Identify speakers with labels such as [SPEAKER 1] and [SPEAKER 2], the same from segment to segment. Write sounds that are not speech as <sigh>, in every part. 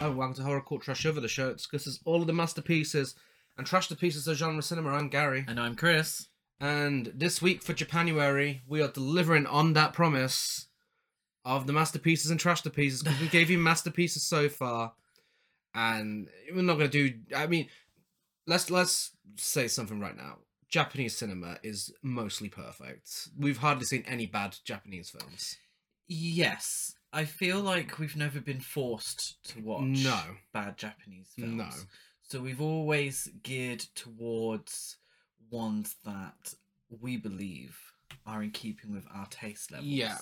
[SPEAKER 1] welcome to Horror Culture Trash Over the Show. It discusses all of the masterpieces and trash the pieces of genre cinema. I'm Gary.
[SPEAKER 2] And I'm Chris.
[SPEAKER 1] And this week for Japanuary, we are delivering on that promise of the masterpieces and trash the pieces because we
[SPEAKER 2] <laughs>
[SPEAKER 1] gave you masterpieces so far, and we're not gonna do. I mean, let's let's say something right now. Japanese cinema is mostly perfect. We've hardly seen any bad Japanese films.
[SPEAKER 2] Yes. I feel like we've never been forced to watch <laughs>
[SPEAKER 1] No.
[SPEAKER 2] bad Japanese films.
[SPEAKER 1] No,
[SPEAKER 2] So we've always geared towards ones that we believe are in keeping with our taste levels.
[SPEAKER 1] Yeah.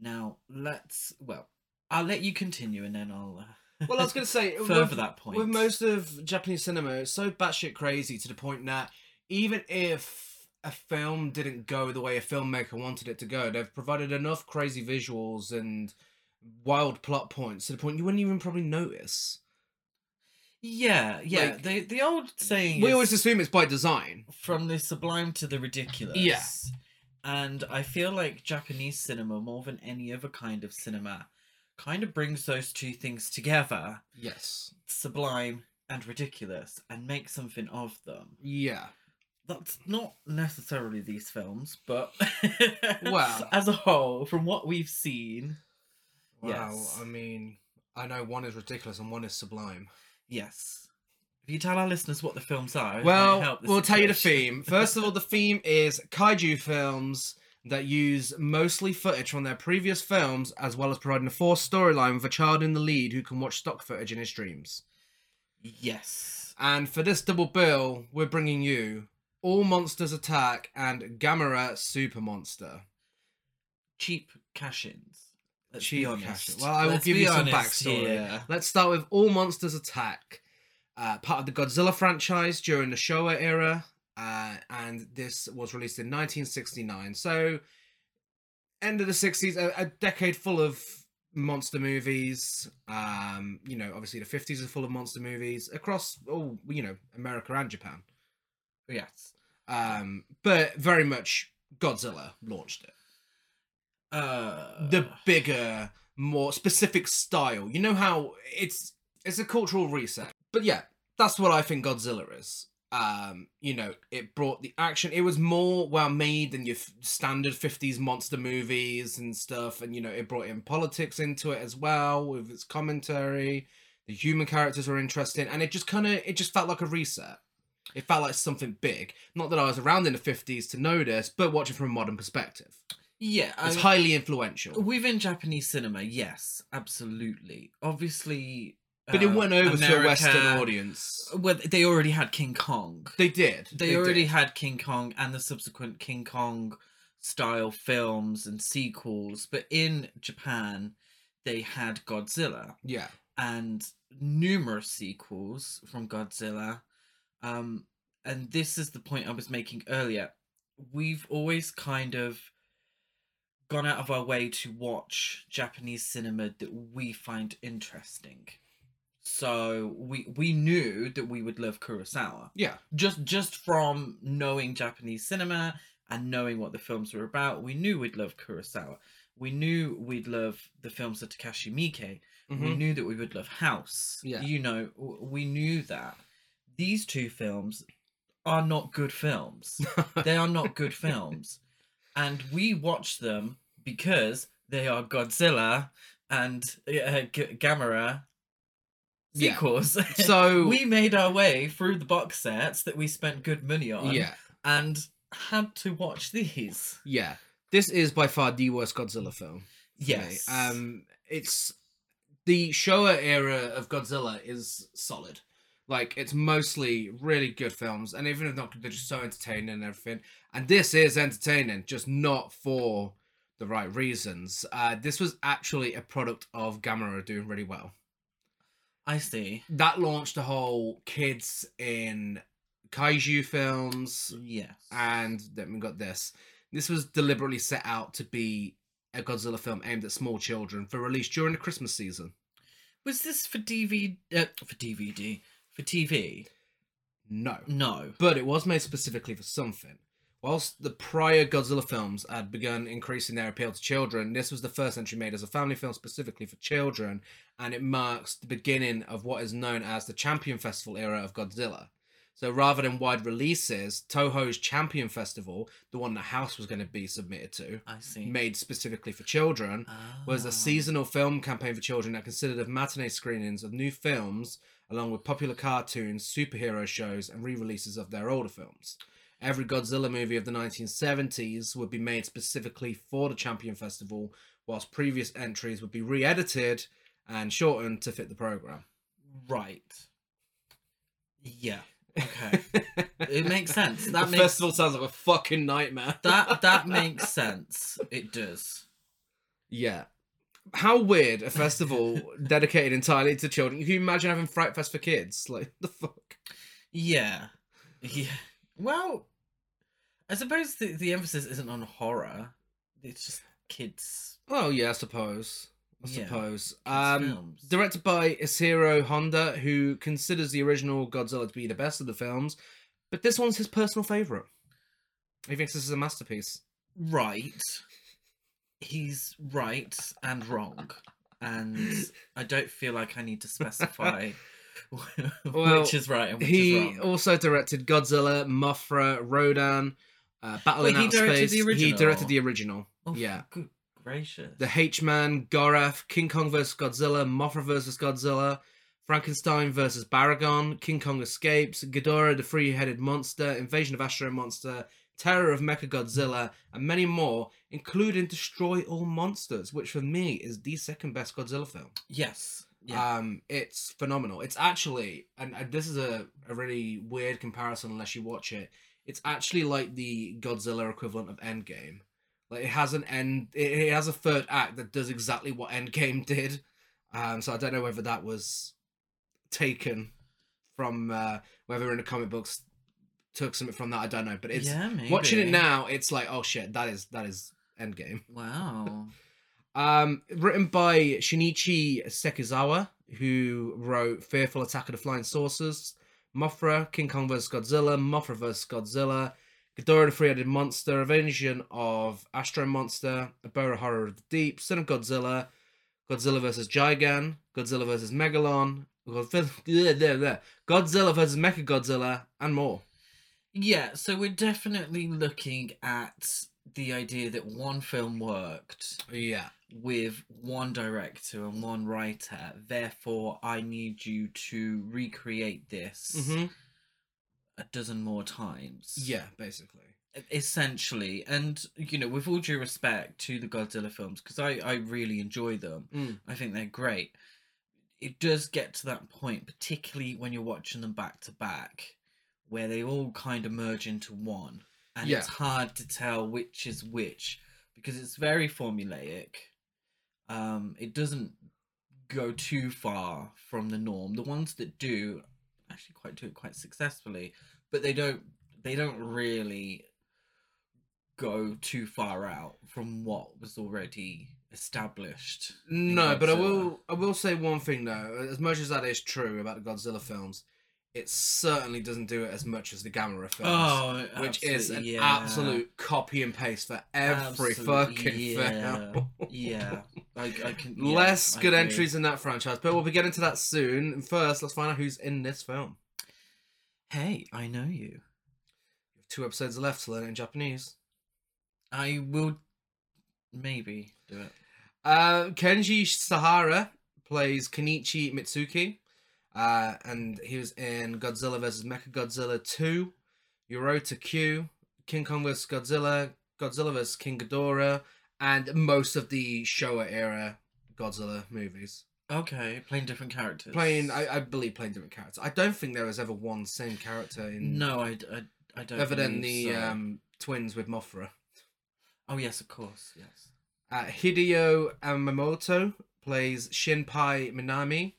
[SPEAKER 2] Now, let's well, I'll let you continue and then I'll uh,
[SPEAKER 1] well, I was gonna say
[SPEAKER 2] <laughs> further
[SPEAKER 1] with-
[SPEAKER 2] that point.
[SPEAKER 1] With most of Japanese cinema, it's so batshit crazy to the point that even if a film didn't go the way a filmmaker wanted it to go, they've provided enough crazy visuals and wild plot points to the point you wouldn't even probably notice.
[SPEAKER 2] Yeah, yeah.
[SPEAKER 1] like-
[SPEAKER 2] the the old saying
[SPEAKER 1] We
[SPEAKER 2] is,
[SPEAKER 1] always assume it's by design.
[SPEAKER 2] from the sublime to the ridiculous.
[SPEAKER 1] Yeah.
[SPEAKER 2] And I feel like Japanese cinema, more than any other kind of cinema, kind of brings those two things together
[SPEAKER 1] Yes.
[SPEAKER 2] sublime and ridiculous and makes something of them.
[SPEAKER 1] Yeah.
[SPEAKER 2] That's not necessarily these films, but <laughs>
[SPEAKER 1] Well.
[SPEAKER 2] as a whole, from what we've seen,
[SPEAKER 1] Wow.
[SPEAKER 2] Yes.
[SPEAKER 1] I mean, I know one is ridiculous and one is sublime.
[SPEAKER 2] yes. If you tell our listeners what the films are, it might
[SPEAKER 1] Well,
[SPEAKER 2] help
[SPEAKER 1] we'll tell you the
[SPEAKER 2] situation.
[SPEAKER 1] theme. First of all, the theme is kaiju films that use mostly footage from their previous films, as well as providing a forced storyline with a child in the lead who can watch stock footage in his dreams.
[SPEAKER 2] <laughs> Yes.
[SPEAKER 1] And for this double bill, we're bringing you All Monsters Attack and Gamera Super Monster.
[SPEAKER 2] cheap cash ins. Let's
[SPEAKER 1] Cheap
[SPEAKER 2] be
[SPEAKER 1] cash-in.
[SPEAKER 2] honest.
[SPEAKER 1] Well, I will
[SPEAKER 2] Let's
[SPEAKER 1] give
[SPEAKER 2] be
[SPEAKER 1] you some
[SPEAKER 2] honest
[SPEAKER 1] backstory.
[SPEAKER 2] here.
[SPEAKER 1] Let's start with All Monsters Attack, uh, part of the Godzilla franchise during the Showa era, uh, and this was released in 1969. So, end of the 60s, a, a decade full of monster movies. Um, you know, obviously the 50s are full of monster movies across all, you know, America and Japan.
[SPEAKER 2] Yes.
[SPEAKER 1] Um, but very much Godzilla launched it.
[SPEAKER 2] Uh,
[SPEAKER 1] the bigger, more specific style. You know how it's it's a cultural reset. But yeah, that's what I think Godzilla is. Um, you know, it brought the action. It was more well made than your f- standard '50s monster movies and stuff. And you know, it brought in politics into it as well with its commentary. The human characters were interesting, and it just kind of it just felt like a reset. It felt like something big. Not that I was around in the '50s to know this, but watching from a modern perspective,
[SPEAKER 2] yeah. I,
[SPEAKER 1] it's highly influential.
[SPEAKER 2] within Japanese cinema, yes, absolutely. Obviously,
[SPEAKER 1] But it
[SPEAKER 2] uh,
[SPEAKER 1] went over to a
[SPEAKER 2] America-
[SPEAKER 1] Western audience.
[SPEAKER 2] Well, they already had King Kong.
[SPEAKER 1] They did.
[SPEAKER 2] They, already
[SPEAKER 1] did.
[SPEAKER 2] had King Kong and the subsequent King Kong style films and sequels, but in Japan, they had Godzilla.
[SPEAKER 1] Yeah.
[SPEAKER 2] and numerous sequels from Godzilla. Um, and this is the point I was making earlier. We've always kind of gone out of our way to watch Japanese cinema that we find interesting. So we we knew that we would love Kurosawa
[SPEAKER 1] Yeah.
[SPEAKER 2] just just from knowing Japanese cinema and knowing what the films were about. We knew we'd love Kurosawa. We knew we'd love the films of Takashi Miike we
[SPEAKER 1] mhm,
[SPEAKER 2] knew that we would love house
[SPEAKER 1] Yeah.
[SPEAKER 2] you know w- we knew that these two films are not good
[SPEAKER 1] <laughs>
[SPEAKER 2] films they are not good films and we watch them because they are godzilla and uh, G- gamera
[SPEAKER 1] Yeah.
[SPEAKER 2] sequels
[SPEAKER 1] <laughs>
[SPEAKER 2] <laughs>
[SPEAKER 1] So
[SPEAKER 2] we made our way through the box sets that we spent good money on
[SPEAKER 1] yeah,
[SPEAKER 2] and had to watch these
[SPEAKER 1] yeah. This is by far the worst Godzilla film. for me.
[SPEAKER 2] yes
[SPEAKER 1] Um, it's the Showa era of Godzilla is solid. Like it's mostly really good films, and even if not, good, they're just so entertaining and everything. And this is entertaining, just not for the right reasons. Uh, this was actually a product of Gamera doing really well.
[SPEAKER 2] i see
[SPEAKER 1] that launched the whole kids in kaiju films
[SPEAKER 2] yes
[SPEAKER 1] and then we got this this was deliberately set out to be a godzilla film aimed at small children for release during the christmas season
[SPEAKER 2] Was this for DVD? Uh, for DVD? For TV?
[SPEAKER 1] no
[SPEAKER 2] No.
[SPEAKER 1] but it was made specifically for something Whilst the prior Godzilla films had begun increasing their appeal to children, this was the first entry made as a family film specifically for children, and it marks the beginning of what is known as the Champion Festival era of Godzilla. So rather than wide releases, Toho's Champion Festival, the one the house was going to be submitted to,
[SPEAKER 2] I see.
[SPEAKER 1] made specifically for children, was
[SPEAKER 2] Ah.
[SPEAKER 1] a seasonal film campaign for children that consisted of matinee screenings of new films, along with popular cartoons, superhero shows, and re releases of their older films. Every Godzilla movie of the 1970s would be made specifically for the Champion Festival, whilst previous entries would be re edited and shortened to fit the
[SPEAKER 2] <laughs>
[SPEAKER 1] programme.
[SPEAKER 2] Right. Yeah.
[SPEAKER 1] <laughs>
[SPEAKER 2] Okay. it makes sense. That
[SPEAKER 1] the
[SPEAKER 2] makes
[SPEAKER 1] festival sounds like a fucking nightmare.
[SPEAKER 2] that that makes sense. It does.
[SPEAKER 1] Yeah. How weird a
[SPEAKER 2] <laughs>
[SPEAKER 1] festival dedicated entirely to children. Can you imagine having Fright Fest for kids? Like, the fuck?
[SPEAKER 2] Yeah. Yeah. Well, I suppose the, the emphasis isn't on horror. It's just kids.
[SPEAKER 1] Oh, yeah, I suppose. I
[SPEAKER 2] Yeah.
[SPEAKER 1] suppose.
[SPEAKER 2] kids
[SPEAKER 1] Um,
[SPEAKER 2] films.
[SPEAKER 1] directed by Ishiro Honda, who considers the original Godzilla to be the best of the films, but this one's his personal favourite. He thinks this is a masterpiece.
[SPEAKER 2] right. He's right and wrong,
[SPEAKER 1] <laughs>
[SPEAKER 2] and I don't feel like I need to specify <laughs>
[SPEAKER 1] Well,
[SPEAKER 2] which is right and which is
[SPEAKER 1] He
[SPEAKER 2] wrong.
[SPEAKER 1] also directed Godzilla, Mothra, Rodan, uh, Battle in
[SPEAKER 2] Wait, he
[SPEAKER 1] Outer
[SPEAKER 2] directed
[SPEAKER 1] Space.
[SPEAKER 2] the
[SPEAKER 1] He directed
[SPEAKER 2] original?
[SPEAKER 1] the original.
[SPEAKER 2] Oh,
[SPEAKER 1] yeah.
[SPEAKER 2] Good gracious.
[SPEAKER 1] The H Man, Gorath, King Kong vs. Godzilla, Mothra vs. Godzilla, Frankenstein vs. Baragon, King Kong Escapes, Ghidorah the Three Headed Monster, Invasion of Astro Monster, Terror of Mecha Godzilla, and many more, including Destroy All Monsters, which for me is the second best Godzilla film.
[SPEAKER 2] Yes. Yeah.
[SPEAKER 1] Um, it's phenomenal. It's actually, and, and this is a, a really weird comparison unless you watch it. It's actually like the Godzilla equivalent of Endgame. Like it has an end, it, it has a third act that does exactly what Endgame <laughs> did. Um, so I don't know whether that was taken from uh, whether in the comic books took something from that. I don't know, but it's
[SPEAKER 2] yeah, maybe.
[SPEAKER 1] watching it now. It's like oh shit, that is that is Endgame.
[SPEAKER 2] Wow.
[SPEAKER 1] Um, written by Shinichi Sekizawa, who wrote Fearful Attack of the Flying Saucers, Mothra, King Kong vs. Godzilla, Mothra vs. Godzilla, Ghidorah the Three-Headed Monster, Invasion of Astro Monster, Abora Horror of the Deep, Son of Godzilla, Godzilla vs. Gigan, Godzilla vs. Megalon, Godzilla Godzilla vs. Mechagodzilla, and more.
[SPEAKER 2] Yeah, so we're definitely looking at the idea that one film worked
[SPEAKER 1] Yeah.
[SPEAKER 2] with one director and one writer. Therefore, I need you to recreate this
[SPEAKER 1] hmm
[SPEAKER 2] a dozen more times.
[SPEAKER 1] Yeah, basically.
[SPEAKER 2] Essentially. And, you know, with all due respect to the Godzilla films, because I, I really enjoy them,
[SPEAKER 1] Mm.
[SPEAKER 2] I think they're great. It does get to that point, particularly when you're watching them back to back, where they all kind of merge into one. And it's hard to tell which is which because it's very formulaic. Um, it doesn't go too far from the norm. The ones that do actually quite do it quite successfully, but they don't they don't really go too far out from what was already established. in
[SPEAKER 1] No, but I
[SPEAKER 2] Godzilla.
[SPEAKER 1] will. I will say one thing though. As much as that is true about the Godzilla films, it certainly doesn't do it as much as the Gamera films,
[SPEAKER 2] Oh,
[SPEAKER 1] which is an
[SPEAKER 2] absolutely, yeah.
[SPEAKER 1] absolute copy and paste for every
[SPEAKER 2] Absolute-
[SPEAKER 1] fucking
[SPEAKER 2] yeah.
[SPEAKER 1] film.
[SPEAKER 2] <laughs> Yeah, I, I can. yeah,
[SPEAKER 1] Less
[SPEAKER 2] I
[SPEAKER 1] good
[SPEAKER 2] agree.
[SPEAKER 1] entries in that franchise, but we'll be getting to that soon. First, let's find out who's in this film.
[SPEAKER 2] Hey, I know you.
[SPEAKER 1] Two episodes left to learn it in Japanese.
[SPEAKER 2] I will maybe do it.
[SPEAKER 1] Uh, Kenji Sahara plays Kenichi Mitsuki, uh, and he was in Godzilla vs. Mechagodzilla 2, Eurota Q, King Kong vs. Godzilla, Godzilla vs. King Ghidorah, and most of the Showa era Godzilla movies.
[SPEAKER 2] Okay, playing different characters.
[SPEAKER 1] Playing, I, I believe, playing different characters. I don't think there was ever one same character in,
[SPEAKER 2] no, I, d- I- I don't.
[SPEAKER 1] other than the
[SPEAKER 2] believe so.
[SPEAKER 1] um, twins with Mothra.
[SPEAKER 2] Oh yes, of course. Yes.
[SPEAKER 1] Uh, Hideo Yamamoto plays Shinpai Minami.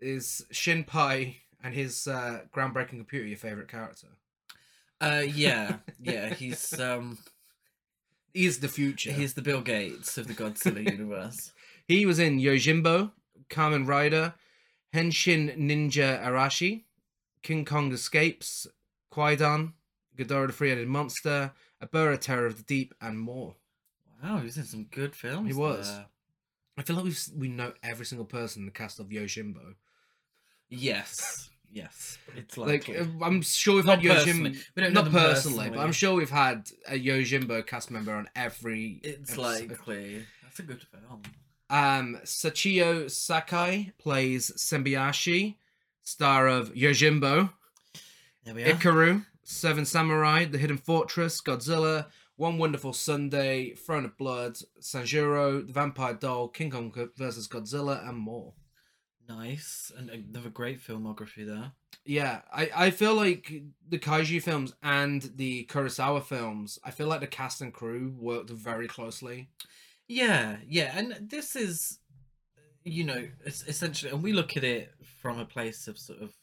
[SPEAKER 1] Is Shinpai and his uh, groundbreaking computer your favorite character?
[SPEAKER 2] Uh, <laughs> yeah, yeah. He's um,
[SPEAKER 1] He's the future.
[SPEAKER 2] he's the Bill Gates of the Godzilla <laughs> universe.
[SPEAKER 1] He was in Yojimbo, Kamen Rider, Henshin Ninja Arashi, King Kong Escapes, Kwaidan, Ghidorah the Three-Headed Monster, Abura, Terror of the Deep, and more.
[SPEAKER 2] Wow, he was in some good films.
[SPEAKER 1] He was.
[SPEAKER 2] there.
[SPEAKER 1] I feel like we've s- we know every single person in the cast of Yojimbo.
[SPEAKER 2] Yes. Yes. It's
[SPEAKER 1] Like
[SPEAKER 2] likely.
[SPEAKER 1] uh, I'm sure we've
[SPEAKER 2] Not
[SPEAKER 1] had Yojimbo.
[SPEAKER 2] personally. We don't know
[SPEAKER 1] Not
[SPEAKER 2] them
[SPEAKER 1] personally, but I'm sure we've had a Yojimbo cast member on every.
[SPEAKER 2] It's
[SPEAKER 1] episode.
[SPEAKER 2] likely. That's a good film.
[SPEAKER 1] Um, Sachio Sakai plays Sembayashi, star of Yojimbo,
[SPEAKER 2] There we
[SPEAKER 1] Ikaru, Seven Samurai, The Hidden Fortress, Godzilla, One Wonderful Sunday, Throne of Blood, Sanjuro, The Vampire Doll, King Kong versus Godzilla, and more.
[SPEAKER 2] Nice. And another great filmography there.
[SPEAKER 1] Yeah, I, I feel like the kaiju films and the Kurosawa films, I feel like the cast and crew worked very closely.
[SPEAKER 2] Yeah, yeah. And this is, you know, it's essentially, and we look at it from a place of sort of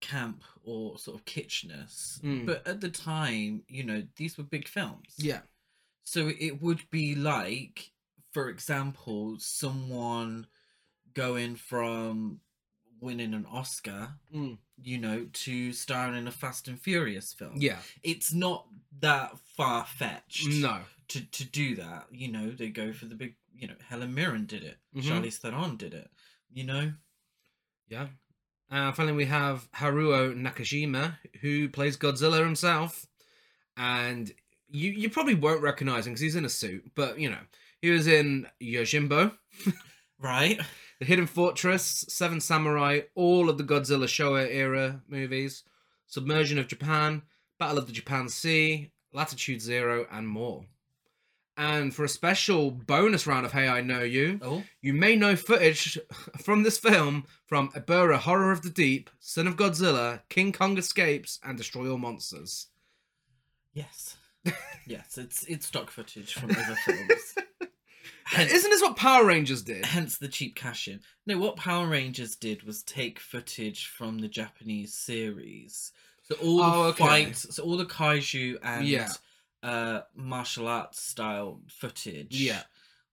[SPEAKER 2] camp or sort of kitschness.
[SPEAKER 1] Mm.
[SPEAKER 2] But at the time, you know, these were big films.
[SPEAKER 1] Yeah.
[SPEAKER 2] So it would be like, for example, someone going from winning an Oscar,
[SPEAKER 1] Mm.
[SPEAKER 2] you know, to starring in a Fast and Furious film.
[SPEAKER 1] Yeah.
[SPEAKER 2] It's not that far fetched
[SPEAKER 1] No.
[SPEAKER 2] to, to do that. You know, they go for the big, you know, Helen Mirren did it,
[SPEAKER 1] Mhm.
[SPEAKER 2] Charlize Theron did it, you know?
[SPEAKER 1] Yeah. Uh, finally, we have Haruo Nakajima, who plays Godzilla himself, and you you probably won't recognize him because he's in a suit, but you know he was in Yojimbo,
[SPEAKER 2] Right?
[SPEAKER 1] The Hidden Fortress, Seven Samurai, all of the Godzilla Showa era movies, Submersion of Japan, Battle of the Japan Sea, Latitude Zero, and more. And for a special bonus round of Hey I Know You,
[SPEAKER 2] Oh,
[SPEAKER 1] you may know footage <laughs> from this film from Ebura Horror of the Deep, Son of Godzilla, King Kong Escapes, and Destroy All Monsters. <laughs>
[SPEAKER 2] yes. yes, it's it's stock footage from other
[SPEAKER 1] <laughs>
[SPEAKER 2] films. Hence-
[SPEAKER 1] Isn't this what Power Rangers
[SPEAKER 2] <laughs>
[SPEAKER 1] did?
[SPEAKER 2] hence the cheap cash in. No, what Power Rangers did was take footage from the Japanese series. So all the
[SPEAKER 1] Oh, okay.
[SPEAKER 2] fights, so all the kaiju and
[SPEAKER 1] Yeah.
[SPEAKER 2] uh, martial arts style footage
[SPEAKER 1] Yeah.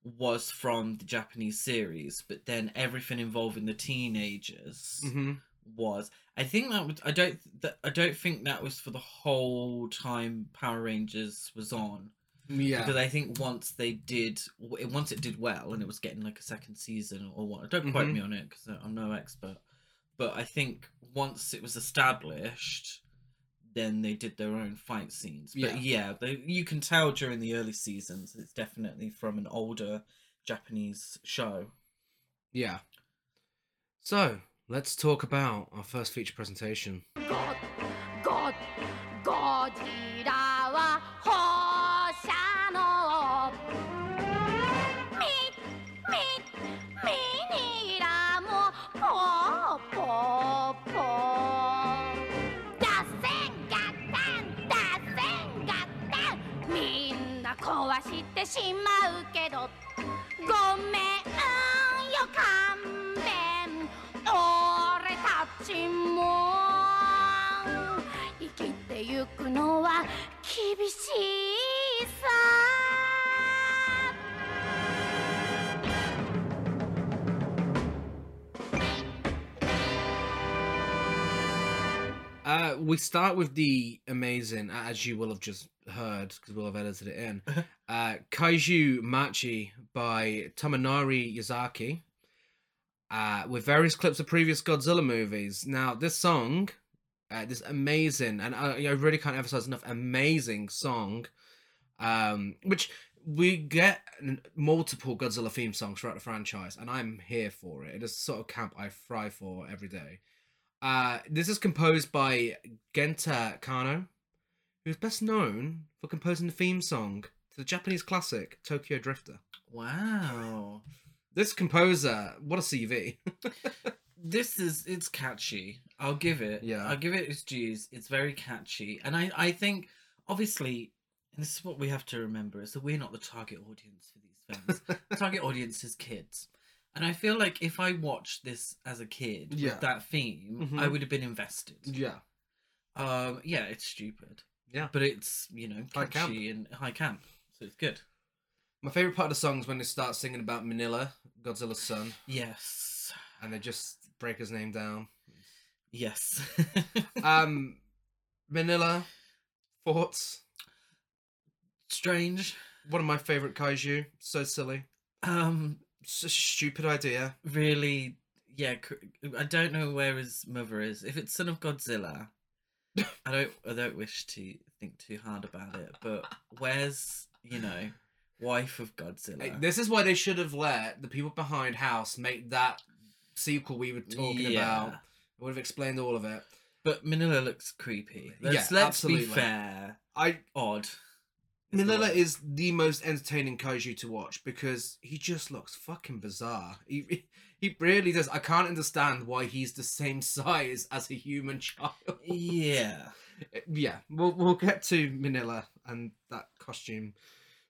[SPEAKER 2] was from the Japanese series, but then everything involving the teenagers
[SPEAKER 1] Mm-hmm.
[SPEAKER 2] was. I think that was. I don't. That, I don't think that was for the whole time Power Rangers was on
[SPEAKER 1] Yeah.
[SPEAKER 2] because I think once they did, w- it- once it did well, and it was getting like a second season or what. Don't quote
[SPEAKER 1] Mhm.
[SPEAKER 2] me on it because I'm no expert, but I think once it was established, then they did their own fight scenes.
[SPEAKER 1] Yeah.
[SPEAKER 2] But yeah, they, you can tell during the early seasons, it's definitely from an older Japanese show.
[SPEAKER 1] Yeah. So, let's talk about our first feature presentation.
[SPEAKER 3] ゴゴジラは放射能みみミニラもポーポーポー脱線合点脱線合点みんな壊してしまうけどごめんよ勘弁俺たちも生きてゆくのは厳しいさ
[SPEAKER 1] Uh, we start with the amazing, as you will have just heard, because we'll have edited it in, uh, Kaiju Machi by Tomonari Yazaki, uh, with various clips of previous Godzilla movies. Now, this song, uh, this amazing, and I, I really can't emphasize enough, amazing song, um, which we get n- multiple Godzilla theme songs throughout the franchise, and I'm here for it. It is the sort of camp I fry for every day. Uh, this is composed by Genta Kano, who is best known for composing the theme song to the Japanese classic Tokyo Drifter.
[SPEAKER 2] Wow,
[SPEAKER 1] This composer, what a <laughs> CV!
[SPEAKER 2] this is it's catchy. I'll give it.
[SPEAKER 1] Yeah.
[SPEAKER 2] I'll give it its dues. It's very catchy, and I I think obviously, and this is what we have to remember is that we're not the target audience for these films.
[SPEAKER 1] <laughs>
[SPEAKER 2] the target audience is kids, and I feel like if I watched this as a kid
[SPEAKER 1] Yeah.
[SPEAKER 2] with that theme, I
[SPEAKER 1] Mhm.
[SPEAKER 2] would have been invested.
[SPEAKER 1] yeah,
[SPEAKER 2] Um, yeah, it's stupid.
[SPEAKER 1] Yeah.
[SPEAKER 2] but it's you know
[SPEAKER 1] High camp.
[SPEAKER 2] catchy and high camp, so it's good.
[SPEAKER 1] my favorite part of the song is when they start singing about Manila, Godzilla's son,
[SPEAKER 2] Yes,
[SPEAKER 1] and they just break his name down.
[SPEAKER 2] yes. <laughs>
[SPEAKER 1] <laughs> Um, Manila, thoughts?
[SPEAKER 2] strange.
[SPEAKER 1] One of my favorite kaiju. So silly.
[SPEAKER 2] Um,
[SPEAKER 1] Such a stupid idea.
[SPEAKER 2] really, yeah. cr- I don't know where his mother is. If it's Son of
[SPEAKER 1] <laughs>
[SPEAKER 2] Godzilla, I don't. I don't wish to think too hard about it. But where's you know, wife of
[SPEAKER 1] Hey,
[SPEAKER 2] Godzilla?
[SPEAKER 1] This is why they should have let the people behind House make that sequel we were talking about.
[SPEAKER 2] Yeah.
[SPEAKER 1] It would have explained all of it.
[SPEAKER 2] But Manila looks creepy.
[SPEAKER 1] Yeah,
[SPEAKER 2] Let's, let's
[SPEAKER 1] absolutely.
[SPEAKER 2] be fair.
[SPEAKER 1] I
[SPEAKER 2] Odd. is the
[SPEAKER 1] Manila
[SPEAKER 2] word.
[SPEAKER 1] is the most entertaining kaiju to watch because he just looks fucking bizarre. He <laughs> he really does. I can't understand why he's the same <laughs> size as a human child.
[SPEAKER 2] Yeah.
[SPEAKER 1] yeah, we'll we'll get to Manila and that costume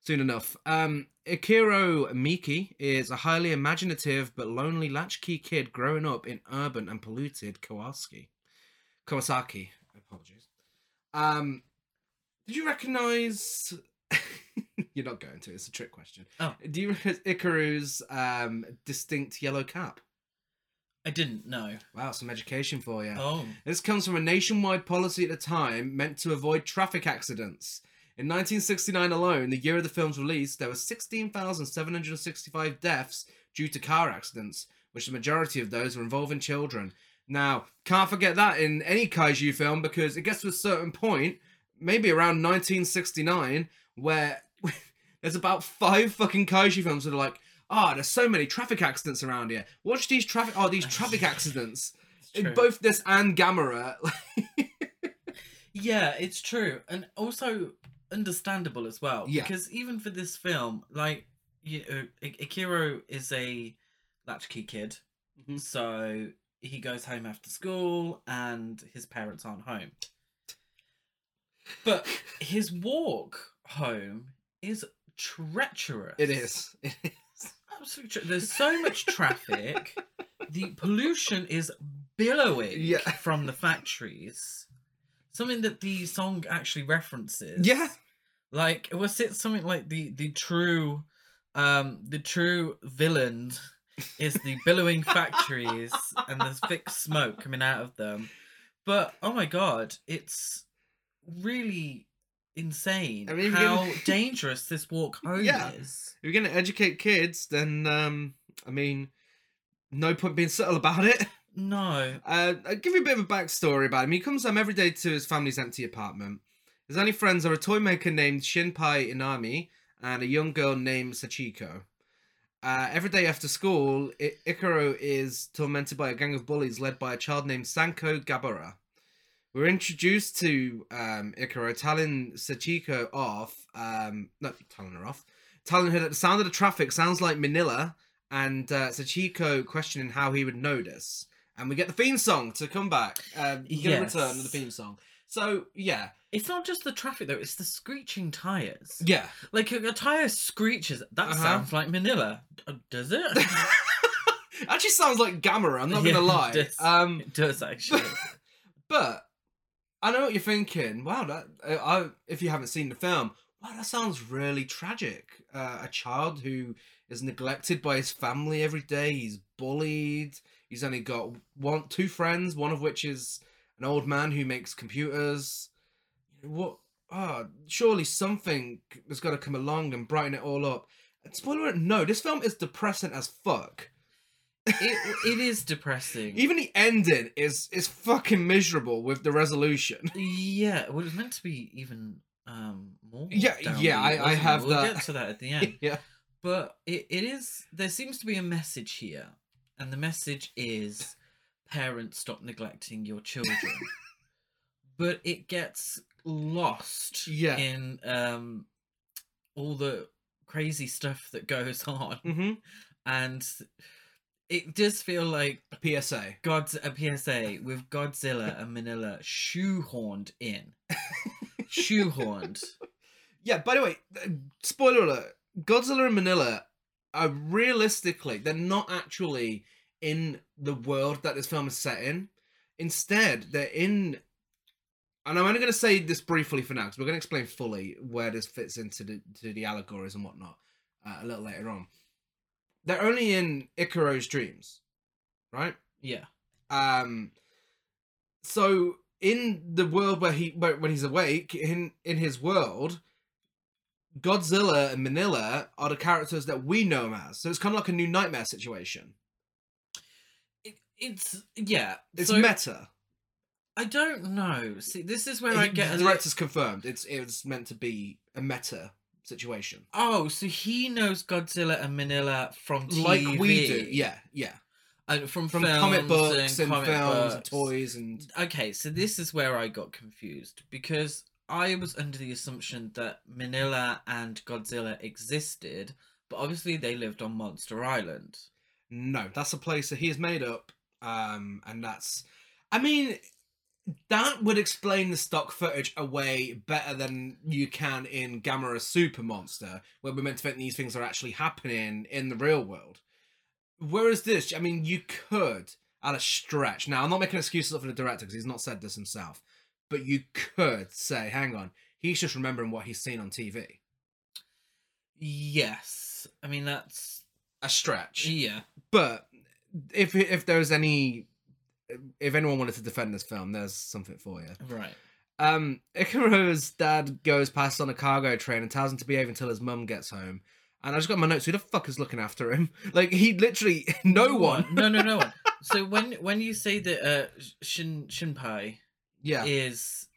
[SPEAKER 1] soon enough. Um, Ikiro Miki is a highly imaginative but lonely latchkey kid growing up in urban and polluted Kawasaki. Kawasaki, apologies. Um, did you recognize? <laughs> You're not going to. It's a trick question.
[SPEAKER 2] Oh.
[SPEAKER 1] Do you recognize Ikaru's um, distinct yellow cap?
[SPEAKER 2] I didn't know.
[SPEAKER 1] Wow, some education for you.
[SPEAKER 2] Oh.
[SPEAKER 1] This comes from a nationwide policy at the time meant to avoid traffic accidents. In 1969 alone, the year of the film's release, there were 16,765 deaths due to car accidents, which the majority of those were involving children. Now, can't forget that in any kaiju film because it gets to a certain point, maybe around 1969, where <laughs> there's about five fucking kaiju films that are like, ah, there's so many traffic accidents around here. Watch these traffic, oh, these traffic accidents
[SPEAKER 2] it's
[SPEAKER 1] in
[SPEAKER 2] true.
[SPEAKER 1] both this and Gamera. <laughs>
[SPEAKER 2] Yeah, it's true. And also understandable as well.
[SPEAKER 1] Yeah.
[SPEAKER 2] Because even for this film, like, you know, I- Akiro is a latchkey kid.
[SPEAKER 1] Mhm.
[SPEAKER 2] So he goes home after school and his parents aren't home.
[SPEAKER 1] <laughs>
[SPEAKER 2] But his walk home is treacherous.
[SPEAKER 1] it is. It is.
[SPEAKER 2] Absolutely. tre- There's so much traffic. the pollution is billowing
[SPEAKER 1] Yeah.
[SPEAKER 2] from the factories. Something that the song actually references.
[SPEAKER 1] Yeah.
[SPEAKER 2] Like was it something like the the true um the true villain is the
[SPEAKER 1] <laughs>
[SPEAKER 2] billowing factories and the thick smoke coming out of them. But oh my god, it's really insane
[SPEAKER 1] I mean, even-
[SPEAKER 2] how
[SPEAKER 1] <laughs>
[SPEAKER 2] dangerous this walk home
[SPEAKER 1] Yeah.
[SPEAKER 2] is.
[SPEAKER 1] If you're going to educate kids, then, um, I mean, no point being subtle about it.
[SPEAKER 2] No.
[SPEAKER 1] Uh, I'll give you a bit of a backstory about him. He comes home every day to his family's empty apartment. His only friends are a toy maker named Shinpai Inami and a young girl named Sachiko. Uh, every day after school, I- Ikaro is tormented by a gang of bullies led by a child named Sanko Gabara. We're introduced to um, Ikaro telling Sachiko off, um, no, telling her off, telling her that the sound of the traffic sounds like Manila, and uh, Sachiko questioning how he would notice and we get the theme song to come back. Um, you get
[SPEAKER 2] Yes.
[SPEAKER 1] a return of the theme song. So yeah,
[SPEAKER 2] It's not just the traffic though, it's the screeching tires.
[SPEAKER 1] yeah.
[SPEAKER 2] Like a, a tire screeches. That
[SPEAKER 1] Uh-huh.
[SPEAKER 2] sounds like Manila. D- Does
[SPEAKER 1] <laughs>
[SPEAKER 2] it? <laughs>
[SPEAKER 1] Actually, sounds like Gamera. I'm not
[SPEAKER 2] Yeah,
[SPEAKER 1] gonna
[SPEAKER 2] it
[SPEAKER 1] lie.
[SPEAKER 2] does.
[SPEAKER 1] Um,
[SPEAKER 2] it does actually.
[SPEAKER 1] but I know what you're thinking. Wow, that uh, I, I if you haven't seen the film, wow, that sounds really tragic. Uh, a child who is neglected by his family every day. He's bullied. He's only got one, two friends, one of which is an old man who makes computers. What? Ah, surely something has got to come along and brighten it all up. And Spoiler: alert, No, this film is depressing as fuck.
[SPEAKER 2] it, it is depressing.
[SPEAKER 1] Even the ending is is fucking miserable with the resolution.
[SPEAKER 2] Yeah, well, it was meant to be even um more.
[SPEAKER 1] Yeah, yeah,
[SPEAKER 2] downbeat,
[SPEAKER 1] I- I
[SPEAKER 2] wasn't it?
[SPEAKER 1] have
[SPEAKER 2] We'll
[SPEAKER 1] that.
[SPEAKER 2] get to that
[SPEAKER 1] <laughs>
[SPEAKER 2] at the end.
[SPEAKER 1] yeah.
[SPEAKER 2] But it, it is. There seems to be a message here, and the message is, parents, stop neglecting your
[SPEAKER 1] <laughs>
[SPEAKER 2] children. but it gets lost.
[SPEAKER 1] Yeah.
[SPEAKER 2] In um, all the crazy stuff that goes <laughs> on,
[SPEAKER 1] Mm-hmm.
[SPEAKER 2] and it does feel like
[SPEAKER 1] PSA.
[SPEAKER 2] God's a PSA with Godzilla and Manila shoehorned in.
[SPEAKER 1] <laughs>
[SPEAKER 2] shoehorned.
[SPEAKER 1] Yeah. By the way, uh, spoiler alert: Godzilla and Manila are realistically they're not actually in the world that this film is set in. Instead, they're in. And I'm only going to say this briefly for now because we're going to explain fully where this fits into the to the allegories and whatnot uh, a little later on. They're only in Icaro's dreams, right?
[SPEAKER 2] Yeah.
[SPEAKER 1] Um, so in the world where he where, when he's awake in in his world, Godzilla and Manila are the characters that we know him as. So it's kind of like a new nightmare situation.
[SPEAKER 2] It, it's yeah.
[SPEAKER 1] It's
[SPEAKER 2] so
[SPEAKER 1] meta.
[SPEAKER 2] I don't know. See, this is where I
[SPEAKER 1] It-
[SPEAKER 2] get
[SPEAKER 1] the
[SPEAKER 2] a
[SPEAKER 1] director's confirmed. It's it's meant to be a meta situation,
[SPEAKER 2] Oh, so he knows Godzilla and Manila from TV.
[SPEAKER 1] like we do. Yeah, yeah.
[SPEAKER 2] and from
[SPEAKER 1] From
[SPEAKER 2] films
[SPEAKER 1] comic books and,
[SPEAKER 2] comic
[SPEAKER 1] films and
[SPEAKER 2] books.
[SPEAKER 1] toys and
[SPEAKER 2] Okay, so this is where I got confused because I was under the assumption that Manila and Godzilla existed, but obviously they lived on Monster Island.
[SPEAKER 1] no, that's a place that he has made up. Um, and that's, I mean, that would explain the stock footage away better than you can in Gamera Super Monster, where we're meant to think these things are actually happening in the real world. Whereas this, I mean, you could at a stretch. Now, I'm not making excuses up for the director because he's not said this himself, but you could say, hang on, he's just remembering what he's seen on TV.
[SPEAKER 2] Yes, I mean that's
[SPEAKER 1] A stretch.
[SPEAKER 2] yeah.
[SPEAKER 1] but if if there's any if anyone wanted to defend this film there's something for you
[SPEAKER 2] Right.
[SPEAKER 1] um ikaru's dad goes past on a cargo train and tells him to behave until his mum gets home and i just got my notes who the fuck is looking after him <laughs> like he literally <laughs> no one
[SPEAKER 2] No,
[SPEAKER 1] <laughs>
[SPEAKER 2] no, no one. so when when you say that uh, Shin Shinpai
[SPEAKER 1] yeah
[SPEAKER 2] is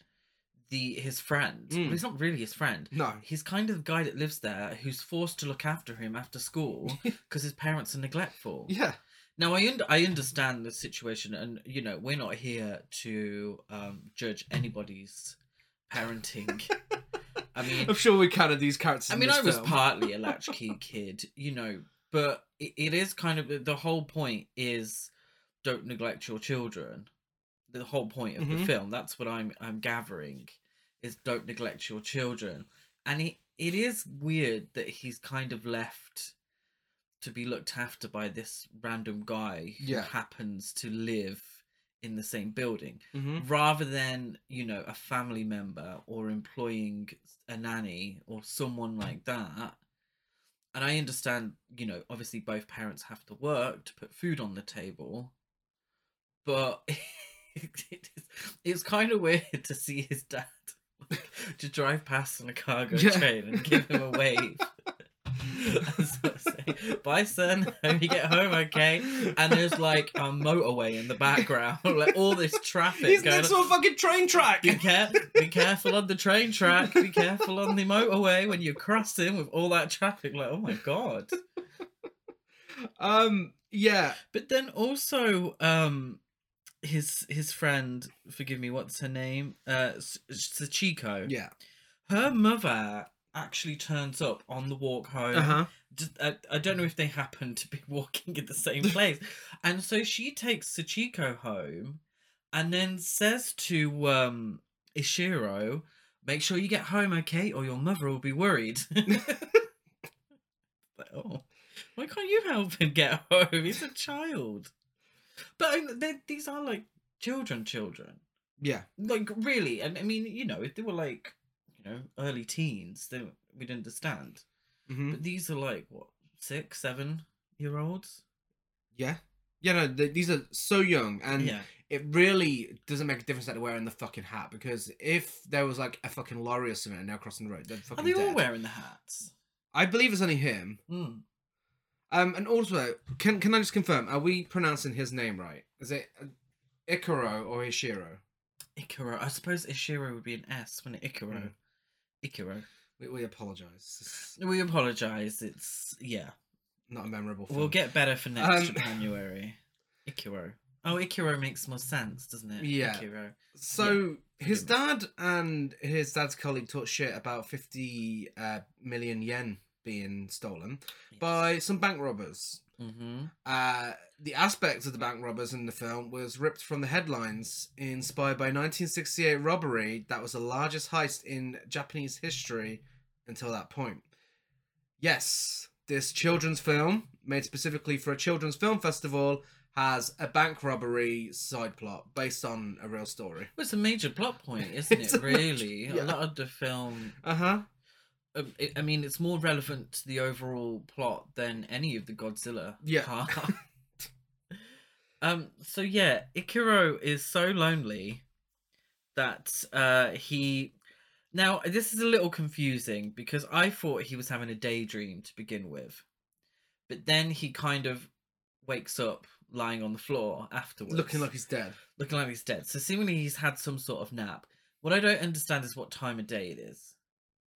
[SPEAKER 2] the his friend,
[SPEAKER 1] Mm.
[SPEAKER 2] but he's not really his friend.
[SPEAKER 1] no
[SPEAKER 2] He's kind of the guy that lives there who's forced to look after him after
[SPEAKER 1] <laughs>
[SPEAKER 2] school because his parents are neglectful.
[SPEAKER 1] yeah
[SPEAKER 2] Now I und- I understand the situation, and you know we're not here to um, judge anybody's parenting. I mean,
[SPEAKER 1] i'm sure we counted these characters
[SPEAKER 2] I
[SPEAKER 1] in
[SPEAKER 2] mean,
[SPEAKER 1] this
[SPEAKER 2] I was
[SPEAKER 1] film. <laughs>
[SPEAKER 2] partly a latchkey kid, you know, but it, it is kind of the whole point is don't neglect your children. The whole point of the
[SPEAKER 1] Mhm.
[SPEAKER 2] film, that's what I'm I'm gathering, is don't neglect your children. And it, it is weird that he's kind of left to be looked after by this random guy who
[SPEAKER 1] Yeah.
[SPEAKER 2] happens to live in the same building
[SPEAKER 1] <laughs> Mhm.
[SPEAKER 2] rather than you know a family member or employing a nanny or
[SPEAKER 1] Mm-hmm.
[SPEAKER 2] someone like that and i understand you know obviously both parents have to work to put food on the table but <laughs> it's- it's kind of weird to see his dad
[SPEAKER 1] <laughs>
[SPEAKER 2] to drive past on a cargo
[SPEAKER 1] Yeah.
[SPEAKER 2] train and give him a wave <laughs> and sort of say, bye son <laughs> hope you get home okay <laughs> and there's like a motorway in the background, <laughs> like all this traffic
[SPEAKER 1] he's
[SPEAKER 2] going.
[SPEAKER 1] next to
[SPEAKER 2] on.
[SPEAKER 1] a fucking train track
[SPEAKER 2] Be, care- be careful on the train track. Be careful on the motorway when you're crossing with all that traffic. Like, oh my god!
[SPEAKER 1] um yeah
[SPEAKER 2] But then also, um, his his friend, forgive me, what's her name? Uh, S- Sachiko.
[SPEAKER 1] yeah
[SPEAKER 2] Her mother actually turns up on the walk home.
[SPEAKER 1] uh-huh
[SPEAKER 2] just, I, I don't know if they happen to be <laughs> walking in the same place. and so she takes Sachiko home and then says to um, Ishiro, make sure you get home okay or your mother will be worried. <laughs> Like, oh, why can't you help him get home? He's a child. But I mean, they- these are like children, children.
[SPEAKER 1] yeah
[SPEAKER 2] Like, really. And I mean, you know, if they were like, you know, early teens, then we'd understand.
[SPEAKER 1] hmm
[SPEAKER 2] But these are like what six, seven year olds.
[SPEAKER 1] yeah yeah no th- these are so young and
[SPEAKER 2] yeah,
[SPEAKER 1] it really doesn't make a difference that they're wearing the fucking hat because if there was like a fucking lorry or something and they're crossing the road, they're
[SPEAKER 2] are
[SPEAKER 1] fucking
[SPEAKER 2] they all
[SPEAKER 1] dead. Hmm.
[SPEAKER 2] wearing the hats?
[SPEAKER 1] I believe it's only him.
[SPEAKER 2] Mm.
[SPEAKER 1] Um, and also, can can I just confirm? Are we pronouncing his name right? Is it uh, Ikaro or Ishiro?
[SPEAKER 2] Ikaro. I suppose Ishiro would be an S, wouldn't it? Ikaro.
[SPEAKER 1] Mm.
[SPEAKER 2] Ikaro.
[SPEAKER 1] We, we apologize. It's
[SPEAKER 2] We apologise. It's yeah.
[SPEAKER 1] not a memorable. Film.
[SPEAKER 2] We'll get better for next
[SPEAKER 1] Um, <laughs>
[SPEAKER 2] Japanuary. Ikaro. Oh, Ikaro makes more sense, doesn't it?
[SPEAKER 1] Yeah.
[SPEAKER 2] Ikaro.
[SPEAKER 1] So his
[SPEAKER 2] forgive
[SPEAKER 1] dad and his dad's colleague talked shit about fifty uh, million yen being stolen by some bank robbers.
[SPEAKER 2] Mm-hmm.
[SPEAKER 1] Uh, the aspects of the bank robbers in the film was ripped from the headlines, inspired by 1968 robbery that was the largest heist in Japanese history until that point. Yes, this children's film, made specifically for a children's film festival, has a bank robbery side plot based on a real story.
[SPEAKER 2] Well, it's a major plot
[SPEAKER 1] <laughs>
[SPEAKER 2] point, isn't
[SPEAKER 1] It's
[SPEAKER 2] it?
[SPEAKER 1] a major-
[SPEAKER 2] Really,
[SPEAKER 1] yeah.
[SPEAKER 2] a lot of the film
[SPEAKER 1] Uh huh.
[SPEAKER 2] um, it, I mean, it's more relevant to the overall plot than any of the Godzilla.
[SPEAKER 1] Yeah. <laughs>
[SPEAKER 2] part. <laughs> um. So yeah, Ikiro is so lonely that uh he Now, this is a little confusing because I thought he was having a daydream to begin with. But then he kind of wakes up lying on the floor afterwards.
[SPEAKER 1] Looking like he's dead.
[SPEAKER 2] looking like he's dead. So seemingly he's had some sort of nap. What I don't understand is what time of day it is.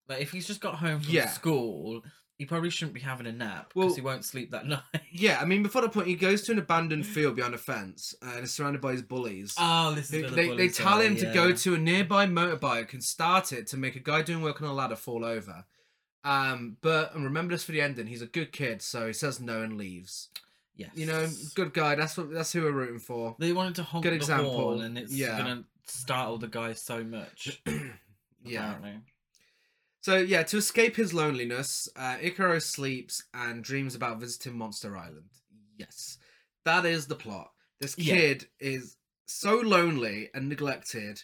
[SPEAKER 2] Like if he's just got home from
[SPEAKER 1] Yeah.
[SPEAKER 2] school, he probably shouldn't be having a nap because
[SPEAKER 1] Well-
[SPEAKER 2] he won't sleep that <laughs> night.
[SPEAKER 1] Yeah, I mean, before the point, he goes to an abandoned field behind a fence uh, and is surrounded by his bullies.
[SPEAKER 2] oh, this is
[SPEAKER 1] They,
[SPEAKER 2] where the
[SPEAKER 1] they, they
[SPEAKER 2] bullies
[SPEAKER 1] tell
[SPEAKER 2] are,
[SPEAKER 1] him to
[SPEAKER 2] yeah.
[SPEAKER 1] go to a nearby motorbike and start it to make a guy doing work on a ladder fall over. Um, but and remember this for the ending. He's a good kid, so he says no and leaves.
[SPEAKER 2] Yes.
[SPEAKER 1] You know, good guy. That's what that's who we're rooting
[SPEAKER 2] <clears throat>
[SPEAKER 1] for.
[SPEAKER 2] they wanted to honk
[SPEAKER 1] Good
[SPEAKER 2] the
[SPEAKER 1] example,
[SPEAKER 2] horn, and it's
[SPEAKER 1] yeah.
[SPEAKER 2] gonna startle the guy so much.
[SPEAKER 1] Yeah.
[SPEAKER 2] apparently.
[SPEAKER 1] So yeah, to escape his loneliness, uh, Icaro sleeps and dreams about visiting Monster Island. Yes, that is the plot. This
[SPEAKER 2] Yeah.
[SPEAKER 1] kid is so lonely and neglected,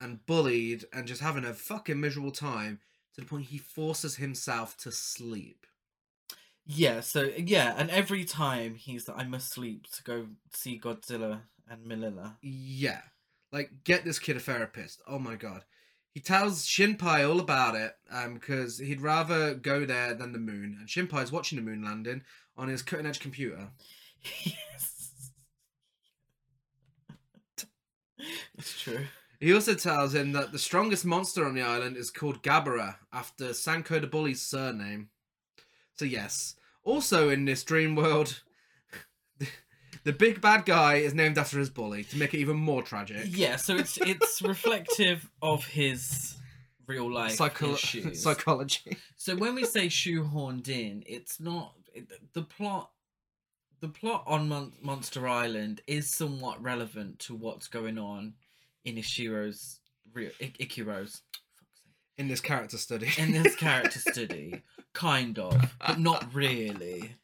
[SPEAKER 1] and bullied, and just having a fucking miserable time to the point he forces himself to sleep.
[SPEAKER 2] Yeah, so yeah, and every time he's like, I must sleep to go see Godzilla and Melilla.
[SPEAKER 1] Yeah, like get this kid a therapist. Oh my god. He tells Shinpai all about it um, because he'd rather go there than the moon. And Shinpai's watching the moon landing on his cutting edge computer.
[SPEAKER 2] yes. it's true.
[SPEAKER 1] He also tells him that the strongest monster on the island is called Gabara, after Sanko the Bully's surname. So, yes. Also, in this dream world, <laughs> the big bad guy is named after his bully to make it even more tragic.
[SPEAKER 2] Yeah, so it's it's reflective of his real life
[SPEAKER 1] Psycho-
[SPEAKER 2] issues.
[SPEAKER 1] psychology.
[SPEAKER 2] so when we say shoehorned in, it's not it, the plot. The plot on Mon- Monster Island is somewhat relevant to what's going on in Ishiro's real I- Ikiro's
[SPEAKER 1] In this character study.
[SPEAKER 2] in this character study, kind of, but not really.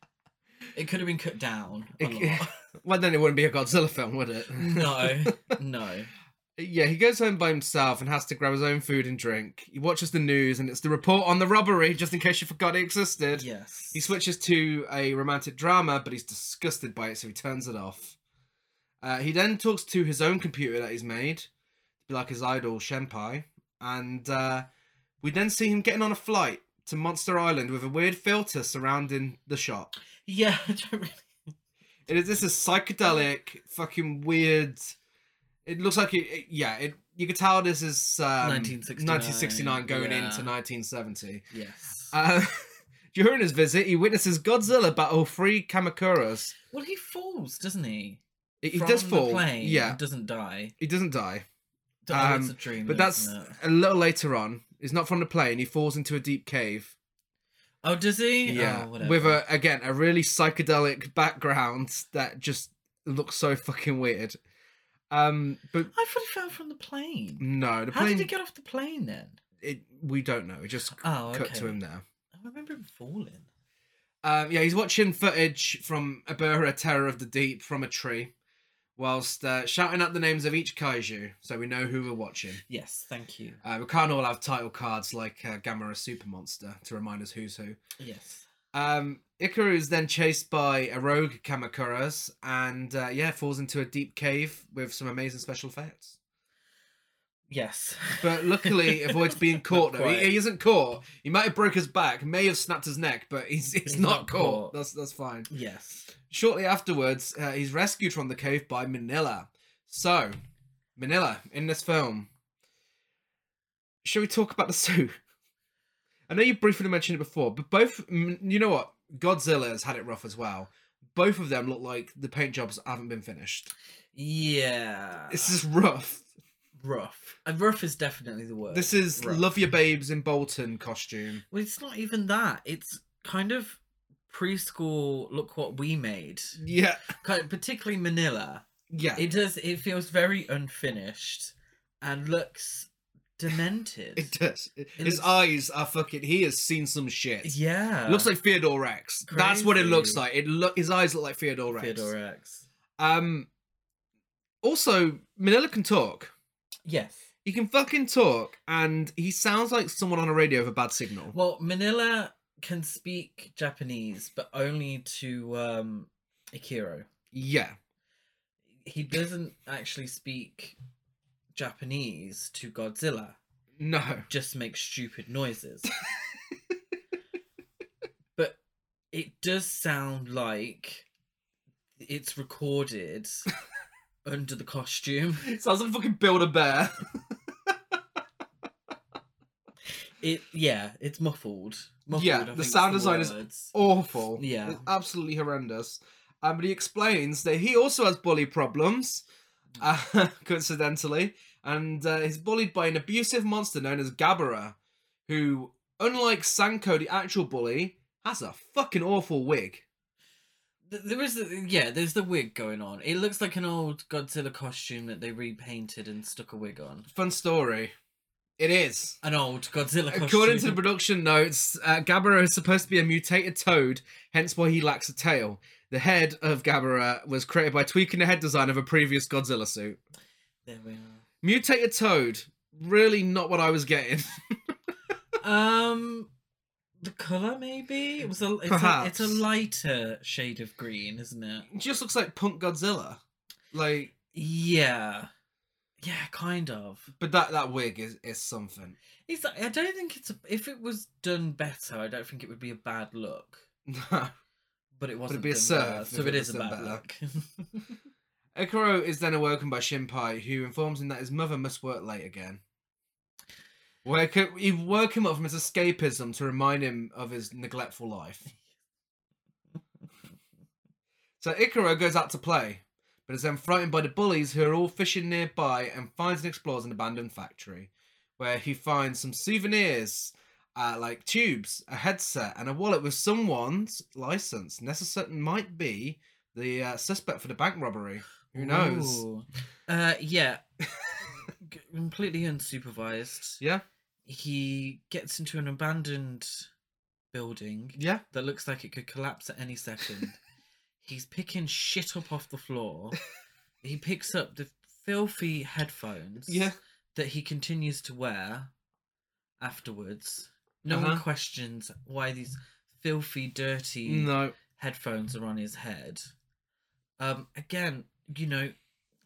[SPEAKER 2] It could have been cut down a
[SPEAKER 1] It-
[SPEAKER 2] lot.
[SPEAKER 1] well, then it wouldn't be a Godzilla film, would it?
[SPEAKER 2] No, no.
[SPEAKER 1] <laughs> Yeah, he goes home by himself and has to grab his own food and drink. He watches the news and it's the report on the robbery, just in case you forgot it existed.
[SPEAKER 2] Yes.
[SPEAKER 1] He switches to a romantic drama, but he's disgusted by it, so he turns it off. Uh, he then talks to his own computer that he's made, to be like his idol, Shenpai. And uh, we then see him getting on a flight to Monster Island with a weird filter surrounding the shot.
[SPEAKER 2] <laughs> Yeah, I don't really.
[SPEAKER 1] It is this is psychedelic, fucking weird. It looks like it. it- yeah, it. You could tell this is um,
[SPEAKER 2] 1969,
[SPEAKER 1] 1969 going
[SPEAKER 2] yeah.
[SPEAKER 1] into 1970.
[SPEAKER 2] Yes.
[SPEAKER 1] Uh, <laughs> during his visit, he witnesses Godzilla battle three Kamakuras.
[SPEAKER 2] well, he falls, doesn't he?
[SPEAKER 1] He, he
[SPEAKER 2] From
[SPEAKER 1] does
[SPEAKER 2] the
[SPEAKER 1] fall.
[SPEAKER 2] plane,
[SPEAKER 1] yeah,
[SPEAKER 2] doesn't die.
[SPEAKER 1] he doesn't die.
[SPEAKER 2] D- oh, it's
[SPEAKER 1] Um,
[SPEAKER 2] a dream,
[SPEAKER 1] But that's
[SPEAKER 2] isn't it?
[SPEAKER 1] a little later on. He's not from the plane. He falls into a deep cave.
[SPEAKER 2] Oh, does he?
[SPEAKER 1] Yeah,
[SPEAKER 2] Oh,
[SPEAKER 1] with
[SPEAKER 2] whatever.
[SPEAKER 1] a again a really psychedelic background that just looks so fucking weird. Um, but
[SPEAKER 2] I thought he fell from the plane.
[SPEAKER 1] no, Mm, the
[SPEAKER 2] How
[SPEAKER 1] plane.
[SPEAKER 2] did he get off the plane then?
[SPEAKER 1] it, we don't know. It just
[SPEAKER 2] Oh, okay.
[SPEAKER 1] cut to him now.
[SPEAKER 2] I remember him falling.
[SPEAKER 1] Um, yeah, he's watching footage from Abura Terror of the Deep from a tree, whilst uh, shouting out the names of each kaiju, so we know who we're watching.
[SPEAKER 2] Yes, thank you.
[SPEAKER 1] Uh, we can't all have title cards like uh, Gamera Super Monster to remind us who's who.
[SPEAKER 2] Yes.
[SPEAKER 1] Um, Ikaru is then chased by a rogue Kamakuras and uh, yeah, falls into a deep cave with some amazing special effects.
[SPEAKER 2] Yes.
[SPEAKER 1] But
[SPEAKER 2] <laughs>
[SPEAKER 1] luckily avoids being caught though.
[SPEAKER 2] quite.
[SPEAKER 1] He, he isn't caught. He might have broke his back, may have snapped his neck, but he's, he's,
[SPEAKER 2] He's
[SPEAKER 1] not,
[SPEAKER 2] not
[SPEAKER 1] caught.
[SPEAKER 2] caught.
[SPEAKER 1] That's that's fine.
[SPEAKER 2] yes.
[SPEAKER 1] Shortly afterwards, uh, he's rescued from the cave by Manila. So, Manila in this film. Shall we talk about the <laughs> zoo? I know you briefly mentioned it before, but both, mm, you know what? Godzilla's had it rough as well. Both of them look like the paint jobs haven't been finished.
[SPEAKER 2] Yeah.
[SPEAKER 1] This is rough.
[SPEAKER 2] rough. And rough is definitely the word.
[SPEAKER 1] This is
[SPEAKER 2] rough.
[SPEAKER 1] Love Your Babes in Bolton costume.
[SPEAKER 2] Well, it's not even that. It's kind of preschool. Look what we made.
[SPEAKER 1] Yeah,
[SPEAKER 2] Kind particularly Manila.
[SPEAKER 1] yeah.
[SPEAKER 2] It does. It feels very unfinished, and looks
[SPEAKER 1] <laughs>
[SPEAKER 2] demented.
[SPEAKER 1] It does. His
[SPEAKER 2] looks-
[SPEAKER 1] eyes are fucking. He has seen some shit.
[SPEAKER 2] yeah.
[SPEAKER 1] Looks like Theodore Rex. That's what it looks
[SPEAKER 2] Crazy.
[SPEAKER 1] like. It look his eyes look like Theodore Rex.
[SPEAKER 2] Theodore Rex.
[SPEAKER 1] Um. Also, Manila can talk.
[SPEAKER 2] Yes.
[SPEAKER 1] He can fucking talk, and he sounds like someone on a radio with a bad signal.
[SPEAKER 2] Well, Manila can speak Japanese, but only to um, Ikiro.
[SPEAKER 1] Yeah,
[SPEAKER 2] He doesn't actually speak Japanese to Godzilla.
[SPEAKER 1] No.
[SPEAKER 2] just make stupid noises. but it does sound like it's recorded under the costume.
[SPEAKER 1] <laughs> Sounds like fucking Build a Bear.
[SPEAKER 2] It yeah, it's muffled. muffled
[SPEAKER 1] Yeah,
[SPEAKER 2] I
[SPEAKER 1] the
[SPEAKER 2] think is
[SPEAKER 1] sound design is
[SPEAKER 2] words.
[SPEAKER 1] Awful.
[SPEAKER 2] Yeah.
[SPEAKER 1] It's absolutely horrendous. Um, but he explains that he also has bully problems, uh, <laughs> coincidentally, and uh, he's bullied by an abusive monster known as Gabara, who, unlike Sanko, the actual bully, has a fucking awful wig.
[SPEAKER 2] Th- There is the, yeah, there's the wig going on. It looks like an old Godzilla costume that they repainted and stuck a wig on.
[SPEAKER 1] Fun story. It is.
[SPEAKER 2] <laughs> An old Godzilla costume.
[SPEAKER 1] According to the production notes, uh, Gabara is supposed to be a mutated toad, hence why he lacks a tail. The head of Gabara was created by tweaking the head design of a previous Godzilla suit.
[SPEAKER 2] there we are.
[SPEAKER 1] Mutated toad, really not what I was getting. <laughs>
[SPEAKER 2] Um, the color maybe it was a it's, a it's
[SPEAKER 1] Perhaps.
[SPEAKER 2] a lighter shade of green, isn't it?
[SPEAKER 1] It just looks like punk Godzilla. Like,
[SPEAKER 2] Yeah, yeah, kind of.
[SPEAKER 1] but that that wig is is something. <laughs>
[SPEAKER 2] It's like- I don't think it's a, if it was done better, I don't think it would be a bad look. But it wasn't.
[SPEAKER 1] be a
[SPEAKER 2] done
[SPEAKER 1] surf
[SPEAKER 2] better,
[SPEAKER 1] if
[SPEAKER 2] so
[SPEAKER 1] it
[SPEAKER 2] it is
[SPEAKER 1] was
[SPEAKER 2] a
[SPEAKER 1] done
[SPEAKER 2] bad
[SPEAKER 1] better.
[SPEAKER 2] look.
[SPEAKER 1] Ikaro is then awoken by Shinpai, who informs him that his mother must work late again. Wake up, he woke him up from his escapism to remind him of his neglectful life. so Ikaro goes out to play, but is then frightened by the bullies who are all fishing nearby and finds and explores an abandoned factory, where he finds some souvenirs uh, like tubes, a headset, and a wallet with someone's license. Necessary might be the uh, suspect for the bank robbery. <laughs> Who knows?
[SPEAKER 2] Ooh. Uh,
[SPEAKER 1] <laughs>
[SPEAKER 2] yeah. G- Completely unsupervised.
[SPEAKER 1] Yeah,
[SPEAKER 2] He gets into an abandoned building.
[SPEAKER 1] yeah.
[SPEAKER 2] that looks like it could collapse at
[SPEAKER 1] <laughs>
[SPEAKER 2] any second. He's picking shit up off the floor. he picks up the filthy headphones
[SPEAKER 1] Yeah.
[SPEAKER 2] that he continues to wear afterwards. No one
[SPEAKER 1] Uh-huh.
[SPEAKER 2] questions why these filthy, dirty
[SPEAKER 1] No.
[SPEAKER 2] headphones are on his head. Um, again, you know,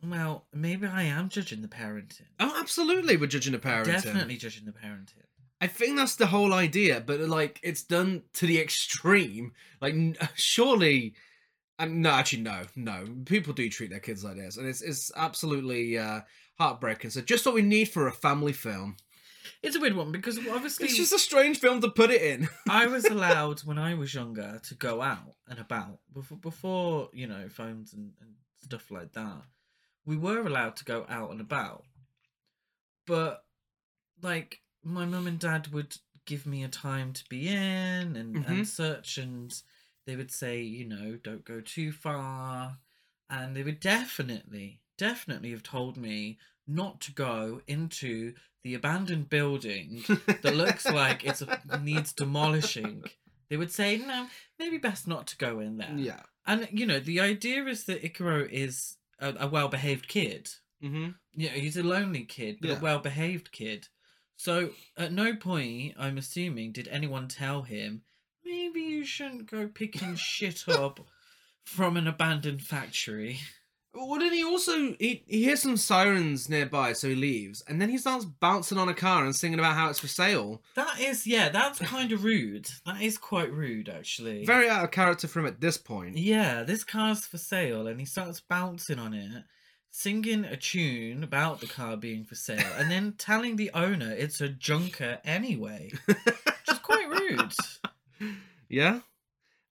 [SPEAKER 2] well, maybe I am judging the parenting.
[SPEAKER 1] Oh, absolutely. We're judging a parenting.
[SPEAKER 2] Definitely judging the parenting.
[SPEAKER 1] I think that's the whole idea, but like it's done to the extreme. Like, n- <laughs> surely. Um, no, actually, no, no. People do treat their kids like this, and it's it's absolutely uh, heartbreaking. So, just what we need for a family film.
[SPEAKER 2] It's a weird one because obviously
[SPEAKER 1] It's just a strange film to put it in.
[SPEAKER 2] I was allowed when I was younger to go out and about before, before you know phones and, and stuff like that. We were allowed to go out and about, but like my mum and dad would give me a time to be in and,
[SPEAKER 1] Mhm.
[SPEAKER 2] and such, and they would say you know don't go too far, and they would definitely definitely have told me not to go into the abandoned building
[SPEAKER 1] <laughs>
[SPEAKER 2] that looks like it's needs demolishing, they would say, no, maybe best not to go in there.
[SPEAKER 1] yeah.
[SPEAKER 2] And, you know, the idea is that Icaro is a, a well behaved kid.
[SPEAKER 1] Mm-hmm.
[SPEAKER 2] You know, he's a lonely kid, but
[SPEAKER 1] Yeah.
[SPEAKER 2] a well behaved kid. So at no point, I'm assuming, did anyone tell him, maybe you shouldn't go
[SPEAKER 1] <laughs>
[SPEAKER 2] picking shit up from an abandoned factory.
[SPEAKER 1] Well, then he also he, he hears some sirens nearby, so he leaves, and then he starts bouncing on a car and singing about how it's for sale.
[SPEAKER 2] That is, yeah, that's kind of rude. That is quite rude, actually.
[SPEAKER 1] Very out of character for him at this point.
[SPEAKER 2] Yeah, this car's for sale, and he starts bouncing on it, singing a tune about the car being for sale, and then telling the owner it's a junker anyway. Which is quite rude.
[SPEAKER 1] Yeah.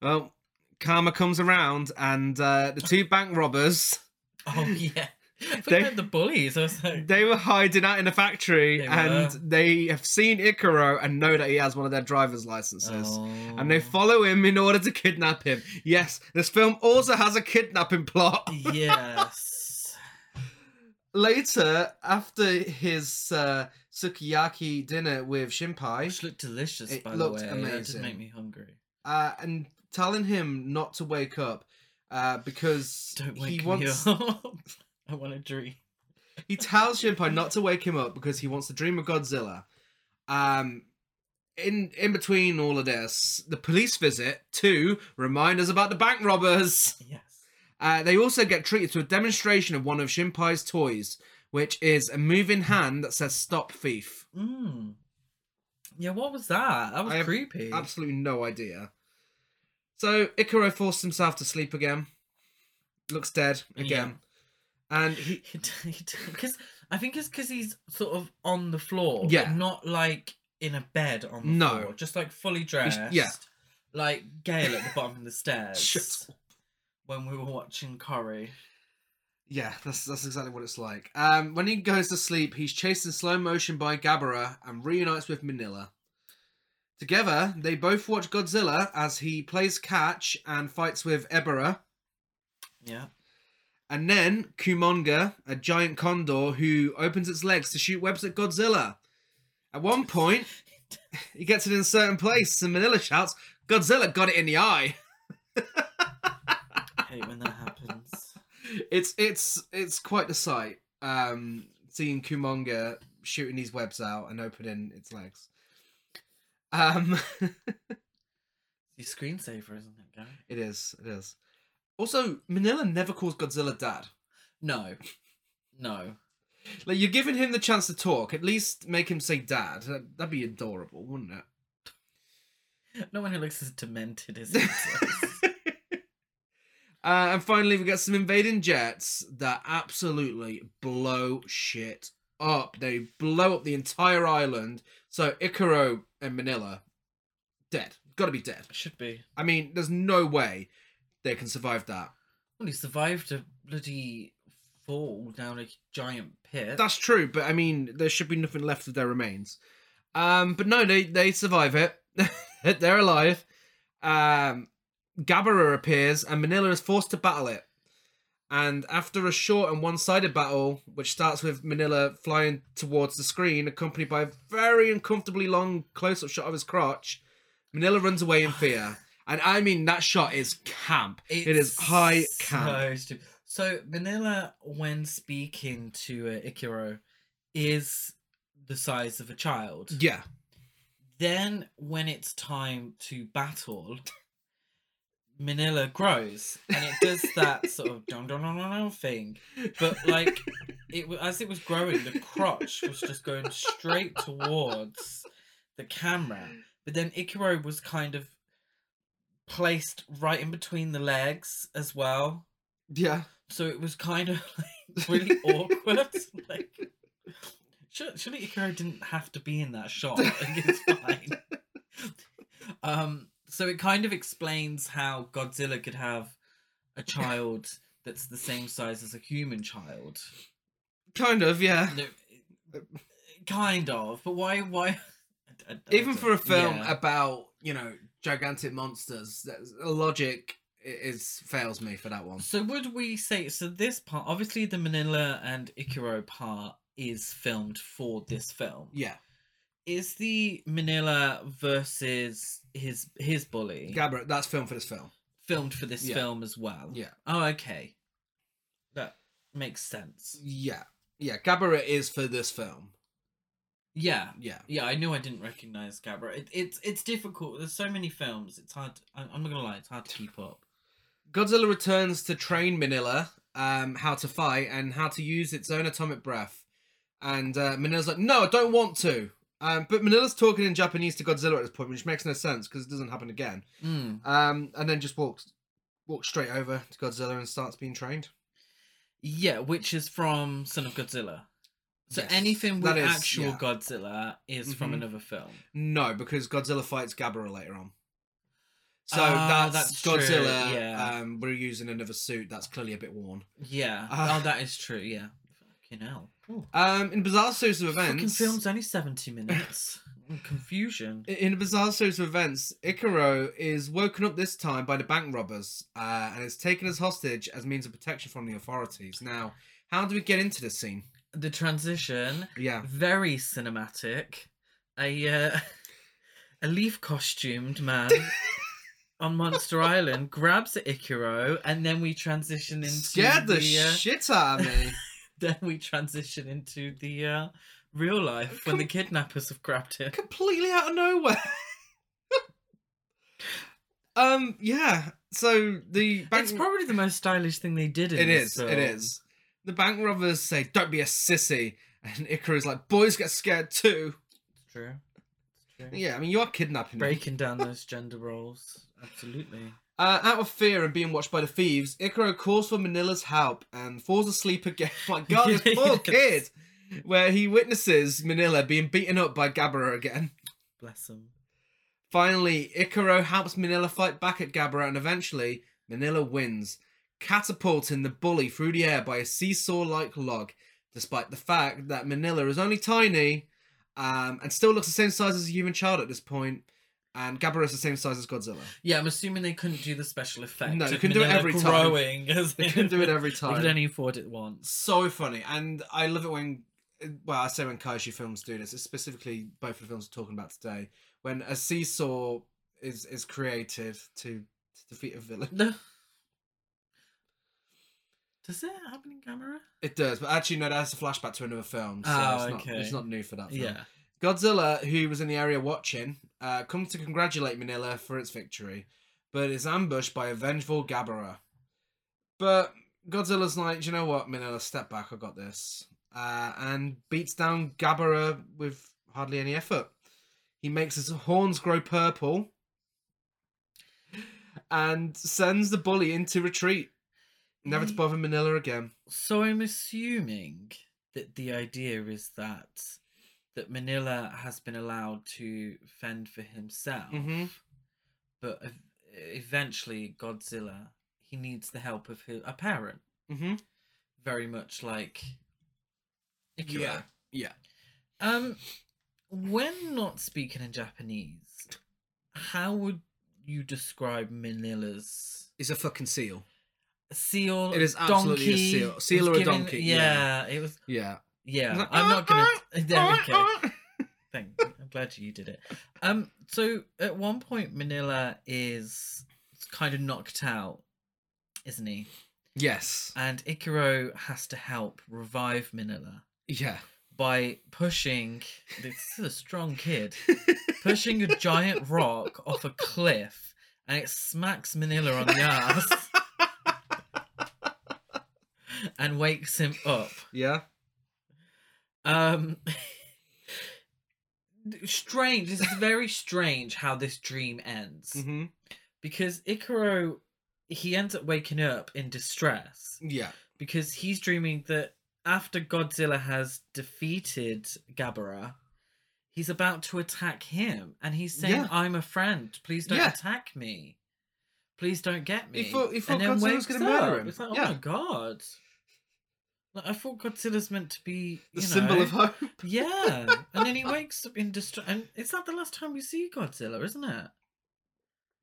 [SPEAKER 1] Well, karma comes around, and uh, the
[SPEAKER 2] <laughs>
[SPEAKER 1] two bank robbers <laughs>
[SPEAKER 2] Oh yeah, I
[SPEAKER 1] They-
[SPEAKER 2] forgot the bullies. I was like,
[SPEAKER 1] they were hiding out in a factory,
[SPEAKER 2] They were.
[SPEAKER 1] and they have seen Icaro and know that he has one of their driver's licenses. And they <laughs>
[SPEAKER 2] "Oh."
[SPEAKER 1] follow him in order to kidnap him. Yes, this film also has a kidnapping plot.
[SPEAKER 2] yes.
[SPEAKER 1] later, after his uh, sukiyaki dinner with Shinpai,
[SPEAKER 2] Which looked delicious,
[SPEAKER 1] It
[SPEAKER 2] by
[SPEAKER 1] looked
[SPEAKER 2] the way. That did
[SPEAKER 1] amazing.
[SPEAKER 2] make me hungry.
[SPEAKER 1] uh, and telling him not to wake up uh, because
[SPEAKER 2] Don't
[SPEAKER 1] he
[SPEAKER 2] wake me
[SPEAKER 1] wants,
[SPEAKER 2] <laughs> up. I want a dream.
[SPEAKER 1] he tells Shinpai not to wake him up because he wants to dream of Godzilla. Um, in in between all of this, the police visit to remind us about the bank robbers.
[SPEAKER 2] Yes.
[SPEAKER 1] Uh, they also get treated to a demonstration of one of Shinpai's toys, which is a moving hand that says "Stop Thief."
[SPEAKER 2] Mm. Yeah, what was that? That was
[SPEAKER 1] I have
[SPEAKER 2] creepy.
[SPEAKER 1] Absolutely no idea. So Ikaro forced himself to sleep again. Looks dead again, and he
[SPEAKER 2] Because I think it's because he's sort of on the floor. but
[SPEAKER 1] Yeah.
[SPEAKER 2] Not like in a bed on the
[SPEAKER 1] No.
[SPEAKER 2] floor. Just like fully dressed.
[SPEAKER 1] yeah.
[SPEAKER 2] Like Gail at the bottom of the
[SPEAKER 1] <laughs>
[SPEAKER 2] stairs.
[SPEAKER 1] Shut
[SPEAKER 2] When we were watching Corrie.
[SPEAKER 1] Yeah, that's that's exactly what it's like. Um, when he goes to sleep, he's chased in slow motion by Gabara and reunites with Manila. Together, they both watch Godzilla as he plays catch and fights with Ebera,
[SPEAKER 2] Yeah.
[SPEAKER 1] and then Kumonga, a giant condor who opens its legs to shoot webs at Godzilla. At one point, he gets it in a certain place, and Manila shouts, "Godzilla got it in the eye."
[SPEAKER 2] I hate when that happens.
[SPEAKER 1] it's it's it's quite the sight um seeing kumonga shooting these webs out and opening its legs um <laughs>
[SPEAKER 2] The screensaver, isn't it, Gary?
[SPEAKER 1] it is it is also manila never calls godzilla dad
[SPEAKER 2] No. No.
[SPEAKER 1] like you're giving him the chance to talk at least make him say dad That- that'd be adorable wouldn't it
[SPEAKER 2] No one who looks as
[SPEAKER 1] <laughs>
[SPEAKER 2] demented as he does.
[SPEAKER 1] uh, and finally we got some invading jets that absolutely blow shit up they blow up the entire island so icaro and manila dead gotta be dead
[SPEAKER 2] Should be.
[SPEAKER 1] I mean, there's no way they can survive that.
[SPEAKER 2] Well, he survived a bloody fall down a giant pit.
[SPEAKER 1] That's true, but I mean, there should be nothing left of their remains. Um, but no, they they survive it. <laughs> They're alive. Um, Gabara appears, and Manila is forced to battle it. And after a short and one-sided battle, which starts with Manila flying towards the screen, accompanied by a very uncomfortably long close-up shot of his crotch, Manila runs away in fear. <sighs> And I mean, that shot is camp. it is high camp.
[SPEAKER 2] So, stupid. so Manila, when speaking to uh, Ikiro, is the size of a child.
[SPEAKER 1] Yeah.
[SPEAKER 2] Then, when it's time to battle, Manila grows and it does that sort of dum dum dum dum dum thing. But like, it wa- as it was growing, the crotch was just going straight towards the camera. But then Ikiro was kind of placed right in between the legs as well.
[SPEAKER 1] <laughs> Yeah.
[SPEAKER 2] So it was kind of like really awkward. <laughs> Like, sur- surely Ikaro didn't have to be in that shot. Like,
[SPEAKER 1] <laughs>
[SPEAKER 2] it's fine. Um, so it kind of explains how Godzilla could have a child that's the same size as a human child.
[SPEAKER 1] Kind of, yeah.
[SPEAKER 2] No, kind of, but why? Why? <laughs> I- I- I
[SPEAKER 1] Even for a
[SPEAKER 2] don't-
[SPEAKER 1] film
[SPEAKER 2] yeah.
[SPEAKER 1] about, you know, gigantic monsters, that's- logic i- is fails me for that one.
[SPEAKER 2] So would we say so? This part, obviously, the Manila and Ikiro part is filmed for this film.
[SPEAKER 1] Yeah.
[SPEAKER 2] is the Manila versus his his bully
[SPEAKER 1] Gabra, that's film for this film.
[SPEAKER 2] filmed for this
[SPEAKER 1] Yeah.
[SPEAKER 2] film as well?
[SPEAKER 1] Yeah.
[SPEAKER 2] Oh, okay. That makes sense.
[SPEAKER 1] Yeah. Yeah, Gabra is for this film.
[SPEAKER 2] Yeah.
[SPEAKER 1] Yeah.
[SPEAKER 2] Yeah, I knew I didn't recognize Gabra. It, it's it's difficult. There's so many films. It's hard. To, I'm, I'm not gonna lie. It's hard to keep up.
[SPEAKER 1] Godzilla returns to train Manila um, how to fight and how to use its own atomic breath. And uh, Manila's like, no, I don't want to. Um, but Manila's talking in Japanese to Godzilla at this point, which makes no sense because it doesn't happen again.
[SPEAKER 2] Mm.
[SPEAKER 1] um, and then just walks walks straight over to Godzilla and starts being trained.
[SPEAKER 2] Yeah, which is from Son of Godzilla. So
[SPEAKER 1] Yes,
[SPEAKER 2] anything with
[SPEAKER 1] that is-
[SPEAKER 2] actual
[SPEAKER 1] yeah.
[SPEAKER 2] Godzilla is from
[SPEAKER 1] Mhm.
[SPEAKER 2] another film.
[SPEAKER 1] No, because Godzilla fights Gabara later on. So
[SPEAKER 2] Ah,
[SPEAKER 1] that's,
[SPEAKER 2] that's true,
[SPEAKER 1] Godzilla.
[SPEAKER 2] yeah.
[SPEAKER 1] Um, we're using another suit that's clearly a bit worn.
[SPEAKER 2] Yeah.
[SPEAKER 1] Ah.
[SPEAKER 2] oh, that is true. Yeah. Fucking hell. Ooh.
[SPEAKER 1] Um, in bizarre series of
[SPEAKER 2] Fucking
[SPEAKER 1] events,
[SPEAKER 2] film's only
[SPEAKER 1] <laughs>
[SPEAKER 2] 70 minutes. Mm, Confusion.
[SPEAKER 1] in a bizarre series of events, Icaro is woken up this time by the bank robbers uh, and is taken as hostage as means of protection from the authorities. Now, how do we get into this scene?
[SPEAKER 2] The transition,
[SPEAKER 1] Yeah,
[SPEAKER 2] very cinematic. A uh, <laughs> a leaf
[SPEAKER 1] <laughs>
[SPEAKER 2] costumed man on Monster Island grabs Ikiro, and then we transition into
[SPEAKER 1] scared the,
[SPEAKER 2] uh,
[SPEAKER 1] shit out of me.
[SPEAKER 2] <laughs> then we transition into the uh, real life when the kidnappers have grabbed him.
[SPEAKER 1] completely out of nowhere. <laughs> um, yeah. So the bank. Um,
[SPEAKER 2] It's probably the most stylish thing they did. In
[SPEAKER 1] it
[SPEAKER 2] this
[SPEAKER 1] is. It
[SPEAKER 2] film.
[SPEAKER 1] is. The bank robbers say, "Don't be a sissy," and Icaru's like, "Boys get scared too."
[SPEAKER 2] It's true. It's true.
[SPEAKER 1] Yeah, I mean, you are kidnapping. them. <laughs>
[SPEAKER 2] Breaking down those gender roles. Absolutely.
[SPEAKER 1] Uh, out of fear and being watched by the thieves, Icaro calls for Manila's help and falls asleep again. <laughs> My God, this poor
[SPEAKER 2] Yes.
[SPEAKER 1] kid! Where he witnesses Manila being beaten up by Gabara again.
[SPEAKER 2] Bless them.
[SPEAKER 1] Finally, Icaro helps Manila fight back at Gabara and eventually Manila wins, catapulting the bully through the air by a seesaw like log, despite the fact that Manila is only tiny um, and still looks the same size as a human child at this point, and Gabara is the same size as Godzilla.
[SPEAKER 2] Yeah, I'm assuming they couldn't do the special effect.
[SPEAKER 1] No, they
[SPEAKER 2] of
[SPEAKER 1] couldn't do it
[SPEAKER 2] Manila
[SPEAKER 1] every time.
[SPEAKER 2] growing, <laughs> as
[SPEAKER 1] They couldn't do it every
[SPEAKER 2] They
[SPEAKER 1] time.
[SPEAKER 2] could only afford it once.
[SPEAKER 1] so funny and i love it when well i say when kaiju films do this it's specifically both of the films we're talking about today when a seesaw is is created to, to defeat a villain
[SPEAKER 2] No. Does it happen in camera?
[SPEAKER 1] it does but actually no that's a flashback to another film so
[SPEAKER 2] Oh,
[SPEAKER 1] it's, not,
[SPEAKER 2] okay.
[SPEAKER 1] it's not new for that film.
[SPEAKER 2] Yeah.
[SPEAKER 1] godzilla who was in the area watching uh, comes to congratulate manila for its victory but is ambushed by a vengeful gabara but godzilla's like "Do you know what manila step back i got this uh, and beats down Gabara with hardly any effort. He makes his horns grow purple and sends the bully into retreat, never to
[SPEAKER 2] Ye-
[SPEAKER 1] bother Manila again.
[SPEAKER 2] So I'm assuming that the idea is that that Manila has been allowed to fend for himself,
[SPEAKER 1] Mhm.
[SPEAKER 2] but ev- eventually Godzilla he needs the help of his, a parent,
[SPEAKER 1] Mm-hmm.
[SPEAKER 2] very much like Ikira.
[SPEAKER 1] Yeah, yeah.
[SPEAKER 2] Um, when not speaking in Japanese, how would you describe Manila's
[SPEAKER 1] He's a fucking seal.
[SPEAKER 2] seal?
[SPEAKER 1] It is absolutely a
[SPEAKER 2] donkey?
[SPEAKER 1] seal.
[SPEAKER 2] It was
[SPEAKER 1] Seal or a
[SPEAKER 2] given-
[SPEAKER 1] donkey,
[SPEAKER 2] Yeah, it was.
[SPEAKER 1] <laughs> Yeah.
[SPEAKER 2] Yeah,
[SPEAKER 1] like,
[SPEAKER 2] I'm
[SPEAKER 1] <laughs>
[SPEAKER 2] not gonna. <laughs> There we go.
[SPEAKER 1] okay.
[SPEAKER 2] Thank. I'm glad you did it. Um. So at one point, Manila is kind of knocked out, isn't he?
[SPEAKER 1] <laughs> Yes.
[SPEAKER 2] And Ikiro has to help revive Manila
[SPEAKER 1] Yeah.
[SPEAKER 2] by pushing. This is a strong kid. pushing a giant rock off a cliff and it smacks Manila on the ass and wakes him up.
[SPEAKER 1] <laughs> yeah.
[SPEAKER 2] Um strange. This is very strange how this dream ends.
[SPEAKER 1] Mm-hmm.
[SPEAKER 2] Because Icaro he ends up waking up in distress
[SPEAKER 1] Yeah.
[SPEAKER 2] because he's dreaming that after Godzilla has defeated Gabara, he's about to attack him, and he's saying,
[SPEAKER 1] Yeah.
[SPEAKER 2] "I'm a friend. Please don't
[SPEAKER 1] Yeah.
[SPEAKER 2] attack me. Please don't get me."
[SPEAKER 1] He thought- he thought
[SPEAKER 2] and then
[SPEAKER 1] Godzilla was
[SPEAKER 2] wakes
[SPEAKER 1] gonna murder
[SPEAKER 2] up.
[SPEAKER 1] him.
[SPEAKER 2] It's like,
[SPEAKER 1] Yeah.
[SPEAKER 2] oh my god! Like, I thought Godzilla's meant to be
[SPEAKER 1] The
[SPEAKER 2] you
[SPEAKER 1] symbol
[SPEAKER 2] know-
[SPEAKER 1] of hope.
[SPEAKER 2] yeah,
[SPEAKER 1] <laughs>
[SPEAKER 2] and then he wakes up in distress. And it's not the last time we see Godzilla, isn't it?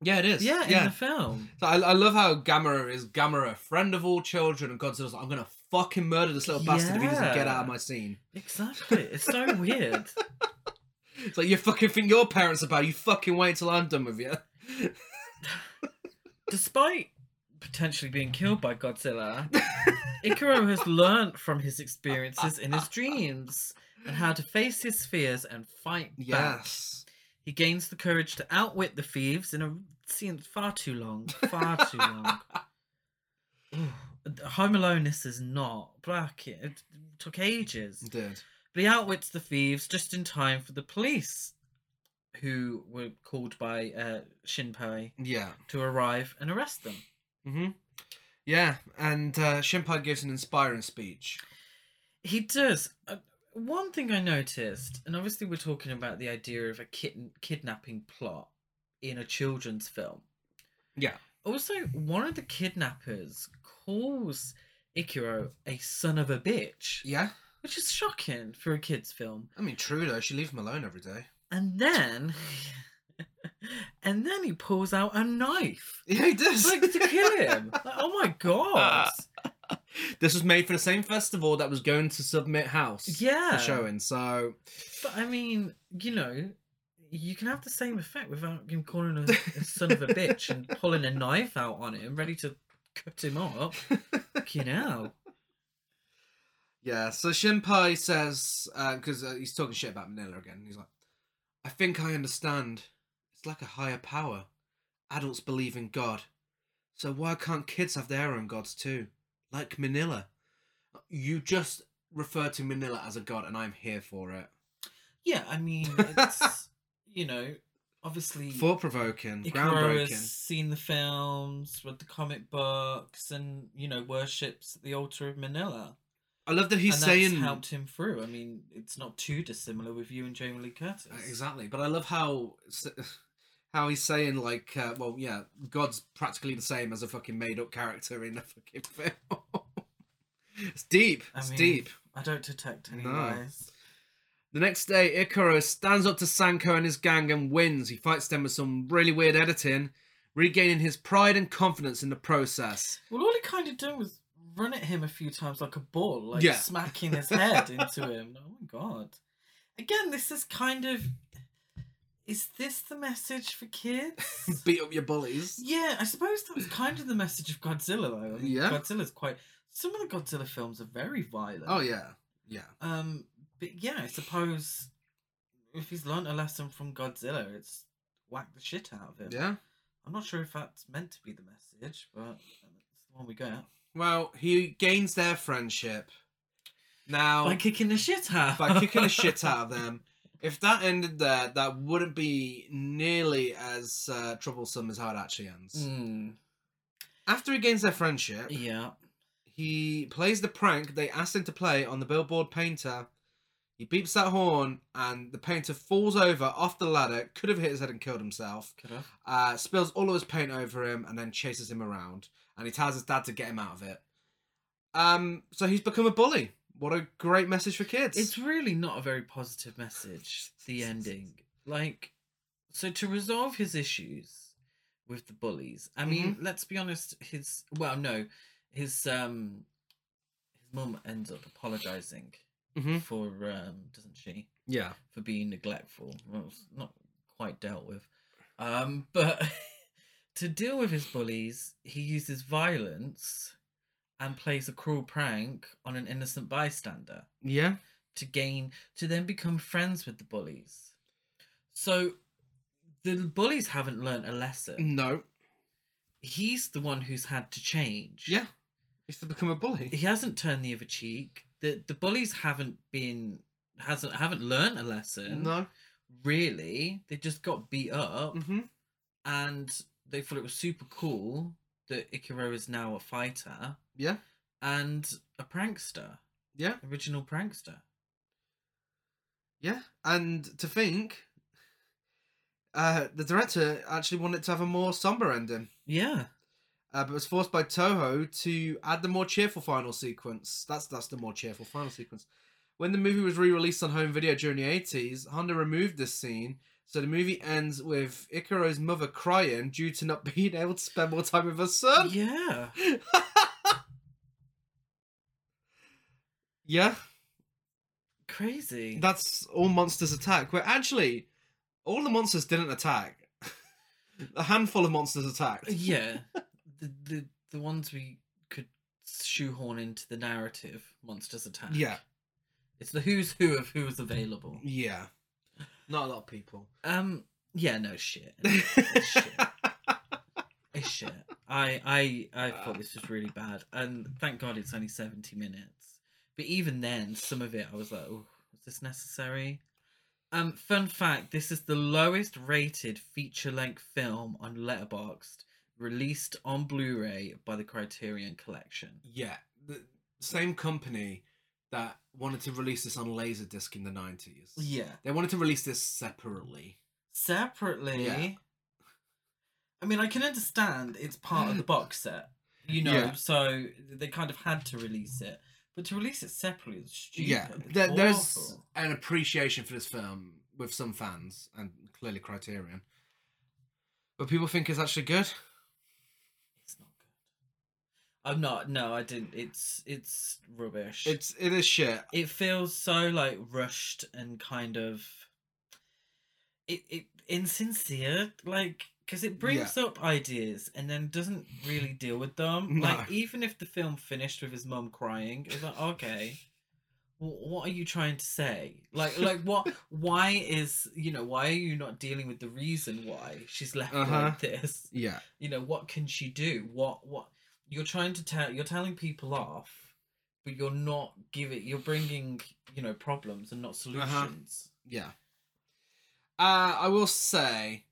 [SPEAKER 1] Yeah, it is.
[SPEAKER 2] Yeah,
[SPEAKER 1] Yeah.
[SPEAKER 2] in the film.
[SPEAKER 1] So I, I love how Gamera is Gamera, friend of all children, and Godzilla's like, I'm gonna fucking murder this little bastard if he doesn't get out of
[SPEAKER 2] Yeah.
[SPEAKER 1] my scene.
[SPEAKER 2] Exactly. It's so weird.
[SPEAKER 1] It's like you fucking think your parents are bad, you fucking wait till I'm done with you.
[SPEAKER 2] despite potentially being killed by Godzilla, Ikaro has learned from his experiences in his dreams and how to face his fears and fight back.
[SPEAKER 1] Yes.
[SPEAKER 2] He gains the courage to outwit the thieves in a scene that's far too long, far too long. <sighs> Ooh, Home Alone, this is not black. It, it took ages.
[SPEAKER 1] Dude.
[SPEAKER 2] But he outwits the thieves just in time for the police, who were called by uh, Shinpei
[SPEAKER 1] Yeah.
[SPEAKER 2] to arrive and arrest them.
[SPEAKER 1] hmm Yeah. And uh, Shinpai gives an inspiring speech.
[SPEAKER 2] He does. Uh, one thing I noticed, and obviously we're talking about the idea of a kitten kidnapping plot in a children's film.
[SPEAKER 1] Yeah.
[SPEAKER 2] Also, one of the kidnappers calls Ikiro a son of a bitch,
[SPEAKER 1] Yeah.
[SPEAKER 2] which is shocking for a kids' film.
[SPEAKER 1] I mean, Trudeau, she leaves him alone every day.
[SPEAKER 2] And then, <laughs> and then he pulls out a knife.
[SPEAKER 1] <laughs> Yeah, he does.
[SPEAKER 2] Like to kill him. Like, oh
[SPEAKER 1] <laughs> Ah,
[SPEAKER 2] my god.
[SPEAKER 1] this was made for the same festival that was going to submit House
[SPEAKER 2] Yeah.
[SPEAKER 1] for showing. So
[SPEAKER 2] But I mean, you know, you can have the same effect without him calling a, a son of a bitch
[SPEAKER 1] <laughs>
[SPEAKER 2] and pulling a knife out on him, ready to cut him up. You know,
[SPEAKER 1] Yeah, so Shinpai says, because uh, he's talking shit about Manila again. He's like, I think I understand. It's like a higher power. Adults believe in God. So why can't kids have their own gods too? Like Manila. you just refer to Manila as a god, and I'm here for it.
[SPEAKER 2] Yeah, I mean,
[SPEAKER 1] <laughs>
[SPEAKER 2] it's you know, obviously
[SPEAKER 1] Thought provoking,
[SPEAKER 2] Ikaro has
[SPEAKER 1] groundbreaking.
[SPEAKER 2] seen the films, read the comic books, and you know worships the altar of Manila.
[SPEAKER 1] I love that he's
[SPEAKER 2] and
[SPEAKER 1] saying
[SPEAKER 2] that's helped him through. I mean, it's not too dissimilar with you and Jamie Lee Curtis.
[SPEAKER 1] Exactly, but I love how s- <sighs> how he's saying like, uh, well, yeah, God's practically the same as a fucking made up character in a fucking <laughs> film. it's deep.
[SPEAKER 2] I
[SPEAKER 1] it's
[SPEAKER 2] mean,
[SPEAKER 1] deep.
[SPEAKER 2] I don't detect any
[SPEAKER 1] No.
[SPEAKER 2] lies.
[SPEAKER 1] The next day, Ikaro stands up to Sanko and his gang and wins. He fights them with some really weird editing, regaining his pride and confidence in the process.
[SPEAKER 2] Well, all he kind of done was run at him a few times like a ball, like
[SPEAKER 1] Yeah.
[SPEAKER 2] smacking
[SPEAKER 1] <laughs>
[SPEAKER 2] his head into him. Oh my god! Again, this is kind of. Is this the message for kids?
[SPEAKER 1] <laughs> Beat up your bullies.
[SPEAKER 2] Yeah, I suppose that was kind of the message of Godzilla, though. I mean,
[SPEAKER 1] Yeah.
[SPEAKER 2] Godzilla's quite. Some of the Godzilla films are very violent.
[SPEAKER 1] Oh yeah, yeah.
[SPEAKER 2] Um, but yeah, I suppose if he's learnt a lesson from Godzilla, it's whack the shit out of him.
[SPEAKER 1] Yeah.
[SPEAKER 2] I'm not sure if that's meant to be the message, but um, it's the one we got.
[SPEAKER 1] Well, he gains their friendship. Now
[SPEAKER 2] By kicking the shit out.
[SPEAKER 1] by
[SPEAKER 2] <laughs>
[SPEAKER 1] kicking the shit out of them. If that ended there, that wouldn't be nearly as uh, troublesome as how it actually ends.
[SPEAKER 2] Mm,
[SPEAKER 1] After he gains their friendship,
[SPEAKER 2] yeah.
[SPEAKER 1] he plays the prank they asked him to play on the billboard painter. He beeps that horn, and the painter falls over off the ladder. Could have hit his head and killed himself.
[SPEAKER 2] Could have.
[SPEAKER 1] Uh, spills all of his paint over him, and then chases him around. And he tells his dad to get him out of it. Um, so he's become a bully. What a great message for kids!
[SPEAKER 2] It's really not a very positive message, the ending. Like, so to resolve his issues with the bullies, I mean,
[SPEAKER 1] Mm-hmm.
[SPEAKER 2] let's be honest, his, well, no, his, um, his mum ends up apologizing
[SPEAKER 1] hmm
[SPEAKER 2] for, um, doesn't she,
[SPEAKER 1] Yeah,
[SPEAKER 2] for being neglectful. Well, it's not quite dealt with. Um, but <laughs> to deal with his bullies, he uses violence and plays a cruel prank on an innocent bystander
[SPEAKER 1] yeah.
[SPEAKER 2] to gain to then become friends with the bullies. So the bullies haven't learned a lesson.
[SPEAKER 1] No,
[SPEAKER 2] He's the one who's had to change.
[SPEAKER 1] Yeah. He's to become a bully.
[SPEAKER 2] He hasn't turned the other cheek. The the bullies haven't been hasn't haven't learned a lesson.
[SPEAKER 1] No.
[SPEAKER 2] Really. They just got beat up
[SPEAKER 1] Mm-hmm.
[SPEAKER 2] and they thought it was super cool that Ikaro is now a fighter
[SPEAKER 1] Yeah.
[SPEAKER 2] and a prankster.
[SPEAKER 1] Yeah.
[SPEAKER 2] Original prankster.
[SPEAKER 1] Yeah. And to think, uh, the director actually wanted to have a more somber ending,
[SPEAKER 2] Yeah.
[SPEAKER 1] uh, but was forced by Toho to add the more cheerful final sequence. That's that's the more cheerful final sequence. When the movie was re-released on home video during the eighties, Honda removed this scene. So the movie ends with Ikaro's mother crying due to not <laughs> being able to spend more time with her son.
[SPEAKER 2] Yeah.
[SPEAKER 1] Yeah.
[SPEAKER 2] Crazy.
[SPEAKER 1] That's all monsters attack. Where actually, all the monsters didn't attack. <laughs> A handful of monsters attacked.
[SPEAKER 2] <laughs> yeah the, the the ones we could shoehorn into the narrative monsters attack
[SPEAKER 1] Yeah.
[SPEAKER 2] it's the who's who of who is available
[SPEAKER 1] Yeah. Not a lot of <laughs> people.
[SPEAKER 2] um yeah
[SPEAKER 1] <laughs>
[SPEAKER 2] no shit it's shit it's shit i i i thought this was really bad and thank god it's only 70 minutes but even then some of it i was like oh is this necessary um fun fact this is the lowest rated feature-length film on letterboxd released on blu-ray by the criterion collection
[SPEAKER 1] yeah. The same company that wanted to release this on Laserdisc in the 90s.
[SPEAKER 2] Yeah.
[SPEAKER 1] They wanted to release this separately.
[SPEAKER 2] Separately.
[SPEAKER 1] Yeah.
[SPEAKER 2] I mean, I can understand it's part of
[SPEAKER 1] <laughs>
[SPEAKER 2] the box set, you know,
[SPEAKER 1] Yeah.
[SPEAKER 2] so they kind of had to release it. But to release it separately is stupid.
[SPEAKER 1] Yeah.
[SPEAKER 2] It's
[SPEAKER 1] There, there's
[SPEAKER 2] awful.
[SPEAKER 1] an appreciation for this film with some fans and clearly Criterion. But people think it's actually good.
[SPEAKER 2] It's not good. I'm not. No, I didn't. It's it's rubbish.
[SPEAKER 1] It's it is shit.
[SPEAKER 2] it feels so like rushed and kind of it, it insincere like because it brings up ideas and then doesn't really deal with
[SPEAKER 1] <laughs>
[SPEAKER 2] them
[SPEAKER 1] No.
[SPEAKER 2] like even if the film finished with his mum crying it's like okay wh- what are you trying to say like
[SPEAKER 1] <laughs>
[SPEAKER 2] like what why is you know why are you not dealing with the reason why she's left
[SPEAKER 1] Uh-huh.
[SPEAKER 2] like this
[SPEAKER 1] Yeah.
[SPEAKER 2] you know what can she do what what you're trying to tell you're telling people off but you're not giving. You're bringing you know problems
[SPEAKER 1] Uh-huh.
[SPEAKER 2] and not solutions.
[SPEAKER 1] Yeah. Uh, I will say,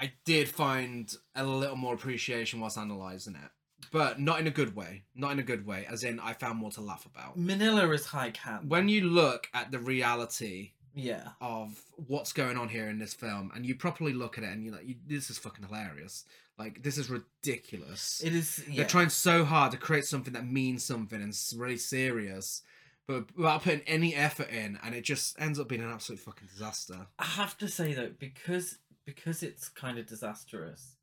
[SPEAKER 1] I did find a little more appreciation whilst analysing it, but not in a good way. Not in a good way, as in I found more to laugh about.
[SPEAKER 2] Manila is high cap.
[SPEAKER 1] When you look at the reality
[SPEAKER 2] yeah,
[SPEAKER 1] of what's going on here in this film, and you properly look at it, and you're like, you, "This is fucking hilarious! Like, this is ridiculous."
[SPEAKER 2] it is. Yeah.
[SPEAKER 1] They're trying so hard to create something that means something and it's really serious, but without putting any effort in, and it just ends up being an absolute fucking disaster.
[SPEAKER 2] I have to say though, because because it's kind of disastrous,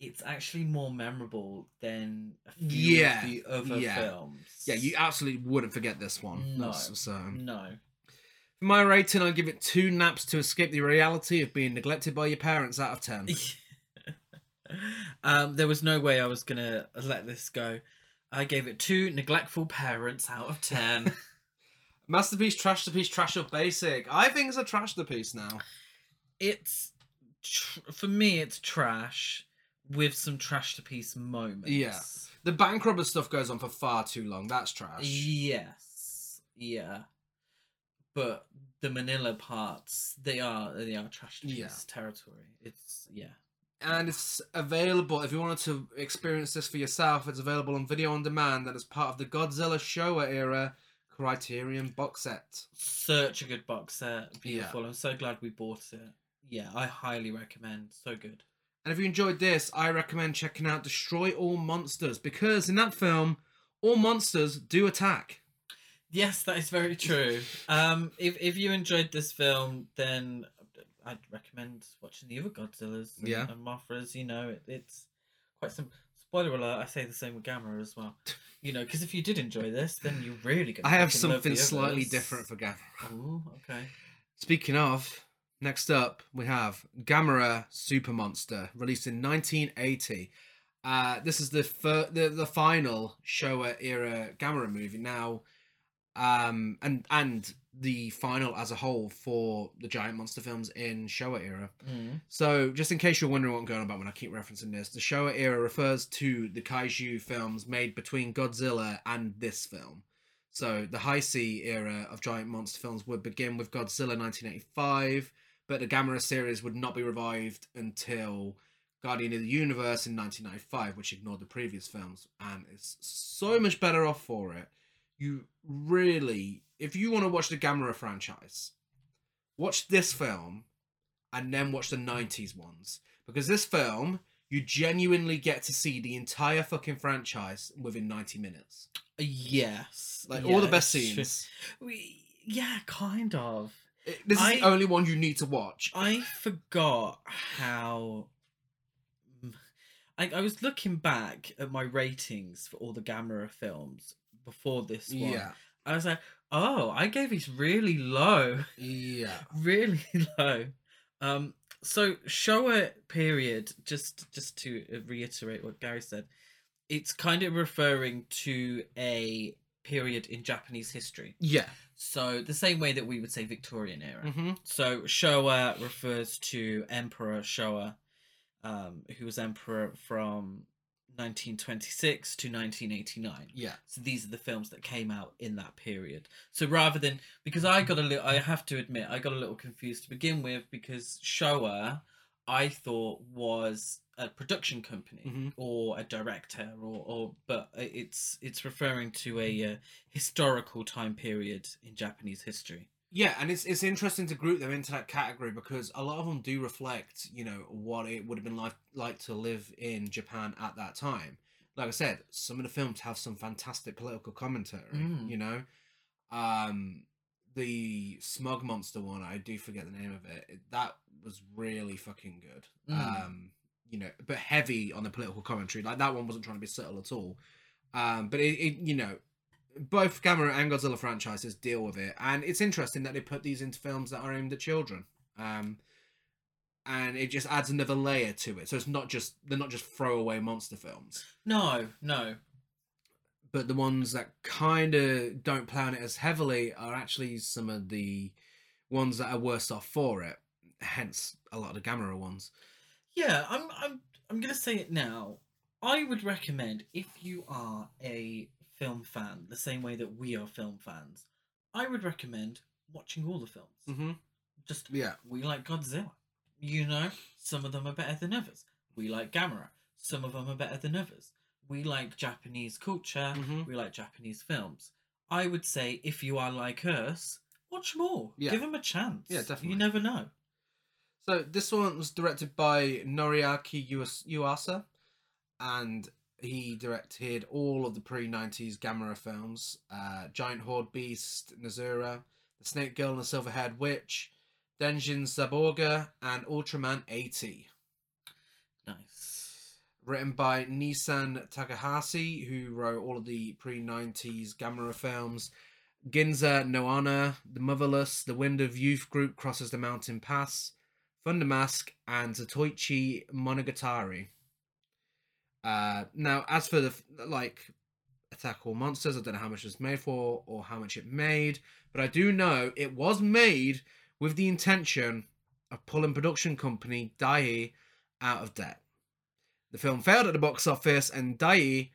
[SPEAKER 2] it's actually more memorable than a few
[SPEAKER 1] Yeah,
[SPEAKER 2] of the other
[SPEAKER 1] yeah.
[SPEAKER 2] films.
[SPEAKER 1] Yeah, you um, absolutely wouldn't forget this one.
[SPEAKER 2] No.
[SPEAKER 1] That's- So,
[SPEAKER 2] No.
[SPEAKER 1] for my rating, I give it two naps to escape the reality of being neglected by your parents out of ten.
[SPEAKER 2] um, there was no way I was gonna let this go. I gave it two neglectful parents out of ten.
[SPEAKER 1] Masterpiece, trash to piece, trash of basic. I think it's a trash to piece now.
[SPEAKER 2] it's tr- for me, it's trash with some trash to piece moments.
[SPEAKER 1] Yeah. The bank robber stuff goes on for far too long. That's trash.
[SPEAKER 2] Yes. Yeah. But the Manila parts, they are they are trash to piece
[SPEAKER 1] Yeah.
[SPEAKER 2] territory. It's yeah.
[SPEAKER 1] and it's available if you wanted to experience this for yourself it's available on video on demand and it's part of the godzilla showa era criterion box set
[SPEAKER 2] Such a good box set. Beautiful. I'm so glad we bought it. Yeah, I highly recommend. So good.
[SPEAKER 1] and if you enjoyed this i recommend checking out destroy all monsters because in that film all monsters do attack
[SPEAKER 2] Yes, that is very true. um, if if you enjoyed this film, then I'd recommend watching the other Godzillas. And,
[SPEAKER 1] Yeah.
[SPEAKER 2] and Mothras. You know, it, it's quite some. Spoiler alert! I say the same with Gamma
[SPEAKER 1] <laughs>
[SPEAKER 2] as well. You know, because if you did enjoy this, then you really gonna.
[SPEAKER 1] i have
[SPEAKER 2] fucking love the
[SPEAKER 1] something slightly
[SPEAKER 2] others.
[SPEAKER 1] different for gamma
[SPEAKER 2] Ooh, okay.
[SPEAKER 1] speaking of next up we have gamma super monster released in 1980 uh, this is the, fir- the the final Showa era Gamera movie now. um, and and the final as a whole for the giant monster films in Showa era.
[SPEAKER 2] Mm.
[SPEAKER 1] So, just in case you're wondering what I'm going on about when I keep referencing this, the Showa era refers to the kaiju films made between Godzilla and this film. So, the Heisei era of giant monster films would begin with Godzilla 1985, but the Gamera series would not be revived until Guardian of the Universe in 1995, which ignored the previous films and is so much better off for it you really, if you want to watch the Gamera franchise, watch this film and then watch the 90s ones. Because this film, you genuinely get to see the entire fucking franchise within 90 minutes.
[SPEAKER 2] Yes,
[SPEAKER 1] Like, all the
[SPEAKER 2] yeah,
[SPEAKER 1] best
[SPEAKER 2] it's true.
[SPEAKER 1] scenes.
[SPEAKER 2] <laughs> We, yeah, kind of.
[SPEAKER 1] It- this is the
[SPEAKER 2] I-
[SPEAKER 1] only one you need to watch.
[SPEAKER 2] I forgot how. I, I was looking back at my ratings for all the Gamera films before this one.
[SPEAKER 1] Yeah.
[SPEAKER 2] I was like, oh, I gave these really low, <laughs>
[SPEAKER 1] Yeah.
[SPEAKER 2] really low. Um, so Showa period, just just to uh, reiterate what Gary said, it's kind of referring to a period in Japanese history.
[SPEAKER 1] Yeah.
[SPEAKER 2] So the same way that we would say Victorian era.
[SPEAKER 1] hmm
[SPEAKER 2] So Showa refers to Emperor Showa, um, who was emperor from 1926 to 1989.
[SPEAKER 1] Yeah.
[SPEAKER 2] So these are the films that came out in that period. So rather than because I got a little, I have to admit, I got a little confused to begin with because Showa, I thought was a production company
[SPEAKER 1] Mhm.
[SPEAKER 2] or a director or or but it's it's referring to a uh, historical time period in Japanese history.
[SPEAKER 1] Yeah, and it's it's interesting to group them into that category because a lot of them do reflect, you know, what it would have been like like to live in Japan at that time. Like I said, some of the films have some fantastic political commentary.
[SPEAKER 2] Mm.
[SPEAKER 1] You know, um, the Smug Monster one, I do forget the name of it. it that was really fucking good.
[SPEAKER 2] Mm.
[SPEAKER 1] Um, you know, but heavy on the political commentary. Like that one wasn't trying to be subtle at all. Um, but it, it you know, both Gamera and Godzilla franchises deal with it, and it's interesting that they put these into films that are aimed at children. Um, and it just adds another layer to it. So it's not just they're not just throwaway monster films,
[SPEAKER 2] No, no,
[SPEAKER 1] but the ones that kind of don't play on it as heavily are actually some of the ones that are worse off for it. Hence, a lot of the Gamera ones.
[SPEAKER 2] Yeah, I'm I'm I'm gonna say it now. I would recommend if you are a film fan, the same way that we are film fans, I would recommend watching all the films.
[SPEAKER 1] Mm-hmm.
[SPEAKER 2] Just
[SPEAKER 1] Yeah.
[SPEAKER 2] we like Godzilla. You know, some of them are better than others. We like Gamera. Some of them are better than others. We like Japanese culture.
[SPEAKER 1] Mhm.
[SPEAKER 2] We like Japanese films. I would say if you are like us, watch more.
[SPEAKER 1] Yeah.
[SPEAKER 2] Give them a chance.
[SPEAKER 1] Yeah, definitely.
[SPEAKER 2] You never know.
[SPEAKER 1] So this one was directed by Noriaki Uas- Uasa, and he directed all of the pre-90s Gamera films: uh, Giant Horde Beast, Nazura, The Snake Girl and the Silver-Haired Witch, Denjin Saborga, and Ultraman 80.
[SPEAKER 2] Nice.
[SPEAKER 1] Written by Nissan Takahashi, who wrote all of the pre-90s Gamera films: Ginza Noana, The Motherless, The Wind of Youth Group Crosses the Mountain Pass, Thundermask, and Zatoichi Monogatari. Uh, now, as for the f- like Attack All Monsters, I don't know how much it's made for or how much it made, but I do know it was made with the intention of pulling production company Dai out of debt. The film failed at the box office, and Dai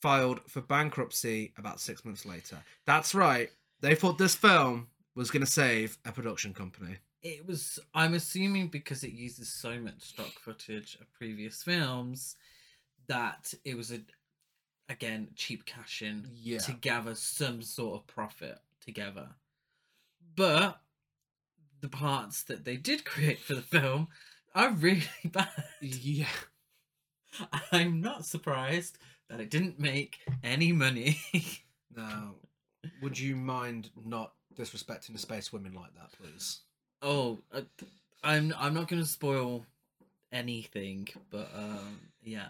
[SPEAKER 1] filed for bankruptcy about six months later. That's right, they thought this film was going to save a production company.
[SPEAKER 2] It was, I'm assuming, because it uses so much stock footage of previous films that it was a, again, cheap cash in.
[SPEAKER 1] Yeah.
[SPEAKER 2] to gather some sort of profit together. But the parts that they did create for the film are really <laughs> bad.
[SPEAKER 1] Yeah.
[SPEAKER 2] I'm not surprised that it didn't make any money. <laughs>
[SPEAKER 1] Now, would you mind not disrespecting the space women like that, please?
[SPEAKER 2] oh, uh, I'm I'm not going to spoil anything, but um, yeah,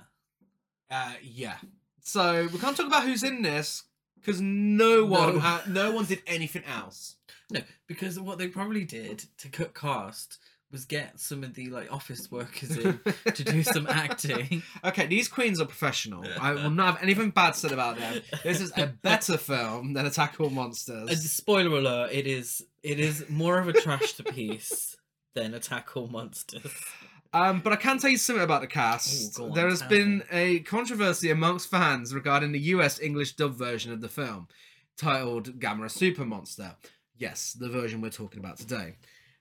[SPEAKER 1] Uh, yeah. So we can't talk about who's in this because no one,
[SPEAKER 2] No.
[SPEAKER 1] Uh, no one did anything else.
[SPEAKER 2] no, because what they probably did to cut cost was get some of the like office workers in to
[SPEAKER 1] <laughs>
[SPEAKER 2] do some acting.
[SPEAKER 1] Okay, these queens are professional. I will not have anything bad said about them. This is a better film than Attack All
[SPEAKER 2] A
[SPEAKER 1] Monsters.
[SPEAKER 2] spoiler alert! It is it is more of a trash to piece than Attack All Monsters.
[SPEAKER 1] Um, but I can tell you something about the cast.
[SPEAKER 2] Ooh, go on,
[SPEAKER 1] there has
[SPEAKER 2] tell
[SPEAKER 1] been
[SPEAKER 2] me.
[SPEAKER 1] a controversy amongst fans regarding the US English dub version of the film, titled Gamera Super Monster. Yes, the version we're talking about today.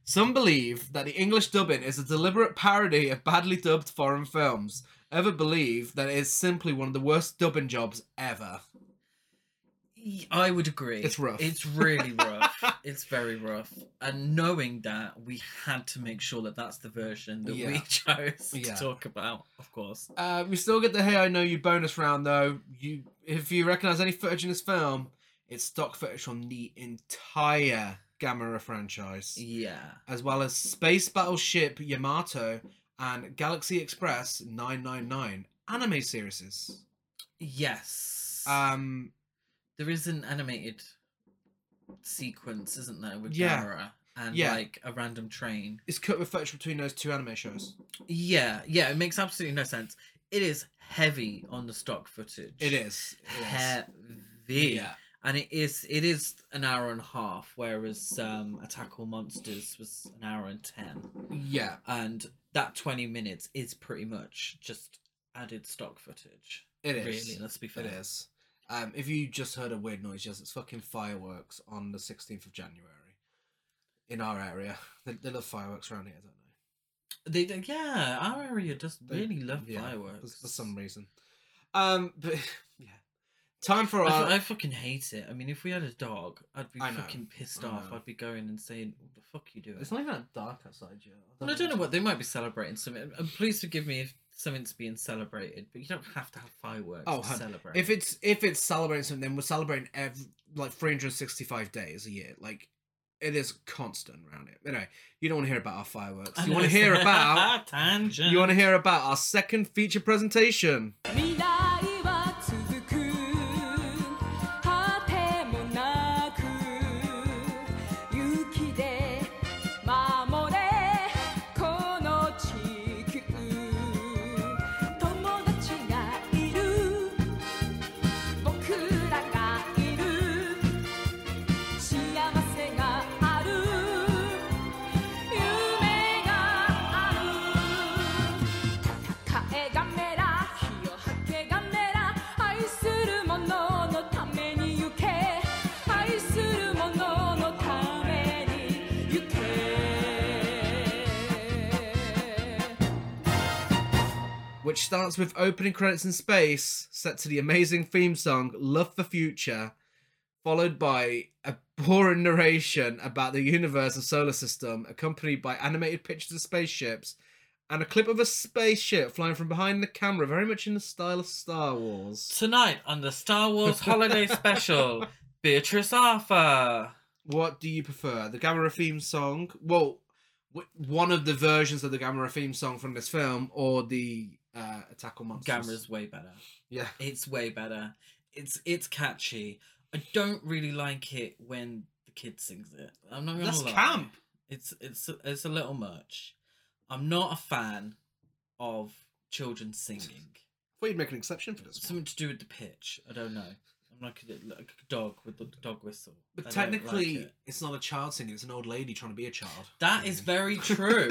[SPEAKER 1] Some believe that the English dubbing is a deliberate parody of badly dubbed foreign films. Other believe that it is simply one of the worst dubbing jobs ever.
[SPEAKER 2] Y- I would agree.
[SPEAKER 1] It's rough.
[SPEAKER 2] It's really
[SPEAKER 1] <laughs>
[SPEAKER 2] rough. it's very rough. And knowing that, we had to make sure that that's the version that we
[SPEAKER 1] Yeah.
[SPEAKER 2] <laughs> chose to
[SPEAKER 1] Yeah.
[SPEAKER 2] talk about. Of course.
[SPEAKER 1] Uh, we still get the "Hey, I know you" bonus round though. You, if you recognize any footage in this film, it's stock footage from the entire Gamera franchise,
[SPEAKER 2] Yeah.
[SPEAKER 1] as well as space battleship Yamato and Galaxy Express 999 anime series.
[SPEAKER 2] Yes.
[SPEAKER 1] Um,
[SPEAKER 2] there is an animated sequence, isn't there, with
[SPEAKER 1] Yeah.
[SPEAKER 2] Gamera and
[SPEAKER 1] Yeah.
[SPEAKER 2] like a random train.
[SPEAKER 1] it's cut with footage between those two anime shows.
[SPEAKER 2] Yeah. Yeah. It makes absolutely no sense. It is heavy on the stock footage.
[SPEAKER 1] It is. It is.
[SPEAKER 2] heavy.
[SPEAKER 1] Yeah.
[SPEAKER 2] And it is it is an hour and a half, whereas um Attack All Monsters was an hour and ten.
[SPEAKER 1] Yeah.
[SPEAKER 2] And that twenty minutes is pretty much just added stock footage.
[SPEAKER 1] It is.
[SPEAKER 2] Really, let's be fair.
[SPEAKER 1] It is. Um, if you just heard a weird noise, yes, it's fucking fireworks on the 16th of January in our area. <laughs> They, they love fireworks around here, I don't know.
[SPEAKER 2] They do, yeah, our area does
[SPEAKER 1] They-
[SPEAKER 2] really love
[SPEAKER 1] yeah,
[SPEAKER 2] fireworks.
[SPEAKER 1] For, for some reason. Um, but <laughs> yeah. Time for
[SPEAKER 2] I, fu-
[SPEAKER 1] our.
[SPEAKER 2] <laughs> I fucking hate it. I mean, if we had a dog, I'd be
[SPEAKER 1] I know,
[SPEAKER 2] fucking pissed
[SPEAKER 1] I
[SPEAKER 2] off.
[SPEAKER 1] know.
[SPEAKER 2] I'd be going and saying, "What the fuck you doing?"
[SPEAKER 1] It's not even that dark outside yet.
[SPEAKER 2] Well, I don't know what they might be celebrating. Something. And please forgive me if something's being celebrated, but you don't have to have fireworks
[SPEAKER 1] Oh,
[SPEAKER 2] to
[SPEAKER 1] hun,
[SPEAKER 2] celebrate. <laughs>
[SPEAKER 1] If it's if it's celebrating something, then we're celebrating every like 365 days a year. Like it is constant around it. Anyway, you don't want to hear about our fireworks. You want to hear about
[SPEAKER 2] <laughs> tangent.
[SPEAKER 1] You want to hear about our second feature presentation?
[SPEAKER 4] 未来は続く果てもなく勇気で守れこの地球友達がいる僕らがいる幸せがある夢がある「カエガメラ」「ひよはけが
[SPEAKER 1] which starts with opening credits in space, set to the amazing theme song Love for Future, followed by a boring narration about the universe and solar system, accompanied by animated pictures of spaceships and a clip of a spaceship flying from behind the camera, very much in the style of Star Wars.
[SPEAKER 2] Tonight on the
[SPEAKER 1] <laughs>
[SPEAKER 2] Star Wars Holiday Special, Beatrice Arthur.
[SPEAKER 1] What do you prefer? The Gamera theme song? Well, w- one of the versions of the Gamera theme song from this film, or the uh, Attack on Monsters?
[SPEAKER 2] Gamera's way better.
[SPEAKER 1] Yeah.
[SPEAKER 2] It's way better. It's it's catchy. I don't really like it when the kid sings it. I'm not gonna
[SPEAKER 1] That's
[SPEAKER 2] lie.
[SPEAKER 1] camp.
[SPEAKER 2] It's it's it's a little much. I'm not a fan of children singing.
[SPEAKER 1] thought you'd make an exception for this one.
[SPEAKER 2] Something to do with the pitch. I don't know. I'm like a, like a dog with the dog whistle.
[SPEAKER 1] But
[SPEAKER 2] I don't like
[SPEAKER 1] technically,
[SPEAKER 2] it.
[SPEAKER 1] it's not a child singing; it's an old lady trying to be a child.
[SPEAKER 2] that
[SPEAKER 1] <laughs>
[SPEAKER 2] is very true.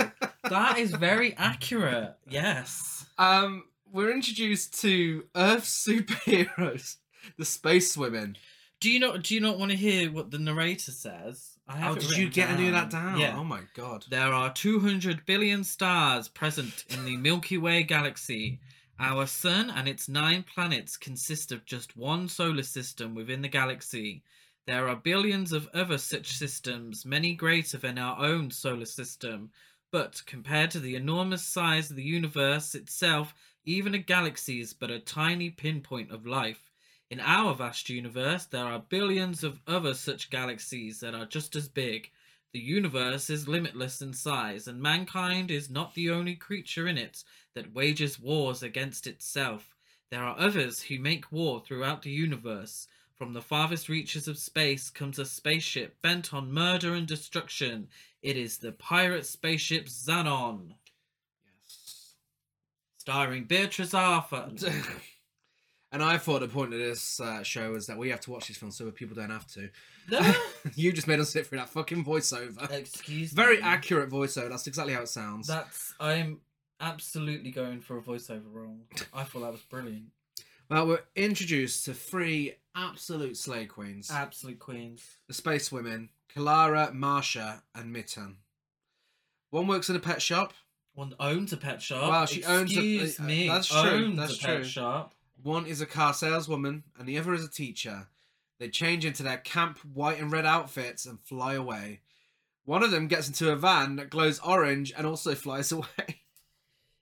[SPEAKER 2] that is very accurate. Yes.
[SPEAKER 1] Um, we're introduced to Earth superheroes, the space women.
[SPEAKER 2] Do you not do you not want to hear what the narrator says?
[SPEAKER 1] How
[SPEAKER 2] I have it
[SPEAKER 1] Oh, did you
[SPEAKER 2] written
[SPEAKER 1] get any of that down?
[SPEAKER 2] Yeah.
[SPEAKER 1] Oh my god!
[SPEAKER 2] There are 200 billion stars present in the Milky Way galaxy. Our sun and its nine planets consist of just one solar system within the galaxy. There are billions of other such systems, many greater than our own solar system. But compared to the enormous size of the universe itself, even a galaxy is but a tiny pinpoint of life. In our vast universe, there are billions of other such galaxies that are just as big. The universe is limitless in size, and mankind is not the only creature in it that wages wars against itself. There are others who make war throughout the universe. From the farthest reaches of space comes a spaceship bent on murder and destruction. It is the pirate spaceship Xanon, starring Beatrice Arthur.
[SPEAKER 1] <laughs> and I thought the point of this uh, show is that we have to watch this film so that people don't have to. <laughs>
[SPEAKER 2] No.
[SPEAKER 1] you just made us sit through that fucking voiceover.
[SPEAKER 2] Excuse
[SPEAKER 1] Very
[SPEAKER 2] me.
[SPEAKER 1] accurate voiceover. That's exactly how it sounds.
[SPEAKER 2] That's I'm absolutely going for a voiceover role. I thought that was brilliant.
[SPEAKER 1] Well, we're introduced to three absolute slay queens:
[SPEAKER 2] Absolute queens.
[SPEAKER 1] the space women, Kalara, Marsha, and Mitten. One works in a pet shop.
[SPEAKER 2] One owns a pet shop.
[SPEAKER 1] Wow, she owns a-
[SPEAKER 2] Excuse
[SPEAKER 1] uh, uh,
[SPEAKER 2] me.
[SPEAKER 1] that's true,
[SPEAKER 2] Owns
[SPEAKER 1] that's
[SPEAKER 2] a pet
[SPEAKER 1] true.
[SPEAKER 2] shop.
[SPEAKER 1] One is a car saleswoman, and the other is a teacher. They change into their camp white and red outfits and fly away. One of them gets into a van that glows orange and also flies <laughs> away.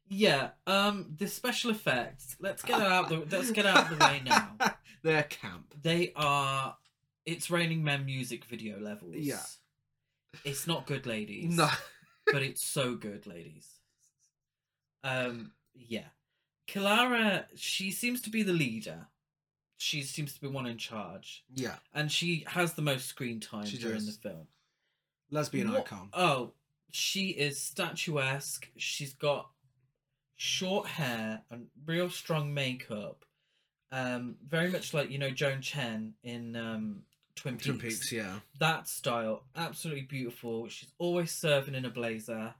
[SPEAKER 2] Yeah. Um. The special effects. Let's get it out. The, let's get out of the way
[SPEAKER 1] <laughs>
[SPEAKER 2] now.
[SPEAKER 1] Their camp.
[SPEAKER 2] They are. It's raining men music video levels.
[SPEAKER 1] Yeah.
[SPEAKER 2] It's not good, ladies.
[SPEAKER 1] No.
[SPEAKER 2] but it's so good, ladies. Um, yeah. Kilara, she seems to be the leader. She seems to be one in charge,
[SPEAKER 1] Yeah.
[SPEAKER 2] and she has the most screen time
[SPEAKER 1] She
[SPEAKER 2] during
[SPEAKER 1] does.
[SPEAKER 2] the film.
[SPEAKER 1] Lesbian
[SPEAKER 2] What-
[SPEAKER 1] icon.
[SPEAKER 2] Oh, she is statuesque. She's got short hair and real strong makeup. Um, very much like you know Joan Chen in um, Twin Peaks.
[SPEAKER 1] Twin Peaks, yeah.
[SPEAKER 2] That style, absolutely beautiful. She's always serving in a blazer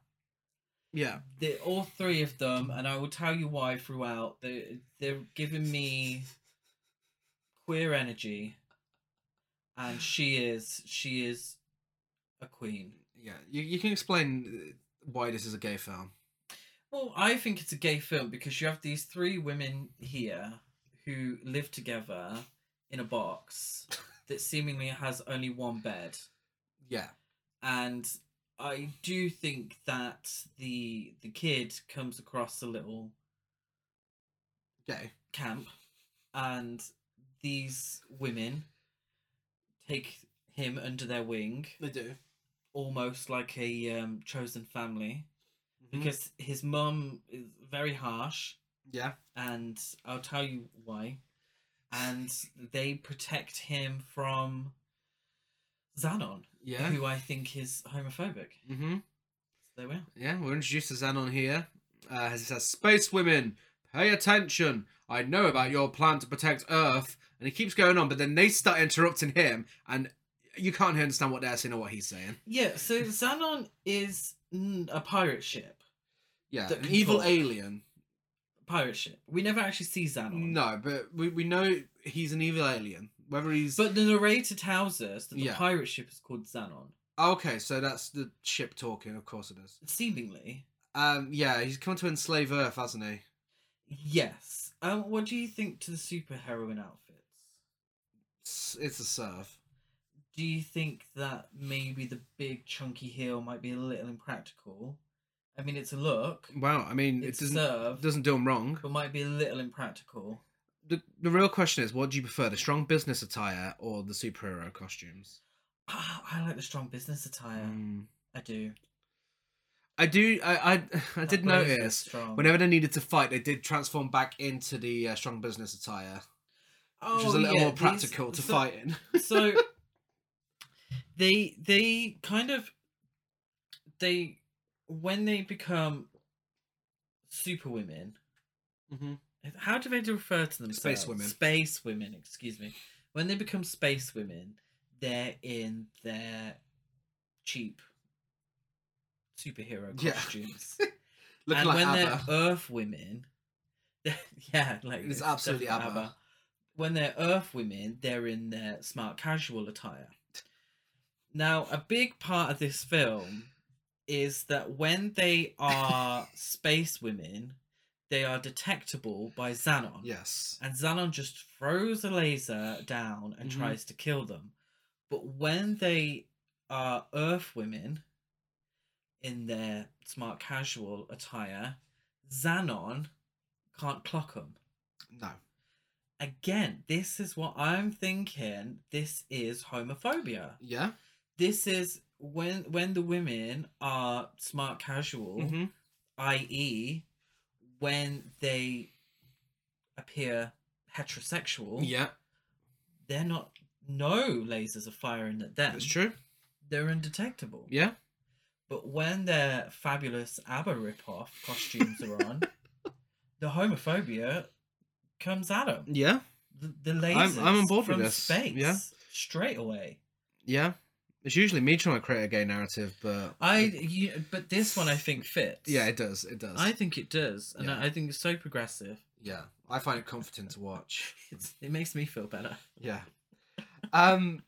[SPEAKER 1] Yeah.
[SPEAKER 2] the all three of them, and I will tell you why throughout. They they're giving me queer energy, and she is she is a queen.
[SPEAKER 1] Yeah. You, you can explain uh, why this is a gay film.
[SPEAKER 2] Well, I think it's a gay film because you have these three women here who live together in a box that seemingly has only one bed.
[SPEAKER 1] Yeah.
[SPEAKER 2] and I do think that the the kid comes across a little
[SPEAKER 1] Gay.
[SPEAKER 2] camp, and these women take him under their wing,
[SPEAKER 1] They do.
[SPEAKER 2] almost like a um, chosen family,
[SPEAKER 1] Mm-hmm. Mm.
[SPEAKER 2] because his mum is very harsh,
[SPEAKER 1] Yeah.
[SPEAKER 2] and I'll tell you why. And they protect him from Xanon,
[SPEAKER 1] Yeah.
[SPEAKER 2] <laughs> who I think is homophobic.
[SPEAKER 1] Mm-hmm.
[SPEAKER 2] There we are.
[SPEAKER 1] Yeah, we're introduced to Xanon here. Uh, as it says, Space women, pay attention. I know about your plan to protect Earth. And he keeps going on, but then they start interrupting him, and you can't understand what they're saying or what he's saying.
[SPEAKER 2] Yeah, so Xanon is mm, a pirate ship.
[SPEAKER 1] Yeah,
[SPEAKER 2] That
[SPEAKER 1] an
[SPEAKER 2] can
[SPEAKER 1] evil
[SPEAKER 2] talk.
[SPEAKER 1] alien.
[SPEAKER 2] Pirate ship. We never actually see Xanon.
[SPEAKER 1] No, but we, we know he's an evil alien. Whether he's.
[SPEAKER 2] But the narrator tells us that the
[SPEAKER 1] Yeah.
[SPEAKER 2] pirate ship is called Xanon.
[SPEAKER 1] Oh, okay, so that's the ship talking, of course it is.
[SPEAKER 2] Seemingly.
[SPEAKER 1] Um, yeah, he's come to enslave Earth, hasn't he?
[SPEAKER 2] Yes. Um, what do you think to the superheroine outfits?
[SPEAKER 1] It's, it's a serve.
[SPEAKER 2] Do you think that maybe the big chunky heel might be a little impractical? I mean, it's a look.
[SPEAKER 1] Wow, I mean,
[SPEAKER 2] It's
[SPEAKER 1] Mm, it doesn't
[SPEAKER 2] served.
[SPEAKER 1] doesn't do them wrong.
[SPEAKER 2] but might be a little impractical.
[SPEAKER 1] The, the real question is, what do you prefer, the strong business attire or the superhero costumes?
[SPEAKER 2] Ah, I like the strong business attire.
[SPEAKER 1] Mm.
[SPEAKER 2] I do.
[SPEAKER 1] I do. I <laughs> I, I
[SPEAKER 2] That
[SPEAKER 1] did
[SPEAKER 2] blazer is
[SPEAKER 1] notice
[SPEAKER 2] strong.
[SPEAKER 1] whenever they needed to fight, they did transform back into the uh, strong business attire, which was a
[SPEAKER 2] Oh,
[SPEAKER 1] little
[SPEAKER 2] yeah,
[SPEAKER 1] more
[SPEAKER 2] these-
[SPEAKER 1] practical to
[SPEAKER 2] so-
[SPEAKER 1] fight in. <laughs>
[SPEAKER 2] so <laughs> they they kind of they when they become super women
[SPEAKER 1] Mm-hmm.
[SPEAKER 2] how do they refer to themselves
[SPEAKER 1] Space women.
[SPEAKER 2] space women excuse me when they become space women they're in their cheap superhero
[SPEAKER 1] Yeah. <laughs>
[SPEAKER 2] costumes
[SPEAKER 1] Looking
[SPEAKER 2] and
[SPEAKER 1] like
[SPEAKER 2] when
[SPEAKER 1] ABBA.
[SPEAKER 2] they're Earth women, <laughs> yeah, like
[SPEAKER 1] It's absolutely
[SPEAKER 2] definitely
[SPEAKER 1] ABBA.
[SPEAKER 2] When they're Earth women, they're in their smart casual attire. Now, a big part of this film is that when they
[SPEAKER 1] <laughs>
[SPEAKER 2] are space women, they are detectable by Xanon.
[SPEAKER 1] Yes.
[SPEAKER 2] And Xanon just throws a laser down and
[SPEAKER 1] Mhm.
[SPEAKER 2] tries to kill them. But when they are Earth women in their smart casual attire, Xanon can't clock them.
[SPEAKER 1] No.
[SPEAKER 2] Again, this is what I'm thinking. This is homophobia.
[SPEAKER 1] Yeah.
[SPEAKER 2] This is when when the women are smart casual
[SPEAKER 1] Mm-hmm.
[SPEAKER 2] i.e., when they appear heterosexual,
[SPEAKER 1] Yeah.
[SPEAKER 2] they're not. No lasers are firing at them.
[SPEAKER 1] That's true.
[SPEAKER 2] They're indetectable.
[SPEAKER 1] Yeah.
[SPEAKER 2] But when their fabulous ABBA ripoff costumes are
[SPEAKER 1] <laughs>
[SPEAKER 2] on, the homophobia comes at them.
[SPEAKER 1] Yeah.
[SPEAKER 2] The, the
[SPEAKER 1] I'm-
[SPEAKER 2] lasers
[SPEAKER 1] I'm on board with
[SPEAKER 2] from
[SPEAKER 1] this.
[SPEAKER 2] space
[SPEAKER 1] Yeah.
[SPEAKER 2] straight away.
[SPEAKER 1] Yeah. It's usually me trying to create a gay narrative, but
[SPEAKER 2] I you, but this one I think fits.
[SPEAKER 1] yeah, it does. It does.
[SPEAKER 2] I think it does, and
[SPEAKER 1] Yeah.
[SPEAKER 2] I I think it's so progressive.
[SPEAKER 1] yeah, I find it comforting to
[SPEAKER 2] <laughs>
[SPEAKER 1] watch.
[SPEAKER 2] It's, it makes me feel better. <laughs>
[SPEAKER 1] Yeah. Um.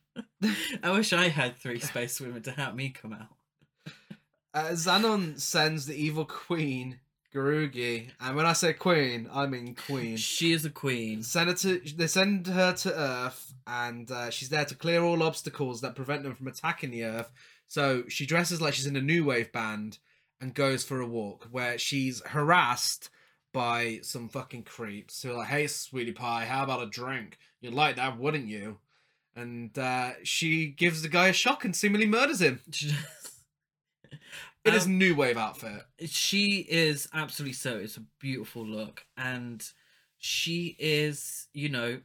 [SPEAKER 2] I wish I had three space women to help me
[SPEAKER 1] <laughs>
[SPEAKER 2] come out.
[SPEAKER 1] Uh, Xanon sends the evil queen, Garugi, and when I say queen, I mean queen.
[SPEAKER 2] She is a queen. <laughs>
[SPEAKER 1] Send her to, they send her to Earth, and uh, she's there to clear all obstacles that prevent them from attacking the Earth. So she dresses like she's in a new wave band and goes for a walk, where she's harassed by some fucking creeps who are like, "Hey, sweetie pie, how about a drink? You'd like that, wouldn't you?" And uh, she gives the guy a shock and seemingly murders him.
[SPEAKER 2] She does-
[SPEAKER 1] It is
[SPEAKER 2] Um,
[SPEAKER 1] new wave outfit.
[SPEAKER 2] she is absolutely so. It's a beautiful look, and she is, you know,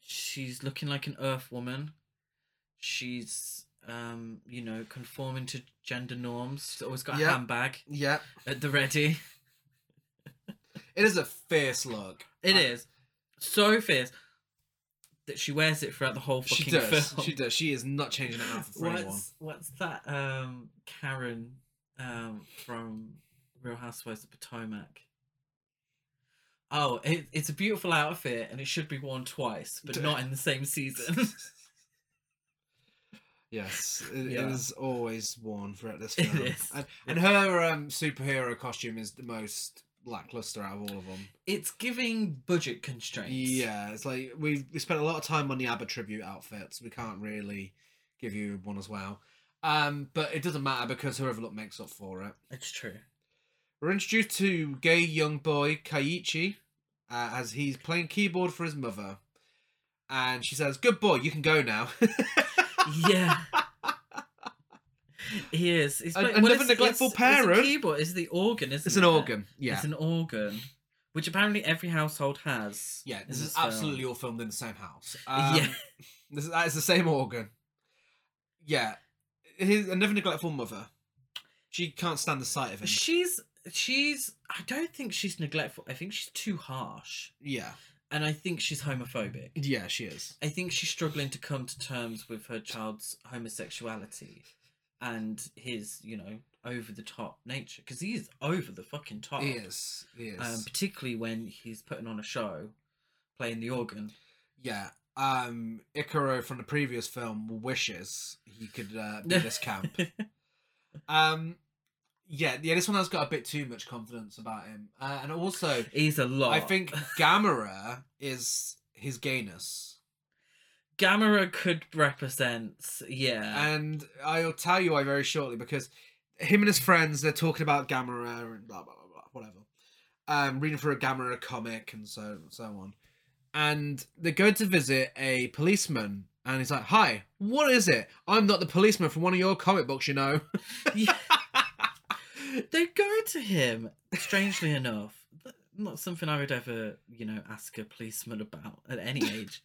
[SPEAKER 2] she's looking like an Earth woman. She's, um, you know, conforming to gender norms. She's always got a
[SPEAKER 1] Yeah.
[SPEAKER 2] handbag
[SPEAKER 1] Yeah,
[SPEAKER 2] at the ready. <laughs>
[SPEAKER 1] it is a fierce look.
[SPEAKER 2] It
[SPEAKER 1] I-
[SPEAKER 2] is so fierce that she wears it throughout the whole fucking
[SPEAKER 1] She does.
[SPEAKER 2] film.
[SPEAKER 1] She does. She is not changing it outfit for anyone.
[SPEAKER 2] What's what's that um Karen um from Real Housewives of Potomac? Oh, it, it's a beautiful outfit and it should be worn twice, but not in the same season.
[SPEAKER 1] <laughs>
[SPEAKER 2] <laughs>
[SPEAKER 1] Yes, it,
[SPEAKER 2] Yeah.
[SPEAKER 1] it is always worn throughout this
[SPEAKER 2] <laughs> It
[SPEAKER 1] film.
[SPEAKER 2] is.
[SPEAKER 1] And, and her um, superhero costume is the most lackluster out of all of them.
[SPEAKER 2] it's giving budget constraints.
[SPEAKER 1] Yeah, it's like we we spent a lot of time on the ABBA tribute outfits. We can't really give you one as well. Um, but it doesn't matter because whoever look makes up for it.
[SPEAKER 2] It's true.
[SPEAKER 1] We're introduced to gay young boy Kaiichi uh, as he's playing keyboard for his mother. And she says, Good boy, you can go now. <laughs>
[SPEAKER 2] Yeah. He is. He's
[SPEAKER 1] A-
[SPEAKER 2] playing-
[SPEAKER 1] another
[SPEAKER 2] it's-
[SPEAKER 1] neglectful
[SPEAKER 2] it's- it's a
[SPEAKER 1] parent.
[SPEAKER 2] keyboard. It's the organ, isn't
[SPEAKER 1] it's an
[SPEAKER 2] it?
[SPEAKER 1] organ. Yeah.
[SPEAKER 2] It's an organ, which apparently every household has.
[SPEAKER 1] Yeah,
[SPEAKER 2] in
[SPEAKER 1] this is
[SPEAKER 2] film.
[SPEAKER 1] absolutely all filmed in the same house. Um,
[SPEAKER 2] <laughs> Yeah.
[SPEAKER 1] this is, that is the same organ. Yeah, his another neglectful mother. She can't stand the sight of him.
[SPEAKER 2] she's she's i don't think she's neglectful i think she's too harsh
[SPEAKER 1] yeah,
[SPEAKER 2] and i think she's homophobic
[SPEAKER 1] yeah, she is.
[SPEAKER 2] i think she's struggling to come to terms with her child's homosexuality and his you know over the top nature because he is over the fucking top
[SPEAKER 1] He is. He is.
[SPEAKER 2] Oh. um particularly when he's putting on a show playing the organ
[SPEAKER 1] yeah. Um, Ikaro from the previous film wishes he could uh, be this camp. Um, yeah, yeah, this one has got a bit too much confidence about him, uh, and also
[SPEAKER 2] He's a lot.
[SPEAKER 1] I think Gamera is his gayness,
[SPEAKER 2] Gamera could represent. Yeah.
[SPEAKER 1] and I'll tell you why very shortly because him and his friends they're talking about Gamera and blah blah blah, blah whatever. Um, reading for a Gamera comic and so so on, and they go to visit a policeman, and he's like, "Hi, what is it? I'm not the policeman from one of your comic books, you know." <laughs>
[SPEAKER 2] Yeah. they go to him. Strangely enough, Th- not something I would ever, you know, ask a policeman about at any age.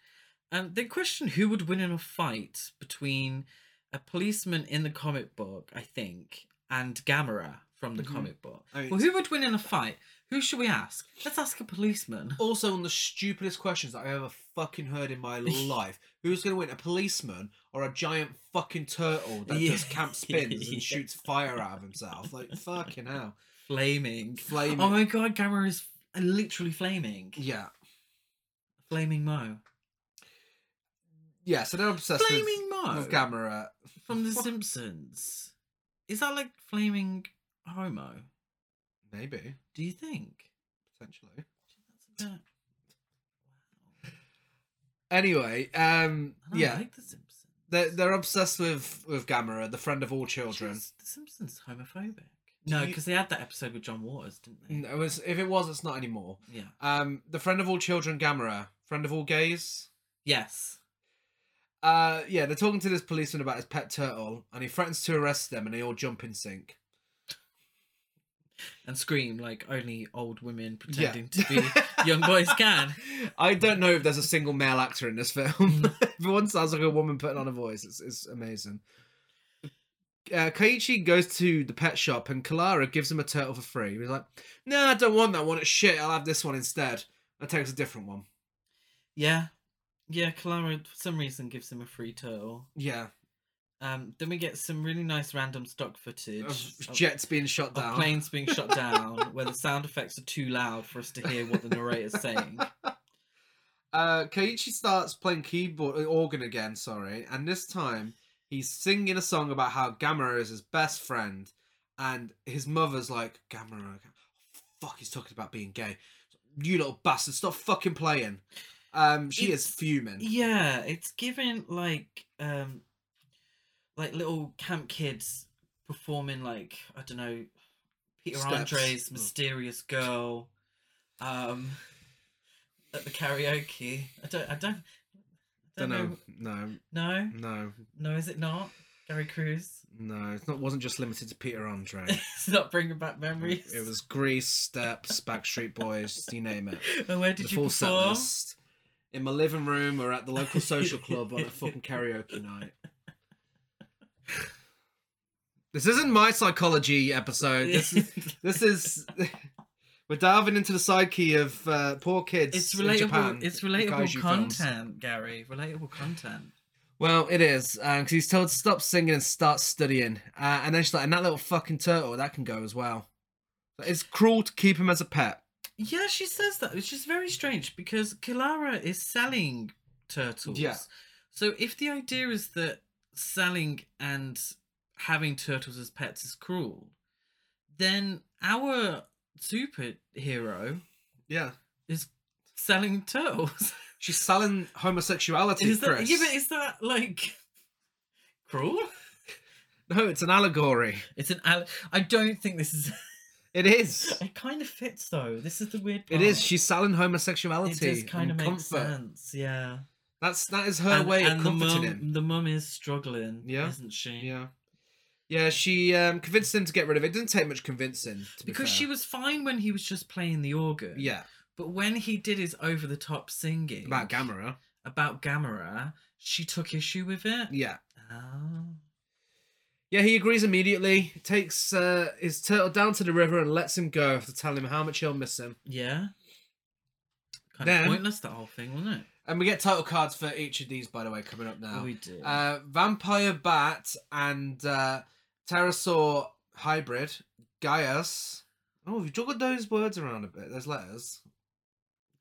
[SPEAKER 2] And they question who would win in a fight between a policeman in the comic book, I think, and Gamera from the
[SPEAKER 1] Mhm.
[SPEAKER 2] comic book.
[SPEAKER 1] I mean,
[SPEAKER 2] Well, who would win in a fight? Who should we ask? Let's ask a policeman.
[SPEAKER 1] also one of the stupidest questions that I've ever fucking heard in <laughs> my life. Who's going to win, a policeman or a giant fucking turtle that
[SPEAKER 2] Yeah.
[SPEAKER 1] does <laughs> camp spins
[SPEAKER 2] Yeah.
[SPEAKER 1] and shoots fire out of himself? Like, fucking hell.
[SPEAKER 2] Flaming.
[SPEAKER 1] Flame.
[SPEAKER 2] Oh my god, Gamera is uh, literally flaming.
[SPEAKER 1] yeah.
[SPEAKER 2] Flaming Mo.
[SPEAKER 1] Yeah, so they're obsessed with,
[SPEAKER 2] Flaming Mo.
[SPEAKER 1] with Gamera.
[SPEAKER 2] from The
[SPEAKER 1] Fuck.
[SPEAKER 2] Simpsons. Is that like flaming homo?
[SPEAKER 1] Maybe,
[SPEAKER 2] Do you think?
[SPEAKER 1] potentially.
[SPEAKER 2] That's a bit...
[SPEAKER 1] Anyway, um,
[SPEAKER 2] I don't
[SPEAKER 1] yeah,
[SPEAKER 2] like The Simpsons.
[SPEAKER 1] they're, they're obsessed with, with Gamera, the friend of all children.
[SPEAKER 2] Jeez, the Simpsons is homophobic. No,
[SPEAKER 1] you-
[SPEAKER 2] because they Mm, had that episode with John Waters, didn't they?
[SPEAKER 1] No, it was, if it was, it's not anymore.
[SPEAKER 2] Yeah.
[SPEAKER 1] Um, the friend of all children, Gamera, friend of all gays.
[SPEAKER 2] Yes.
[SPEAKER 1] Uh, yeah, they're talking to this policeman about his pet turtle, and he threatens to arrest them, and they all jump in sync.
[SPEAKER 2] And scream like only old women pretending to <laughs> be <laughs> young boys can.
[SPEAKER 1] <laughs> I don't know if there's a single male actor in this <laughs> film. Everyone sounds like a woman putting on a voice. It's, it's amazing. Uh, Kaiichi goes to the pet shop, and Kalara gives him a turtle for free. He's like, "Nah, I don't want that one. It's shit. I'll have this one instead." And takes a different one.
[SPEAKER 2] Yeah. Yeah, Clara for some reason gives him a free turtle.
[SPEAKER 1] Yeah,
[SPEAKER 2] Um, then we get some really nice random stock footage.
[SPEAKER 1] of
[SPEAKER 2] of-
[SPEAKER 1] jets being shot
[SPEAKER 2] of
[SPEAKER 1] down.
[SPEAKER 2] planes being shut down where the sound effects are too loud for us to hear what the narrator's
[SPEAKER 1] <laughs>
[SPEAKER 2] saying.
[SPEAKER 1] uh Keiichi starts playing keyboard uh, organ again, sorry, and this time he's singing a song about how Gamera is his best friend and his mother's like Gamera fuck he's talking about being gay. You little bastard, stop fucking playing. Um she is
[SPEAKER 2] It's-
[SPEAKER 1] fuming.
[SPEAKER 2] Yeah, it's given like um like little camp kids performing like I don't know Peter
[SPEAKER 1] Steps.
[SPEAKER 2] Andre's
[SPEAKER 1] Oh.
[SPEAKER 2] mysterious girl um at the karaoke. I don't I don't I don't, know.
[SPEAKER 1] No,
[SPEAKER 2] No?
[SPEAKER 1] no,
[SPEAKER 2] No, is it not? Gary Cruz? <laughs>
[SPEAKER 1] no. It's not wasn't just limited to Peter Andre.
[SPEAKER 2] it's not bringing back memories.
[SPEAKER 1] it was Grease, Steps, Backstreet Boys, you name it.
[SPEAKER 2] And where did
[SPEAKER 1] the
[SPEAKER 2] you
[SPEAKER 1] full set
[SPEAKER 2] perform?
[SPEAKER 1] list in my living room or at the local <laughs> social club on a fucking karaoke night. This isn't my psychology episode. This <laughs> is
[SPEAKER 2] <laughs>
[SPEAKER 1] this is we're diving into the psyche of uh, poor kids.
[SPEAKER 2] It's
[SPEAKER 1] In
[SPEAKER 2] relatable.
[SPEAKER 1] Japan,
[SPEAKER 2] it's
[SPEAKER 1] the
[SPEAKER 2] relatable
[SPEAKER 1] kaiju films.
[SPEAKER 2] content, Gary. Relatable content.
[SPEAKER 1] Well, it is because he's told to stop singing and start studying, uh, and then she's like, "And that little fucking turtle, that can go as well." It's cruel to keep him as a pet.
[SPEAKER 2] Yeah, she says that, which is very strange because Kilara is selling turtles.
[SPEAKER 1] Yeah.
[SPEAKER 2] So if the idea is that selling and having turtles as pets is cruel, then our superhero
[SPEAKER 1] Yeah,
[SPEAKER 2] is selling turtles. <laughs>
[SPEAKER 1] she's selling homosexuality.
[SPEAKER 2] is that
[SPEAKER 1] Chris.
[SPEAKER 2] yeah, but is that like cruel?
[SPEAKER 1] no, it's an allegory.
[SPEAKER 2] It's an. al- I don't think this is. <laughs>
[SPEAKER 1] It is.
[SPEAKER 2] It kind of fits though. This is the weird.
[SPEAKER 1] It is.
[SPEAKER 2] part.
[SPEAKER 1] She's selling homosexuality.
[SPEAKER 2] Oh. It does kind
[SPEAKER 1] and
[SPEAKER 2] of make
[SPEAKER 1] comfort.
[SPEAKER 2] sense, yeah.
[SPEAKER 1] That's that is her way of comforting
[SPEAKER 2] the mum,
[SPEAKER 1] him.
[SPEAKER 2] The mum is struggling,
[SPEAKER 1] Yeah.
[SPEAKER 2] isn't she?
[SPEAKER 1] Yeah, yeah. She um, convinced him to get rid of it. Didn't take much convincing to be
[SPEAKER 2] Because
[SPEAKER 1] fair.
[SPEAKER 2] she was fine when he was just playing the organ.
[SPEAKER 1] Yeah,
[SPEAKER 2] But when he did his over the top singing
[SPEAKER 1] about Gamera.
[SPEAKER 2] about Gamera, she took issue with it.
[SPEAKER 1] Yeah,
[SPEAKER 2] Oh.
[SPEAKER 1] yeah. He agrees immediately. Takes uh, his turtle down to the river and lets him go after telling him how much he'll miss him.
[SPEAKER 2] Yeah. Kind
[SPEAKER 1] Then-
[SPEAKER 2] of pointless that whole thing, wasn't it?
[SPEAKER 1] And we get title cards for each of these, by the way, coming up now.
[SPEAKER 2] we did.
[SPEAKER 1] Uh, Vampire Bat and uh, Pterosaur Hybrid, Gaius. Oh, we've juggled those words around a bit, those letters.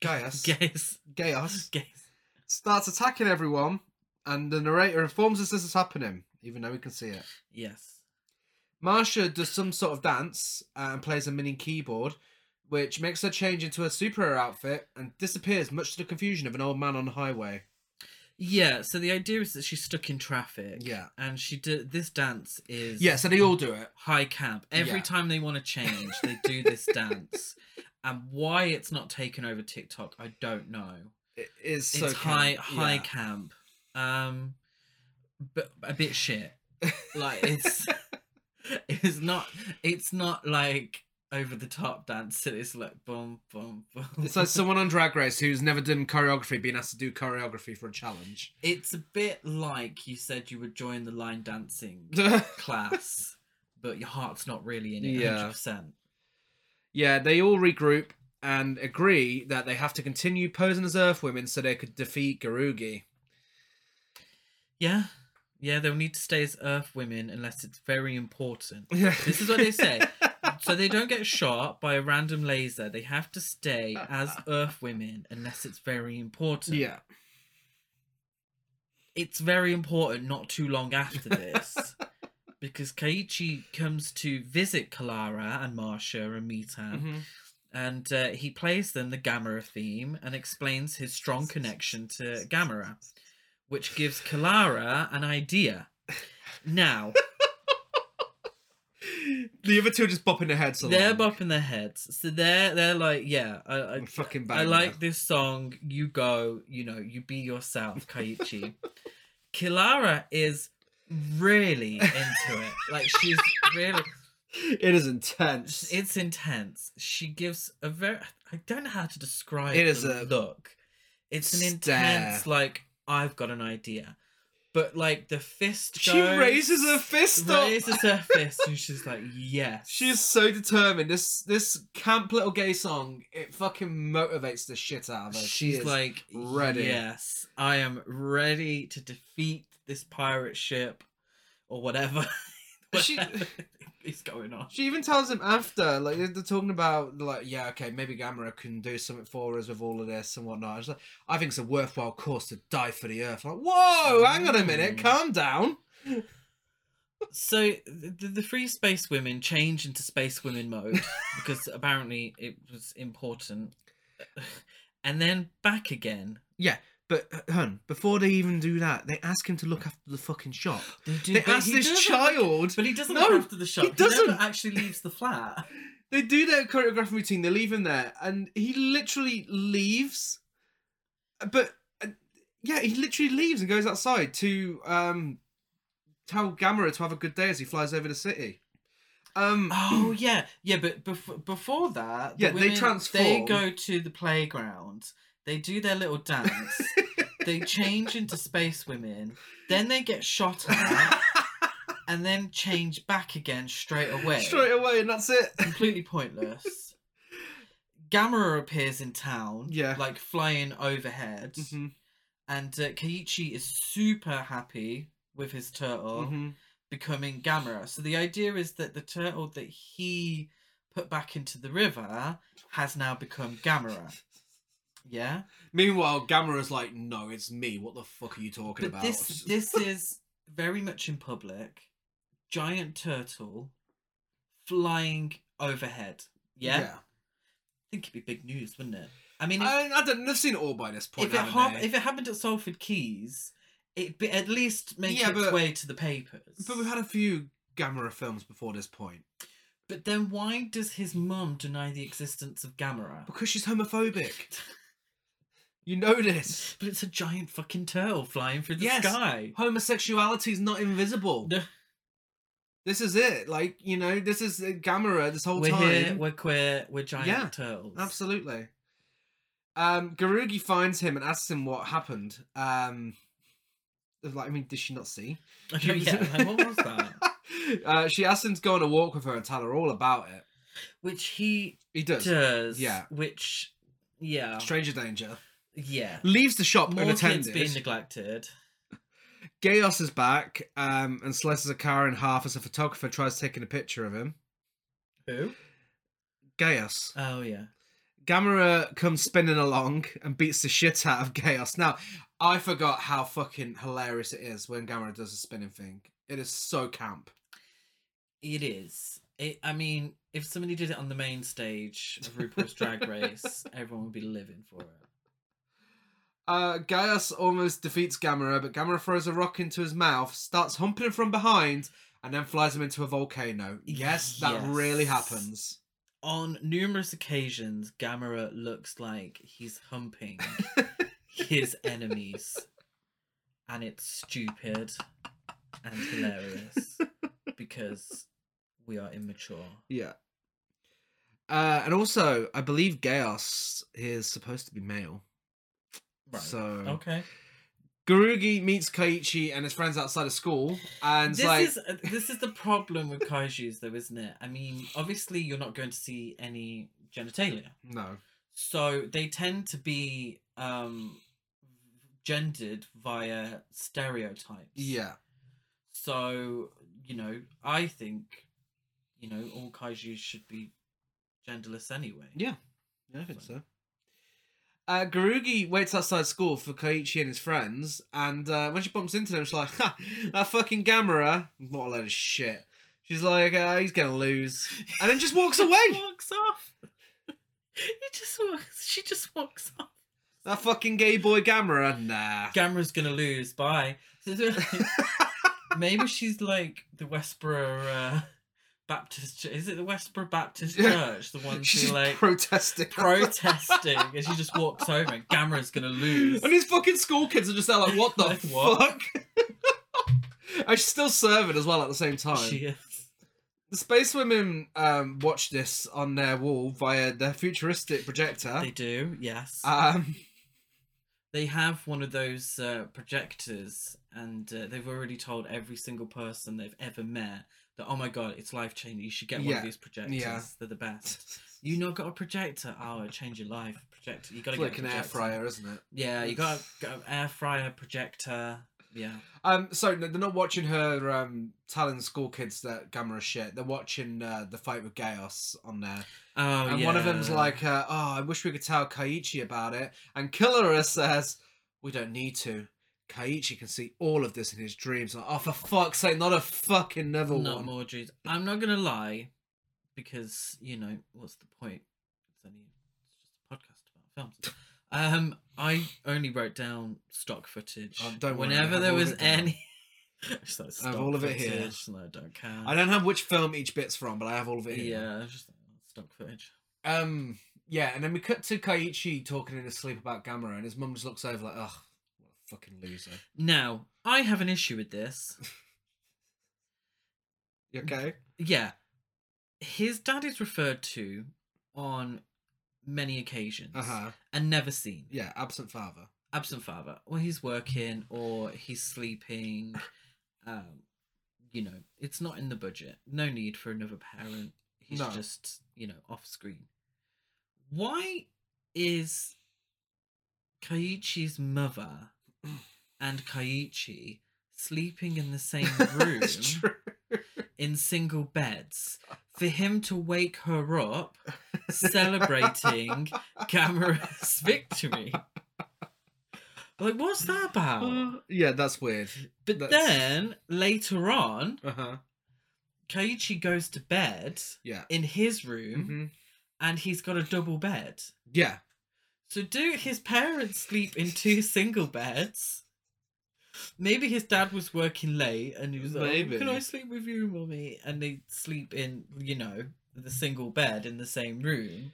[SPEAKER 1] Gaius.
[SPEAKER 2] <laughs> Guess.
[SPEAKER 1] Gaius
[SPEAKER 2] <laughs> Guess.
[SPEAKER 1] starts attacking everyone, and the narrator informs us this is happening, even though we can see it.
[SPEAKER 2] Yes.
[SPEAKER 1] Marsha does some sort of dance uh, and plays a mini keyboard, which makes her change into a superhero outfit and disappears, much to the confusion of an old man on the highway.
[SPEAKER 2] Yeah, so the idea is that she's stuck in traffic.
[SPEAKER 1] Yeah.
[SPEAKER 2] And she did this dance is
[SPEAKER 1] Yeah, so they all do it.
[SPEAKER 2] high camp. Every
[SPEAKER 1] Yeah.
[SPEAKER 2] time they want to change, they
[SPEAKER 1] <laughs>
[SPEAKER 2] do this dance. And why it's not taken over TikTok, I don't know.
[SPEAKER 1] It is so
[SPEAKER 2] it's high
[SPEAKER 1] camp,
[SPEAKER 2] high
[SPEAKER 1] yeah.
[SPEAKER 2] camp. Um but a bit shit. Like it's
[SPEAKER 1] <laughs>
[SPEAKER 2] <laughs> it's not it's not like over the top dancing. It's like boom boom boom.
[SPEAKER 1] It's like someone on Drag Race who's never done choreography being asked to do choreography for a challenge. <laughs>
[SPEAKER 2] It's a bit like you said you would join the line
[SPEAKER 1] <laughs>
[SPEAKER 2] dancing class, but your heart's not really in it.
[SPEAKER 1] Yeah.
[SPEAKER 2] 100%.
[SPEAKER 1] yeah, they all regroup and agree that they have to continue posing as Earth women so they could defeat
[SPEAKER 2] <laughs>
[SPEAKER 1] Garugi.
[SPEAKER 2] Yeah. Yeah, they'll need to stay as Earth women unless it's very important.
[SPEAKER 1] this
[SPEAKER 2] is what they say. So they don't get shot by a random laser. They have to stay as Earth women unless it's very
[SPEAKER 1] <laughs>
[SPEAKER 2] important.
[SPEAKER 1] yeah.
[SPEAKER 2] It's very important not too long after this. <laughs> because Kaiichi comes to visit Kalara and Marsha and Mitan.
[SPEAKER 1] Mhm.
[SPEAKER 2] and uh, he plays them the Gamera theme and explains his strong connection to Gamera, which gives Kalara an idea. Now,
[SPEAKER 1] The other two are just bopping their heads along.
[SPEAKER 2] they're bopping their heads, so they're they're like, yeah, I I,
[SPEAKER 1] fucking
[SPEAKER 2] I
[SPEAKER 1] bad.
[SPEAKER 2] like this song. You go, you know, you be
[SPEAKER 1] <laughs>
[SPEAKER 2] yourself, Kaiichi. Kilara is really into it. Like she's
[SPEAKER 1] <laughs>
[SPEAKER 2] really
[SPEAKER 1] It is intense.
[SPEAKER 2] It's intense. She gives a very. I don't know how to describe.
[SPEAKER 1] It
[SPEAKER 2] It
[SPEAKER 1] is
[SPEAKER 2] is
[SPEAKER 1] a
[SPEAKER 2] look. It's an
[SPEAKER 1] stare.
[SPEAKER 2] intense. Like I've got an idea, but like the fist.
[SPEAKER 1] she
[SPEAKER 2] goes,
[SPEAKER 1] raises her fist up.
[SPEAKER 2] Raises her fist and
[SPEAKER 1] <laughs>
[SPEAKER 2] she's like, "Yes."
[SPEAKER 1] She is so determined. This this camp little gay song, it fucking motivates the shit out of her. She
[SPEAKER 2] She's
[SPEAKER 1] is
[SPEAKER 2] like,
[SPEAKER 1] ready.
[SPEAKER 2] Yes, I am ready to defeat this pirate ship, or whatever. <laughs>
[SPEAKER 1] But she-
[SPEAKER 2] whatever is going on.
[SPEAKER 1] She even tells him after, like they're they're talking about, like yeah, okay, maybe Gamera can do something for us with all of this and whatnot. She's like, I think it's a worthwhile cause to die for the Earth. like, whoa, hang on a minute,
[SPEAKER 2] Mm.
[SPEAKER 1] calm down.
[SPEAKER 2] So the, the free space women change into space women <laughs> mode because apparently it was important, and then back again.
[SPEAKER 1] But hun, before they even do that, they ask him to look after the fucking shop.
[SPEAKER 2] They, do,
[SPEAKER 1] They
[SPEAKER 2] but
[SPEAKER 1] ask
[SPEAKER 2] he
[SPEAKER 1] this
[SPEAKER 2] doesn't-
[SPEAKER 1] child.
[SPEAKER 2] but he doesn't
[SPEAKER 1] No,
[SPEAKER 2] look after the shop. He,
[SPEAKER 1] doesn't.
[SPEAKER 2] never actually leaves the flat.
[SPEAKER 1] They do their choreography routine. They leave him there, and he literally leaves. But uh, yeah, he literally leaves and goes outside to um, tell Gamera to have a good day as he flies over the city. Um, <clears throat>
[SPEAKER 2] Oh yeah, yeah. But before before that, the
[SPEAKER 1] Yeah, they
[SPEAKER 2] women, They
[SPEAKER 1] transform.
[SPEAKER 2] go to the playground. They do their little dance. they change into space women. Then they get shot
[SPEAKER 1] <laughs>
[SPEAKER 2] at, and then change back again straight away.
[SPEAKER 1] straight <laughs> away, and that's it.
[SPEAKER 2] completely pointless. Gamera appears in town,
[SPEAKER 1] Yeah.
[SPEAKER 2] like flying overhead,
[SPEAKER 1] Mhm,
[SPEAKER 2] and uh, Keiichi is super happy with his turtle
[SPEAKER 1] mhm.
[SPEAKER 2] becoming Gamera. So the idea is that the turtle that he put back into the river has now become Gamera. Yeah,
[SPEAKER 1] Meanwhile, Gamera's like, "No, it's me. What the fuck are you talking
[SPEAKER 2] but
[SPEAKER 1] about?"
[SPEAKER 2] this
[SPEAKER 1] <laughs>
[SPEAKER 2] this is very much in public. Giant turtle flying overhead. yeah. I think it'd be big news, wouldn't it? I mean, if,
[SPEAKER 1] I, I don't. They've seen it all by this point.
[SPEAKER 2] if it
[SPEAKER 1] haven't
[SPEAKER 2] hap-
[SPEAKER 1] they?
[SPEAKER 2] if it happened at Salford Keys, it'd be at least make
[SPEAKER 1] Yeah,
[SPEAKER 2] its
[SPEAKER 1] but-
[SPEAKER 2] way to the papers.
[SPEAKER 1] But we've had a few Gamera films before this point
[SPEAKER 2] But then why does his mum deny the existence of Gamera?
[SPEAKER 1] because she's homophobic.
[SPEAKER 2] <laughs>
[SPEAKER 1] You know this.
[SPEAKER 2] But it's a giant fucking turtle flying through the
[SPEAKER 1] Yes.
[SPEAKER 2] sky.
[SPEAKER 1] homosexuality is not invisible.
[SPEAKER 2] No.
[SPEAKER 1] This is it. Like you know, this is uh, Gamera this whole
[SPEAKER 2] We're
[SPEAKER 1] time.
[SPEAKER 2] here, we're queer, we're giant
[SPEAKER 1] Yeah,
[SPEAKER 2] turtles.
[SPEAKER 1] Absolutely. Um, Garugi finds him and asks him what happened. Um, like, I mean, did she not see? <laughs>
[SPEAKER 2] <laughs> yeah, like, what was that?
[SPEAKER 1] uh, she asks him to go on a walk with her and tell her all about it.
[SPEAKER 2] Which he
[SPEAKER 1] He does.
[SPEAKER 2] does.
[SPEAKER 1] yeah.
[SPEAKER 2] Which, yeah.
[SPEAKER 1] Stranger danger.
[SPEAKER 2] Yeah.
[SPEAKER 1] Leaves the shop
[SPEAKER 2] More kids
[SPEAKER 1] unattended.
[SPEAKER 2] being neglected.
[SPEAKER 1] Gaios is back um, and slices a car in half as a photographer tries taking a picture of him.
[SPEAKER 2] Who?
[SPEAKER 1] Gaios.
[SPEAKER 2] Oh, yeah.
[SPEAKER 1] Gamera comes spinning along and beats the shit out of Chaos. Now, I forgot how fucking hilarious it is when Gamera does a spinning thing. It is so camp.
[SPEAKER 2] It is. It, I mean, if somebody did it on the main stage of RuPaul's Drag Race, everyone would be living for it.
[SPEAKER 1] Uh, Gaius almost defeats Gamera, but Gamera throws a rock into his mouth, starts humping him from behind, and then flies him into a volcano. Yes, that really
[SPEAKER 2] Yes.
[SPEAKER 1] happens.
[SPEAKER 2] On numerous occasions, Gamera looks like he's
[SPEAKER 1] <laughs>
[SPEAKER 2] humping his enemies, and it's stupid and hilarious because we are immature.
[SPEAKER 1] Yeah. Uh, and also, I believe Gaius is supposed to be male.
[SPEAKER 2] Right.
[SPEAKER 1] So
[SPEAKER 2] okay.
[SPEAKER 1] Gurugi meets Koichi and his friends outside of school, and
[SPEAKER 2] This
[SPEAKER 1] like,
[SPEAKER 2] is uh, this is the problem with kaiju's, though, isn't it? I mean, obviously, you're not going to see any genitalia,
[SPEAKER 1] no,
[SPEAKER 2] so they tend to be um gendered via stereotypes.
[SPEAKER 1] yeah,
[SPEAKER 2] So, you know, I think, you know, all kaiju should be genderless anyway.
[SPEAKER 1] yeah, I think so. Uh, Gurugi waits outside school for Koichi and his friends, and uh, when she bumps into them, she's like, ha, "That fucking Gamera, what a load of shit." She's like, uh, "He's gonna lose," and then just walks
[SPEAKER 2] <laughs>
[SPEAKER 1] away.
[SPEAKER 2] walks off. he just walks. She just walks off.
[SPEAKER 1] that fucking gay boy Gamera, nah.
[SPEAKER 2] Gamera's gonna lose. Bye. So they're like- <laughs>
[SPEAKER 1] <laughs>
[SPEAKER 2] Maybe she's like the Westboro uh, Baptist. Ch- Is it the Westboro Baptist
[SPEAKER 1] Yeah.
[SPEAKER 2] Church? The ones
[SPEAKER 1] She's
[SPEAKER 2] who
[SPEAKER 1] just
[SPEAKER 2] like
[SPEAKER 1] protesting.
[SPEAKER 2] protesting, and she just walks over. and Gamera's gonna lose.
[SPEAKER 1] <laughs> And these fucking school kids are just there like, what the
[SPEAKER 2] Like, what?
[SPEAKER 1] fuck? <laughs> and she's still serving as well at the same time.
[SPEAKER 2] She is.
[SPEAKER 1] The space women um, watch this on their wall via their futuristic projector.
[SPEAKER 2] They do. Yes.
[SPEAKER 1] Um,
[SPEAKER 2] they have one of those uh, projectors and uh, they've already told every single person they've ever met that oh my god it's life changing you should get one
[SPEAKER 1] Yeah,
[SPEAKER 2] of these projectors they're the best
[SPEAKER 1] <laughs>
[SPEAKER 2] you not got a projector oh it changed your life projector you gotta
[SPEAKER 1] it's like
[SPEAKER 2] get a
[SPEAKER 1] an air
[SPEAKER 2] projector.
[SPEAKER 1] fryer, isn't it?
[SPEAKER 2] yeah you gotta get an air fryer projector yeah
[SPEAKER 1] Um, so no, they're not watching her um, telling school kids that Gamera shit. They're watching uh, the fight with Chaos on there.
[SPEAKER 2] oh
[SPEAKER 1] and one of them's
[SPEAKER 2] yeah.
[SPEAKER 1] like, uh, "Oh, I wish we could tell Kaiichi about it." And Killera says, "We don't need to. Kaiichi can see all of this in his dreams." Like, oh, for fuck's sake, not a fucking Neville
[SPEAKER 2] not
[SPEAKER 1] one.
[SPEAKER 2] more Jews. i'm not gonna lie because you know what's the point it's only it's just a podcast about films um i only wrote down stock footage
[SPEAKER 1] Oh, don't worry, I
[SPEAKER 2] whenever
[SPEAKER 1] have
[SPEAKER 2] there
[SPEAKER 1] all of
[SPEAKER 2] was
[SPEAKER 1] it down.
[SPEAKER 2] any
[SPEAKER 1] <laughs>
[SPEAKER 2] Just like, stock
[SPEAKER 1] all of it here.
[SPEAKER 2] footage, no, i don't care
[SPEAKER 1] I don't have which film each bit's from, but I have all of it. here.
[SPEAKER 2] yeah just stock footage
[SPEAKER 1] Um. Yeah, and then we cut to Kaiichi talking in his sleep about Gamera, and his mum just looks over like, "Ugh, what a fucking loser."
[SPEAKER 2] now i have an issue
[SPEAKER 1] <laughs>
[SPEAKER 2] with this
[SPEAKER 1] You okay?
[SPEAKER 2] yeah his dad is referred to on many occasions
[SPEAKER 1] Uh huh.
[SPEAKER 2] and never seen
[SPEAKER 1] Yeah, absent
[SPEAKER 2] <laughs>
[SPEAKER 1] father.
[SPEAKER 2] absent father or he's working or he's sleeping um you know it's not in the budget no need for another parent he's
[SPEAKER 1] No.
[SPEAKER 2] just you know off screen why is kaiichi's
[SPEAKER 1] <clears throat>
[SPEAKER 2] mother and kaiichi
[SPEAKER 1] <laughs>
[SPEAKER 2] sleeping in the same room
[SPEAKER 1] it's true.
[SPEAKER 2] in single beds for him to wake her up
[SPEAKER 1] <laughs>
[SPEAKER 2] celebrating Gamera's victory. Like, what's that about?
[SPEAKER 1] Uh, yeah, that's weird.
[SPEAKER 2] But
[SPEAKER 1] that's-
[SPEAKER 2] then later on,
[SPEAKER 1] Uh huh.
[SPEAKER 2] Kaiichi goes to bed
[SPEAKER 1] Yeah.
[SPEAKER 2] in his room
[SPEAKER 1] hmm
[SPEAKER 2] and he's got a double bed.
[SPEAKER 1] Yeah.
[SPEAKER 2] So, do his parents sleep in two single beds? Maybe his dad was working late and he was like,
[SPEAKER 1] Maybe.
[SPEAKER 2] oh, Can I sleep with you, mommy? And they sleep in, you know, the single bed in the same room.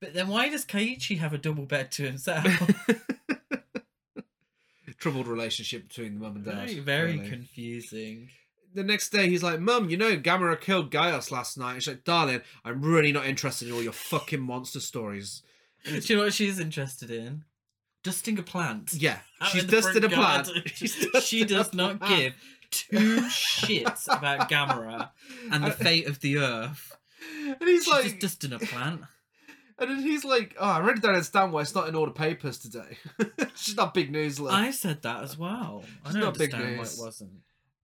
[SPEAKER 2] But then why does Kaiichi have a double bed
[SPEAKER 1] <laughs>
[SPEAKER 2] to himself?
[SPEAKER 1] Troubled relationship between the mum and dad.
[SPEAKER 2] very, very
[SPEAKER 1] really.
[SPEAKER 2] confusing.
[SPEAKER 1] the next day he's like, Mum, you know Gamera killed Gaius last night. And she's like, Darling, I'm really not interested in all your fucking monster stories.
[SPEAKER 2] Do you know what she's interested in? Dusting a plant.
[SPEAKER 1] Yeah.
[SPEAKER 2] <laughs> Out
[SPEAKER 1] she's
[SPEAKER 2] in the
[SPEAKER 1] dusted a plant.
[SPEAKER 2] front <laughs> garden.
[SPEAKER 1] <laughs> She's dusted
[SPEAKER 2] she does
[SPEAKER 1] a
[SPEAKER 2] not
[SPEAKER 1] plant.
[SPEAKER 2] give two shits about
[SPEAKER 1] <laughs>
[SPEAKER 2] Gamera and the fate of the earth.
[SPEAKER 1] And he's
[SPEAKER 2] She's
[SPEAKER 1] like
[SPEAKER 2] just dusting
[SPEAKER 1] <laughs>
[SPEAKER 2] a plant.
[SPEAKER 1] And then he's like, Oh, I really don't understand why it's not in all the papers today. <laughs> she's not big news love.
[SPEAKER 2] I said that as well. I
[SPEAKER 1] It's
[SPEAKER 2] don't
[SPEAKER 1] not big
[SPEAKER 2] understand why it
[SPEAKER 1] news.
[SPEAKER 2] wasn't.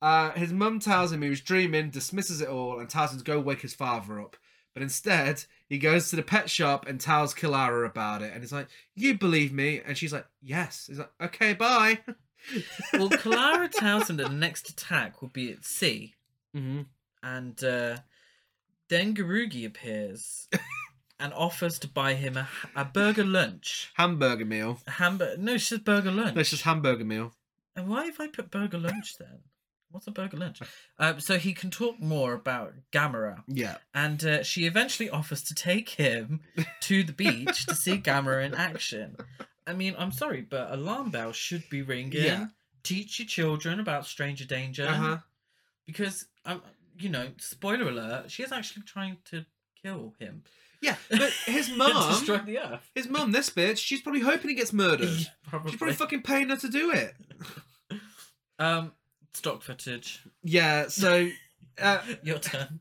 [SPEAKER 1] Uh, his mum tells him he was dreaming, dismisses it all, and tells him to go wake his father up. But instead, he goes to the pet shop and tells Kilara about it. And he's like, You believe me? And she's like, Yes. He's like, Okay, bye. <laughs>
[SPEAKER 2] Well, Clara tells him that the next attack will be at sea,
[SPEAKER 1] Mm-hmm.
[SPEAKER 2] and uh, then
[SPEAKER 1] <laughs>
[SPEAKER 2] Garugi appears and offers to buy him a, a burger lunch.
[SPEAKER 5] Hamburger meal.
[SPEAKER 2] A hamburger? No, she says burger lunch.
[SPEAKER 5] That's just hamburger meal.
[SPEAKER 2] And why have I put burger lunch then? What's a burger lunch? Uh, so he can talk more about Gamera,
[SPEAKER 5] Yeah.
[SPEAKER 2] and uh, she eventually offers to take him to the beach to see Gamera in action. I mean, I'm sorry, but alarm bells should be ringing.
[SPEAKER 1] Yeah.
[SPEAKER 2] Teach your children about stranger danger,
[SPEAKER 1] Uh huh.
[SPEAKER 2] because um, you know, spoiler alert, she is actually trying to kill him.
[SPEAKER 1] Yeah, but his <laughs>
[SPEAKER 2] to
[SPEAKER 1] mum,
[SPEAKER 2] destroy the earth.
[SPEAKER 1] his mum, this bitch, she's probably hoping he gets <laughs> murdered.
[SPEAKER 2] Yeah,
[SPEAKER 1] She's probably
[SPEAKER 2] <laughs> probably.
[SPEAKER 1] fucking paying her to do it.
[SPEAKER 2] Um, stock footage.
[SPEAKER 1] Yeah. So, uh,
[SPEAKER 2] Your turn.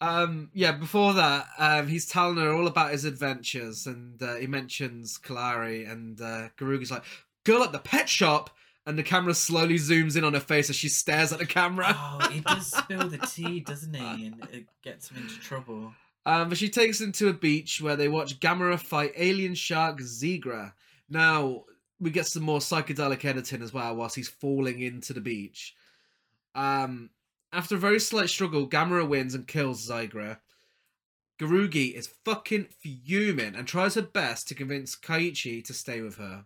[SPEAKER 1] um, yeah. Before that, um, he's telling her all about his adventures, and uh, he mentions Kalari, and uh, Garugi's like, "Girl at the pet shop," and the camera slowly zooms in on her face as she stares at the camera.
[SPEAKER 2] Oh, he does spill the tea, doesn't he? And it gets him into trouble.
[SPEAKER 1] Um, but she takes them to a beach where they watch Gamera fight alien shark Zegra. Now we get some more psychedelic editing as well whilst he's falling into the beach. Um, after a very slight struggle, Gamera wins and kills Zegra. Garugi is fucking fuming and tries her best to convince Kaiichi to stay with her.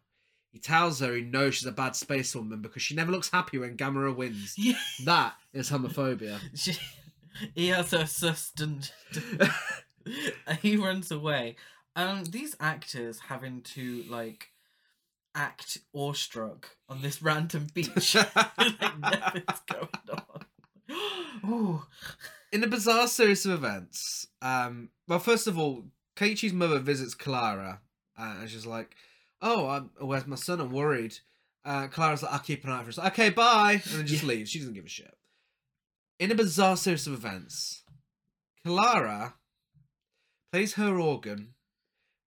[SPEAKER 1] He tells her he knows she's a bad space woman because she never looks happy when Gamera wins.
[SPEAKER 2] Yeah.
[SPEAKER 1] That is homophobia.
[SPEAKER 2] She, <laughs> he has her sussed and and <laughs> he runs away. Um, these actors having to like act awestruck on this <laughs> random beach, like nothing's going on. <gasps> Oh,
[SPEAKER 1] in a bizarre series of events, um, well, first of all, Keiichi's mother visits Clara, uh, and she's like, "Oh, I'm, where's my son? I'm worried." Uh, Clara's like, "I'll keep an eye out for him." She's like, okay, bye, and then just leaves. She doesn't give a shit. In a bizarre series of events, Clara plays her organ,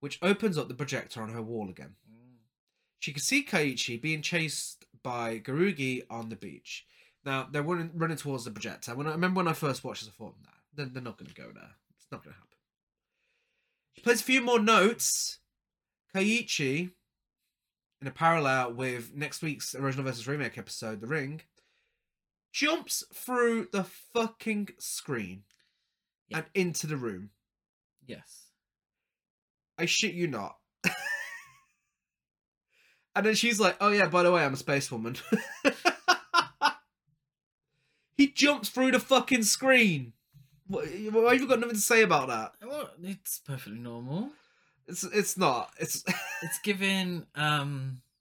[SPEAKER 1] which opens up the projector on her wall again. She can see Kaiichi being chased by Garugi on the beach. Now they're running, running towards the projector. When I remember when I first watched this, I thought, nah, they're, they're not going to go there. It's not going to happen. She plays a few more notes. Kaiichi, in a parallel with next week's original versus remake episode, The Ring, jumps through the fucking screen
[SPEAKER 2] Yeah.
[SPEAKER 1] and into the room.
[SPEAKER 2] yes.
[SPEAKER 1] I shit you not. <laughs> and then she's like, oh yeah, by the way, I'm a space woman. <laughs> he jumps through the fucking screen. Why why have you got nothing to say about that?
[SPEAKER 2] Well, it's perfectly normal.
[SPEAKER 1] It's it's not. It's
[SPEAKER 2] It's given um. <laughs>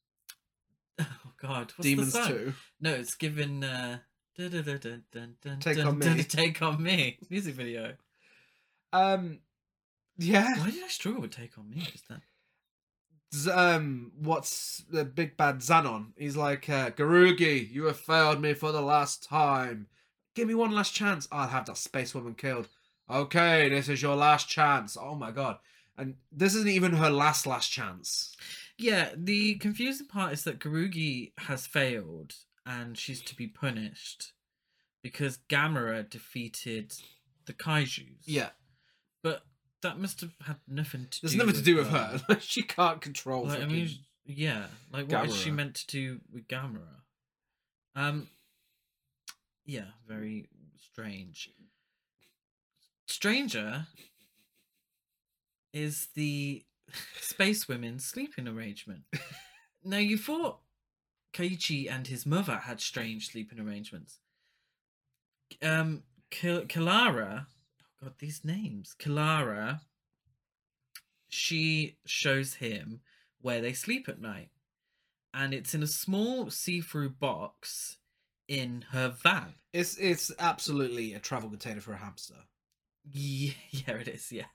[SPEAKER 2] Oh God! What's
[SPEAKER 1] Demons
[SPEAKER 2] the song?
[SPEAKER 1] too.
[SPEAKER 2] No, it's given. Uh, dun, dun, dun, dun, dun, dun,
[SPEAKER 1] Take
[SPEAKER 2] dun,
[SPEAKER 1] on
[SPEAKER 2] dun,
[SPEAKER 1] Me.
[SPEAKER 2] Take on me. Music video.
[SPEAKER 1] Um, yeah.
[SPEAKER 2] Why did I struggle with Take on Me just then?
[SPEAKER 1] Z- um, what's the big bad Xanon? He's like, uh, Garugi, you have failed me for the last time. Give me one last chance. I'll have that space woman killed. Okay, this is your last chance. Oh my god. And this isn't even her last last chance.
[SPEAKER 2] Yeah, the confusing part is that Garugi has failed and she's to be punished because Gamera defeated the Kaijus. But that must have had nothing to
[SPEAKER 1] There's
[SPEAKER 2] do
[SPEAKER 1] nothing to do with
[SPEAKER 2] them.
[SPEAKER 1] her. <laughs> she can't control
[SPEAKER 2] Like, I
[SPEAKER 1] fucking-
[SPEAKER 2] mean, yeah. Like, what is she
[SPEAKER 1] Gamera.
[SPEAKER 2] meant to do with Gamera? Um, yeah, very strange. Stranger is the space women's sleeping arrangement. now, you thought Kaiichi and his mother had strange sleeping arrangements. Um, Kil- Kilara, oh god, these names. Kilara, she shows him where they sleep at night. And it's in a small see through box in her van.
[SPEAKER 1] it's it's absolutely a travel container for a hamster.
[SPEAKER 2] Yeah, <laughs> yeah it is. Yeah.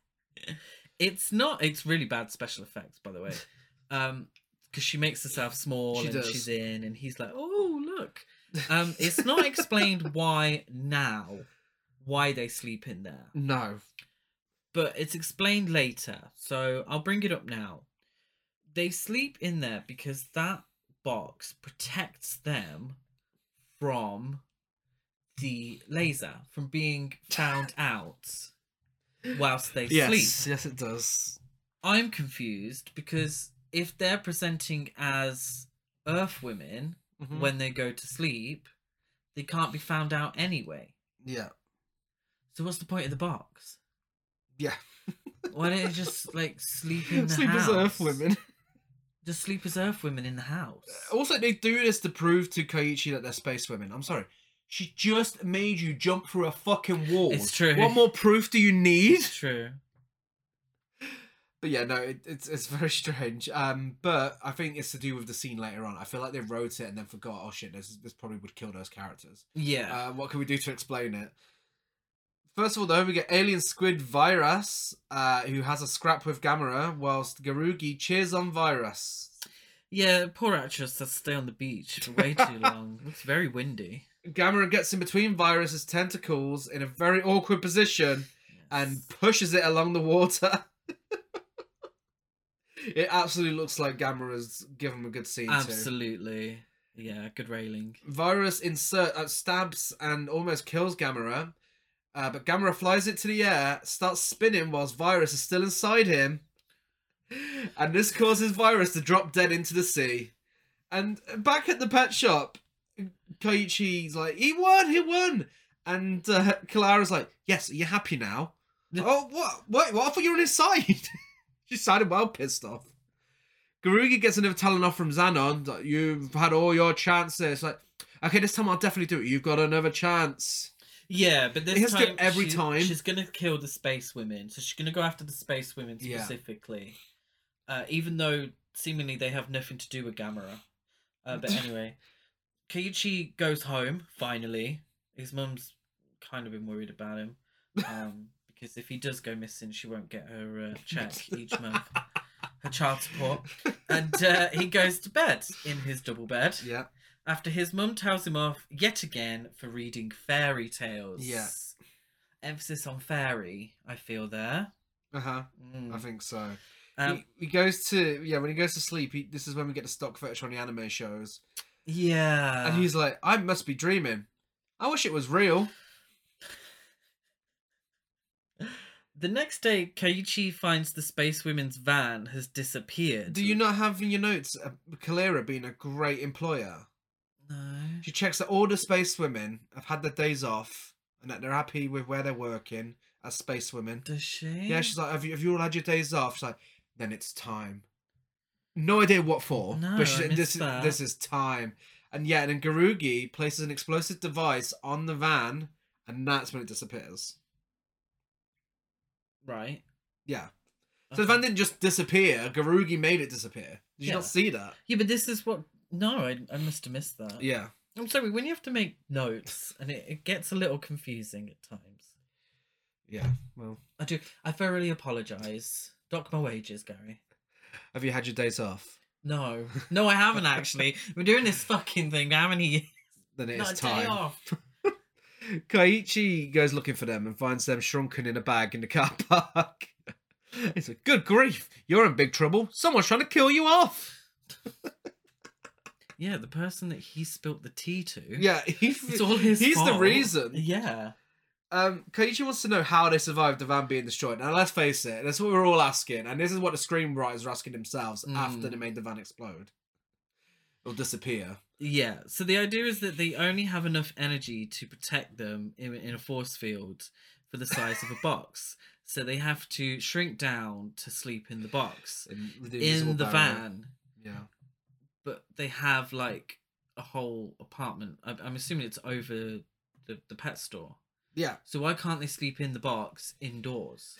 [SPEAKER 2] It's not, it's really bad special effects, by the way. Um, because she makes herself small
[SPEAKER 1] She
[SPEAKER 2] and
[SPEAKER 1] does.
[SPEAKER 2] she's in, and he's like, oh, look.
[SPEAKER 1] <laughs>
[SPEAKER 2] Um, it's not explained why now, why they sleep in there.
[SPEAKER 1] No.
[SPEAKER 2] but it's explained later. So I'll bring it up now. They sleep in there because that box protects them from the laser, from being
[SPEAKER 1] <laughs>
[SPEAKER 2] found out whilst they
[SPEAKER 1] Yes.
[SPEAKER 2] sleep.
[SPEAKER 1] Yes, it does.
[SPEAKER 2] I'm confused because if they're presenting as Earth women
[SPEAKER 1] Mhm.
[SPEAKER 2] when they go to sleep, they can't be found out anyway.
[SPEAKER 1] yeah.
[SPEAKER 2] So what's the point of the box?
[SPEAKER 1] Yeah. <laughs>
[SPEAKER 2] Why don't you just like sleep in the
[SPEAKER 1] Sleep as
[SPEAKER 2] house?
[SPEAKER 1] Earth women.
[SPEAKER 2] Just sleep as Earth women in the house.
[SPEAKER 1] Also, they do this to prove to Koichi that they're space women. I'm sorry. She just made you jump through a fucking wall.
[SPEAKER 2] It's true.
[SPEAKER 1] What more proof do you need?
[SPEAKER 2] It's true.
[SPEAKER 1] But yeah, no, it, it's it's very <laughs> strange. Um, but I think it's to do with the scene later on. I feel like they wrote it and then forgot. Oh shit, this this probably would kill those characters.
[SPEAKER 2] Yeah.
[SPEAKER 1] Uh, what can we do to explain it? First of all, though, we get alien squid Virus, uh, who has a scrap with Gamera, whilst Garugi cheers on Virus.
[SPEAKER 2] yeah, poor actress has to stay on the beach for
[SPEAKER 1] <laughs>
[SPEAKER 2] way too long. Looks very windy.
[SPEAKER 1] Gamera gets in between Virus's tentacles in a very awkward position and
[SPEAKER 2] Yes.
[SPEAKER 1] pushes it along the water. <laughs> it absolutely looks like Gamera's given him a good scene too.
[SPEAKER 2] Absolutely. Yeah, good railing.
[SPEAKER 1] Virus insert uh, stabs and almost kills Gamera, uh, but Gamera flies it to the air, starts spinning whilst Virus is still inside him, <laughs> and this causes Virus to drop dead into the sea. And back at the pet shop, Koichi's like, "He won, he won," and uh, Clara's like, "Yes, are you happy now?" oh, what? What? What? I thought you were on his side. <laughs> she sounded well pissed off. Garugi gets another talent off from Xanon. Like, You've had all your chances. Like, okay, this time I'll definitely do it. You've got another chance.
[SPEAKER 2] Yeah, but this
[SPEAKER 1] It has to
[SPEAKER 2] time
[SPEAKER 1] do it every
[SPEAKER 2] she-
[SPEAKER 1] time.
[SPEAKER 2] she's gonna kill the space women. So she's gonna go after the space women
[SPEAKER 1] Yeah.
[SPEAKER 2] specifically, uh, even though seemingly they have nothing to do with Gamera. Uh,
[SPEAKER 1] <laughs>
[SPEAKER 2] but anyway, Keiichi goes home finally. His mum's kind of been worried about him
[SPEAKER 1] <laughs>
[SPEAKER 2] um, because if he does go missing, she won't get her uh, check each month, her child support. And uh, he goes to bed in his double bed
[SPEAKER 1] <laughs> Yeah.
[SPEAKER 2] after his mum tells him off yet again for reading fairy tales.
[SPEAKER 1] Yeah.
[SPEAKER 2] Emphasis on fairy, I feel there.
[SPEAKER 1] Uh huh.
[SPEAKER 2] Mm.
[SPEAKER 1] I think so.
[SPEAKER 2] Um,
[SPEAKER 1] he, he goes to yeah. When he goes to sleep, he, this is when we get the stock footage on the anime shows,
[SPEAKER 2] yeah.
[SPEAKER 1] and he's like, "I must be dreaming. I wish it was real."
[SPEAKER 2] The next day, Kaiichi finds the space women's van has disappeared.
[SPEAKER 1] Do you not have in your notes uh, Kalera being a great employer?
[SPEAKER 2] No.
[SPEAKER 1] She checks that all the space women have had their days off and that they're happy with where they're working as space women.
[SPEAKER 2] Does she?
[SPEAKER 1] Yeah, she's like, have you, have you all had your days off? She's like, then it's time. No idea what for,
[SPEAKER 2] No,
[SPEAKER 1] but she's
[SPEAKER 2] I
[SPEAKER 1] like, this
[SPEAKER 2] missed
[SPEAKER 1] is
[SPEAKER 2] that.
[SPEAKER 1] this is time. And yeah, and then Garugi places an explosive device on the van, and that's when it disappears.
[SPEAKER 2] Right.
[SPEAKER 1] Yeah. So the
[SPEAKER 2] Okay.
[SPEAKER 1] van didn't just disappear. Garugi made it disappear. Did you
[SPEAKER 2] Yeah.
[SPEAKER 1] not see that?
[SPEAKER 2] Yeah, but this is what. No, I, I must have missed that.
[SPEAKER 1] Yeah.
[SPEAKER 2] I'm sorry, when you have to make notes, and it, it gets a little confusing at times.
[SPEAKER 1] Yeah. Well,
[SPEAKER 2] I do. I thoroughly apologise. Dock my wages, Gary.
[SPEAKER 1] have you had your days off?
[SPEAKER 2] No, no, I haven't actually. We're doing this fucking thing. How many?
[SPEAKER 1] Then it is
[SPEAKER 2] Not a day
[SPEAKER 1] time.
[SPEAKER 2] off.
[SPEAKER 1] Koichi goes looking for them and finds them shrunken in a bag in the car <laughs> park. He's like, Good grief, you're in big trouble. Someone's trying to kill you off.
[SPEAKER 2] Yeah, the person that he spilt the tea to.
[SPEAKER 1] Yeah, he's,
[SPEAKER 2] <laughs> it's all his.
[SPEAKER 1] he's the
[SPEAKER 2] fault.
[SPEAKER 1] reason.
[SPEAKER 2] Yeah,
[SPEAKER 1] Um, Koichi wants to know how they survived the van being destroyed. Now, let's face it, that's what we're all asking. And this is what the screenwriters are asking themselves after
[SPEAKER 2] Mm.
[SPEAKER 1] they made the van explode or disappear.
[SPEAKER 2] yeah. So the idea is that they only have enough energy to protect them in, in a force field for the size of a box. So they have to shrink down to sleep in the box
[SPEAKER 1] In, with invisible
[SPEAKER 2] in the
[SPEAKER 1] barrier.
[SPEAKER 2] van.
[SPEAKER 1] Yeah.
[SPEAKER 2] but they have like a whole apartment. I- I'm assuming it's over the, the pet store.
[SPEAKER 1] Yeah.
[SPEAKER 2] So why can't they sleep in the box
[SPEAKER 1] <laughs>
[SPEAKER 2] indoors?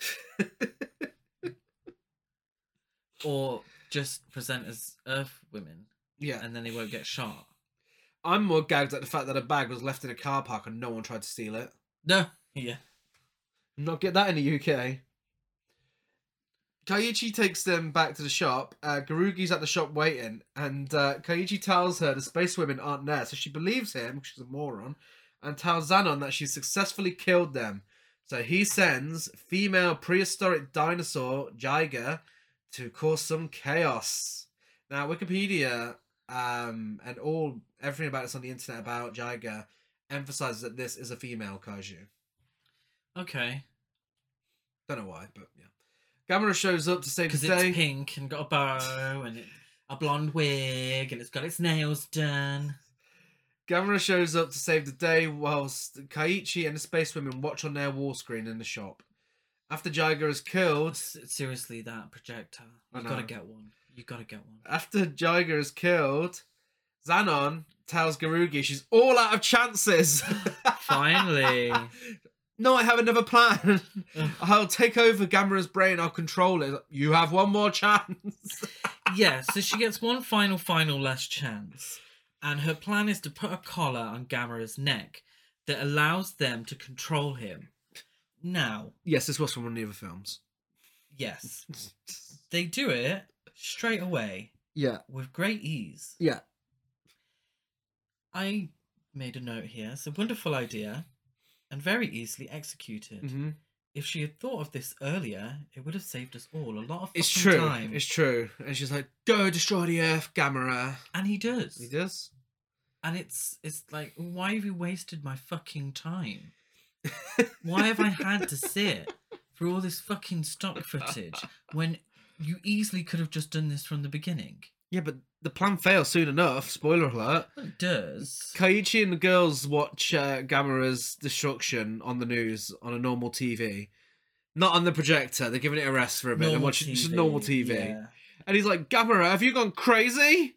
[SPEAKER 2] or just present as Earth women,
[SPEAKER 1] Yeah.
[SPEAKER 2] and then they won't get shot.
[SPEAKER 1] I'm more gagged at the fact that a bag was left in a car park and no one tried to steal it.
[SPEAKER 2] No. Yeah.
[SPEAKER 1] Not get that in the UK. Kaiichi takes them back to the shop. Uh, Garugi's at the shop waiting, and uh, Kaiichi tells her the space women aren't there, so she believes him, 'cause she's a moron, and tells Xanon that she successfully killed them. So he sends female prehistoric dinosaur Jiger to cause some chaos. Now, Wikipedia um, and all everything about this on the internet about Jiger emphasizes that this is a female kaiju.
[SPEAKER 2] Okay.
[SPEAKER 1] Don't know why, but yeah. Gamera shows up to save
[SPEAKER 2] Because
[SPEAKER 1] the
[SPEAKER 2] it's
[SPEAKER 1] day.
[SPEAKER 2] pink and got a bow and it, a blonde wig and it's got its nails done.
[SPEAKER 1] Gamera shows up to save the day whilst Kaiichi and the space women watch on their wall screen in the shop. After Jiger is killed,
[SPEAKER 2] S- Seriously, that projectile.
[SPEAKER 1] I
[SPEAKER 2] You gotta
[SPEAKER 1] know.
[SPEAKER 2] get one. You gotta get one.
[SPEAKER 1] after Jiger is killed, Xanon tells Garugi she's all out of chances. <laughs>
[SPEAKER 2] Finally.
[SPEAKER 1] no, I have another <laughs> plan. I'll take over Gamera's brain. I'll control it. You have one more chance.
[SPEAKER 2] yeah, so she gets one final, final last chance. And her plan is to put a collar on Gamera's neck that allows them to control him. Now,
[SPEAKER 1] <laughs> yes, this was from one of the other films. <laughs>
[SPEAKER 2] yes, they do it straight away
[SPEAKER 1] Yeah,
[SPEAKER 2] with great ease.
[SPEAKER 1] yeah.
[SPEAKER 2] I made a note here. It's a wonderful idea and very easily executed.
[SPEAKER 1] hmm
[SPEAKER 2] If she had thought of this earlier, it would have saved us all a lot of
[SPEAKER 1] It's
[SPEAKER 2] fucking
[SPEAKER 1] true.
[SPEAKER 2] time.
[SPEAKER 1] It's true. And she's like, "Go destroy the Earth, Gamera."
[SPEAKER 2] And he does.
[SPEAKER 1] He does.
[SPEAKER 2] And it's it's like, why have you wasted my
[SPEAKER 1] <laughs>
[SPEAKER 2] fucking time? why have I had to sit for all this fucking stock footage when you easily could have just done this from the beginning?
[SPEAKER 1] Yeah, but the plan fails soon enough. Spoiler alert.
[SPEAKER 2] Well, it does.
[SPEAKER 1] Kaiichi and the girls watch uh, Gamera's destruction on the news on a normal TV. Not on the projector. They're giving it a rest for a bit. They're watching just normal TV.
[SPEAKER 2] yeah.
[SPEAKER 1] And he's like, Gamera, have you gone crazy?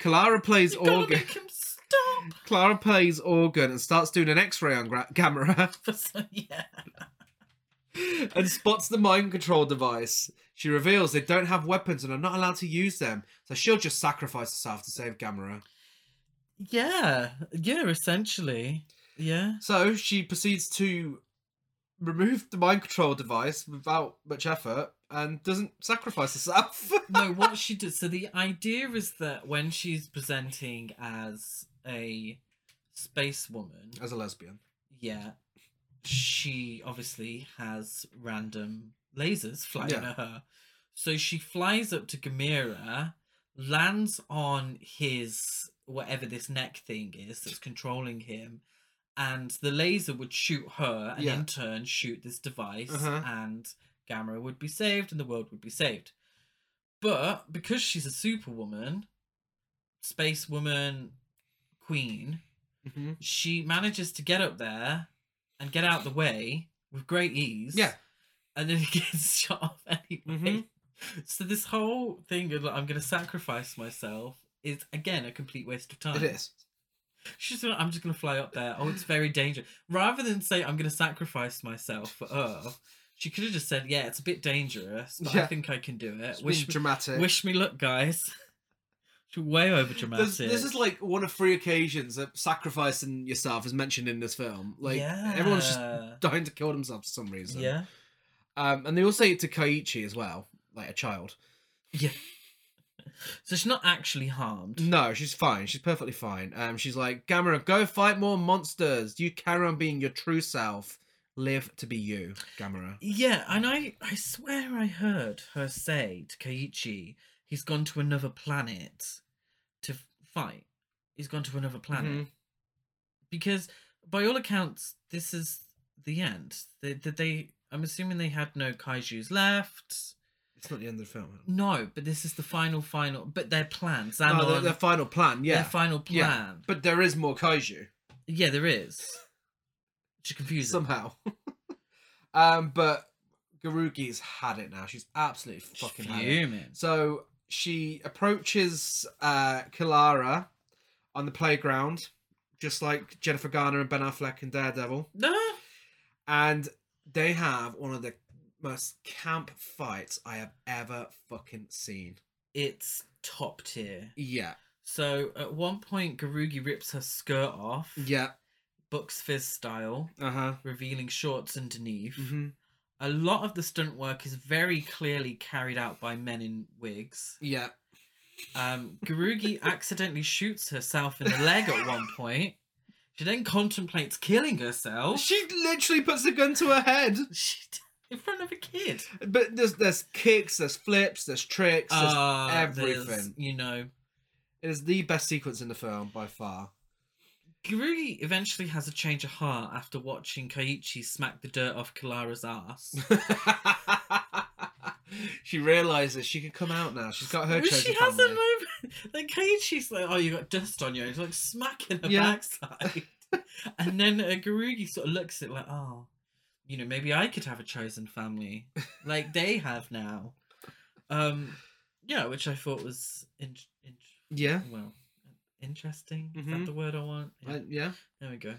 [SPEAKER 1] Clara plays
[SPEAKER 2] You gotta
[SPEAKER 1] organ.
[SPEAKER 2] make him stop.
[SPEAKER 1] <laughs>
[SPEAKER 2] <laughs>
[SPEAKER 1] Clara plays organ and starts doing an X-ray on Gra- Gamera <laughs>
[SPEAKER 2] For so- yeah.
[SPEAKER 1] and spots the mind control device. She reveals they don't have weapons and are not allowed to use them, so she'll just sacrifice herself to save Gamera.
[SPEAKER 2] Yeah. Yeah, essentially. Yeah.
[SPEAKER 1] So she proceeds to remove the mind control device without much effort and doesn't sacrifice herself. <laughs>
[SPEAKER 2] no, what she did. So the idea is that when she's presenting as a space woman,
[SPEAKER 1] As a lesbian.
[SPEAKER 2] yeah, she obviously has random lasers flying
[SPEAKER 1] Yeah.
[SPEAKER 2] at her. So she flies up to Gamera, lands on his whatever this neck thing is that's controlling him, and the laser would shoot her and
[SPEAKER 1] Yeah.
[SPEAKER 2] in turn shoot this device,
[SPEAKER 1] Uh-huh.
[SPEAKER 2] and Gamera would be saved and the world would be saved. But because she's a superwoman, space woman, queen,
[SPEAKER 1] Mm-hmm.
[SPEAKER 2] she manages to get up there and get out the way with great ease.
[SPEAKER 1] Yeah.
[SPEAKER 2] And then he <laughs> gets shot off anyway.
[SPEAKER 1] Mhm.
[SPEAKER 2] So this whole thing of like, I'm going to sacrifice myself is again a complete waste of time.
[SPEAKER 1] It is.
[SPEAKER 2] She's like, I'm just going to fly up there. Oh, it's very dangerous. Rather than say I'm going to sacrifice myself for Earth, she could have just said, "Yeah, it's a bit dangerous, but I
[SPEAKER 1] Yeah.
[SPEAKER 2] think I can do it."
[SPEAKER 1] It's
[SPEAKER 2] Uh, Wish
[SPEAKER 1] been dramatic.
[SPEAKER 2] me, wish me luck, guys. <laughs> She's way over dramatic.
[SPEAKER 1] There's- this is like one of three occasions that sacrificing yourself is mentioned in this film. Like everyone's just <laughs>
[SPEAKER 2] Yeah.
[SPEAKER 1] dying to kill themselves for some reason.
[SPEAKER 2] yeah.
[SPEAKER 1] Um, and they all say it to Kaiichi as well, like a child.
[SPEAKER 2] Yeah. <laughs> So she's not actually harmed.
[SPEAKER 1] No, she's fine. She's perfectly fine. Um, she's like, Gamera, go fight more monsters. You carry on being your true self. Live to be you, Gamera.
[SPEAKER 2] Yeah, and I, I swear I heard her say to Kaiichi, he's gone to another planet to f- fight. He's gone to another planet.
[SPEAKER 1] Mm-hmm.
[SPEAKER 2] Because by all accounts, this is the end. They, they, they, I'm assuming they had no kaiju's left.
[SPEAKER 1] It's not the end of the film.
[SPEAKER 2] No, but this is the final, final. But their plan, Xanon,
[SPEAKER 1] No, their, their Ah, final plan, Oh, yeah.
[SPEAKER 2] their final plan.
[SPEAKER 1] Yeah. but there is more Kaiju
[SPEAKER 2] Yeah, there is. Which confuses
[SPEAKER 1] somehow. <laughs> um, but Garugi's had it now. She's absolutely fucking had it.
[SPEAKER 2] human.
[SPEAKER 1] So she approaches uh Kilara on the playground, just like Jennifer Garner and Ben Affleck and Daredevil,
[SPEAKER 2] No.
[SPEAKER 1] and they have one of the most camp fights I have ever fucking seen.
[SPEAKER 2] it's top tier.
[SPEAKER 1] Yeah,
[SPEAKER 2] So at one point, Garugi rips her skirt off,
[SPEAKER 1] yeah,
[SPEAKER 2] Bucks Fizz style,
[SPEAKER 1] uh huh.
[SPEAKER 2] revealing shorts underneath.
[SPEAKER 1] hmm
[SPEAKER 2] A lot of the stunt work is very clearly carried out by men in wigs.
[SPEAKER 1] Yeah,
[SPEAKER 2] Um,
[SPEAKER 1] <laughs>
[SPEAKER 2] Garugi accidentally shoots herself in the leg at one point. She then contemplates killing herself.
[SPEAKER 1] she literally puts a gun to her head.
[SPEAKER 2] She <laughs> in front of a kid.
[SPEAKER 1] But there's there's kicks, there's flips, there's tricks. There's,
[SPEAKER 2] Ah, there's,
[SPEAKER 1] everything.
[SPEAKER 2] you know,
[SPEAKER 1] it is the best sequence in the film by far. <laughs>
[SPEAKER 2] Garugi eventually has a change of heart after watching Kaiichi smack the dirt off Kalara's <laughs> ass.
[SPEAKER 1] she realizes she can come out now. She's got her
[SPEAKER 2] Well,
[SPEAKER 1] chosen
[SPEAKER 2] she has a
[SPEAKER 1] family.
[SPEAKER 2] moment. <laughs> like Kaiichi's like, oh, you got dust on you. And he's like smacking her
[SPEAKER 1] Yeah.
[SPEAKER 2] backside. <laughs> and then uh, Garugi sort of looks at it like, oh, you know, maybe I could have a chosen family like they have now. Um, yeah, which I thought was in, in
[SPEAKER 1] Yeah.
[SPEAKER 2] well interesting. Is
[SPEAKER 1] Mhm.
[SPEAKER 2] that the word Mm-hmm. I want? Yeah.
[SPEAKER 1] Uh, yeah.
[SPEAKER 2] There we go.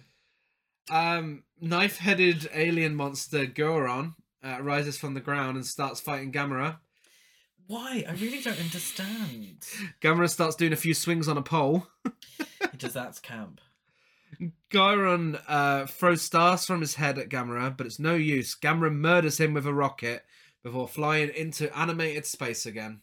[SPEAKER 1] Um, knife-headed alien monster Goron uh, rises from the ground and starts fighting Gamera.
[SPEAKER 2] Why? I really don't understand. <laughs>
[SPEAKER 1] Gamera starts doing a few swings on a pole.
[SPEAKER 2] Does that's camp?
[SPEAKER 1] Goron uh, throws stars from his head at Gamera, but it's no use. Gamera murders him with a rocket before flying into animated space again.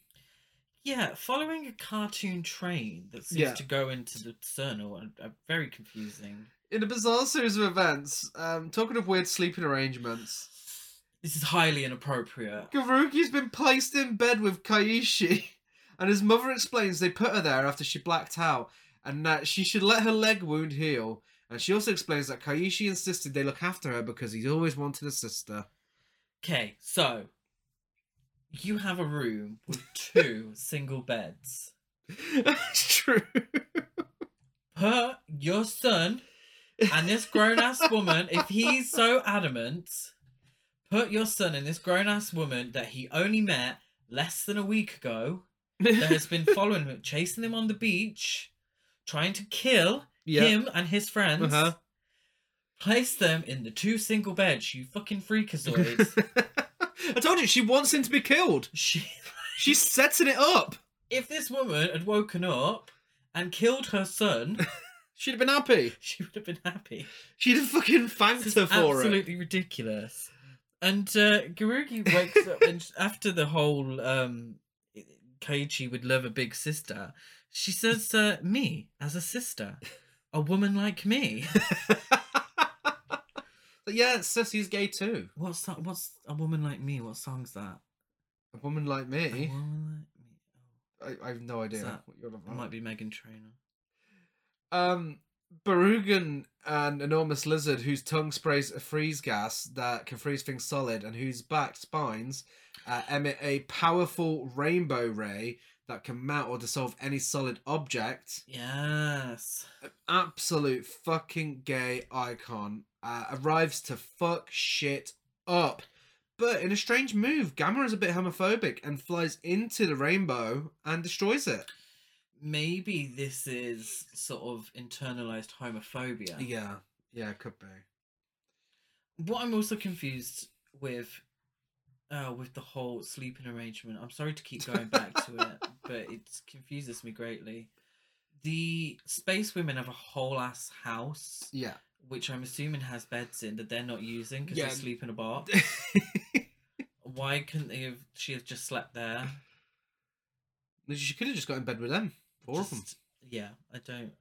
[SPEAKER 2] Yeah, following a cartoon train that seems
[SPEAKER 1] Yeah.
[SPEAKER 2] to go into the Cernal and uh, very confusing.
[SPEAKER 1] In a bizarre series of events, um, talking of weird sleeping arrangements,
[SPEAKER 2] This is highly inappropriate.
[SPEAKER 1] Garuki's been placed in bed with Kaishi, <laughs> and his mother explains they put her there after she blacked out, and that she should let her leg wound heal. And she also explains that Kaishi insisted they look after her because he's always wanted a sister. <laughs>
[SPEAKER 2] Okay, so you have a room with two single beds.
[SPEAKER 1] That's true.
[SPEAKER 2] Put your son and this grown ass woman, if he's so adamant, put your son and this grown ass woman that he only met less than a week ago,
[SPEAKER 1] <laughs>
[SPEAKER 2] that has been following him, chasing him on the beach, trying to kill him and his friends.
[SPEAKER 1] Uh-huh.
[SPEAKER 2] Place them in the two single beds, you fucking freakazoids.
[SPEAKER 1] <laughs> I told you she wants him to be killed.
[SPEAKER 2] she,
[SPEAKER 1] She's setting it up.
[SPEAKER 2] if this woman had woken up and killed
[SPEAKER 1] <laughs>
[SPEAKER 2] her son, <laughs>
[SPEAKER 1] She'd have been happy.
[SPEAKER 2] she would have been happy.
[SPEAKER 1] She'd have fucking thanked
[SPEAKER 2] This
[SPEAKER 1] her
[SPEAKER 2] is
[SPEAKER 1] for it.
[SPEAKER 2] absolutely ridiculous. And uh, Garugi wakes up, and after the whole um, Kaichi would love a big sister, she says, uh, "Me as a sister, a woman
[SPEAKER 1] <laughs>
[SPEAKER 2] like me."
[SPEAKER 1] But yeah, Sissy's gay too.
[SPEAKER 2] What's that? What's a woman like me? What song's that?
[SPEAKER 1] A woman like
[SPEAKER 2] A
[SPEAKER 1] me.
[SPEAKER 2] woman like me.
[SPEAKER 1] I, I have no idea
[SPEAKER 2] that-
[SPEAKER 1] what you're
[SPEAKER 2] It
[SPEAKER 1] about.
[SPEAKER 2] might be Megan Trainor.
[SPEAKER 1] Um, Barugan, an enormous lizard whose tongue sprays a freeze gas that can freeze things solid and whose back spines uh, emit a powerful rainbow ray that can melt or dissolve any solid object.
[SPEAKER 2] Yes.
[SPEAKER 1] Absolute fucking gay icon uh, arrives to fuck shit up. But in a strange move, Gamma is a bit homophobic and flies into the rainbow and destroys it.
[SPEAKER 2] Maybe this is sort of internalized homophobia.
[SPEAKER 1] Yeah, yeah, it could be.
[SPEAKER 2] What I'm also confused with, uh, with the whole sleeping arrangement. I'm sorry to keep going back to
[SPEAKER 1] <laughs>
[SPEAKER 2] it, but it confuses me greatly. The space women have a whole ass house,
[SPEAKER 1] Yeah.
[SPEAKER 2] which I'm assuming has beds in that they're not using because
[SPEAKER 1] Yeah.
[SPEAKER 2] they sleep in a bar.
[SPEAKER 1] <laughs>
[SPEAKER 2] Why couldn't they have? She have just slept there.
[SPEAKER 1] She could have just got in bed with them. Four of them.
[SPEAKER 2] Just- Yeah, I don't.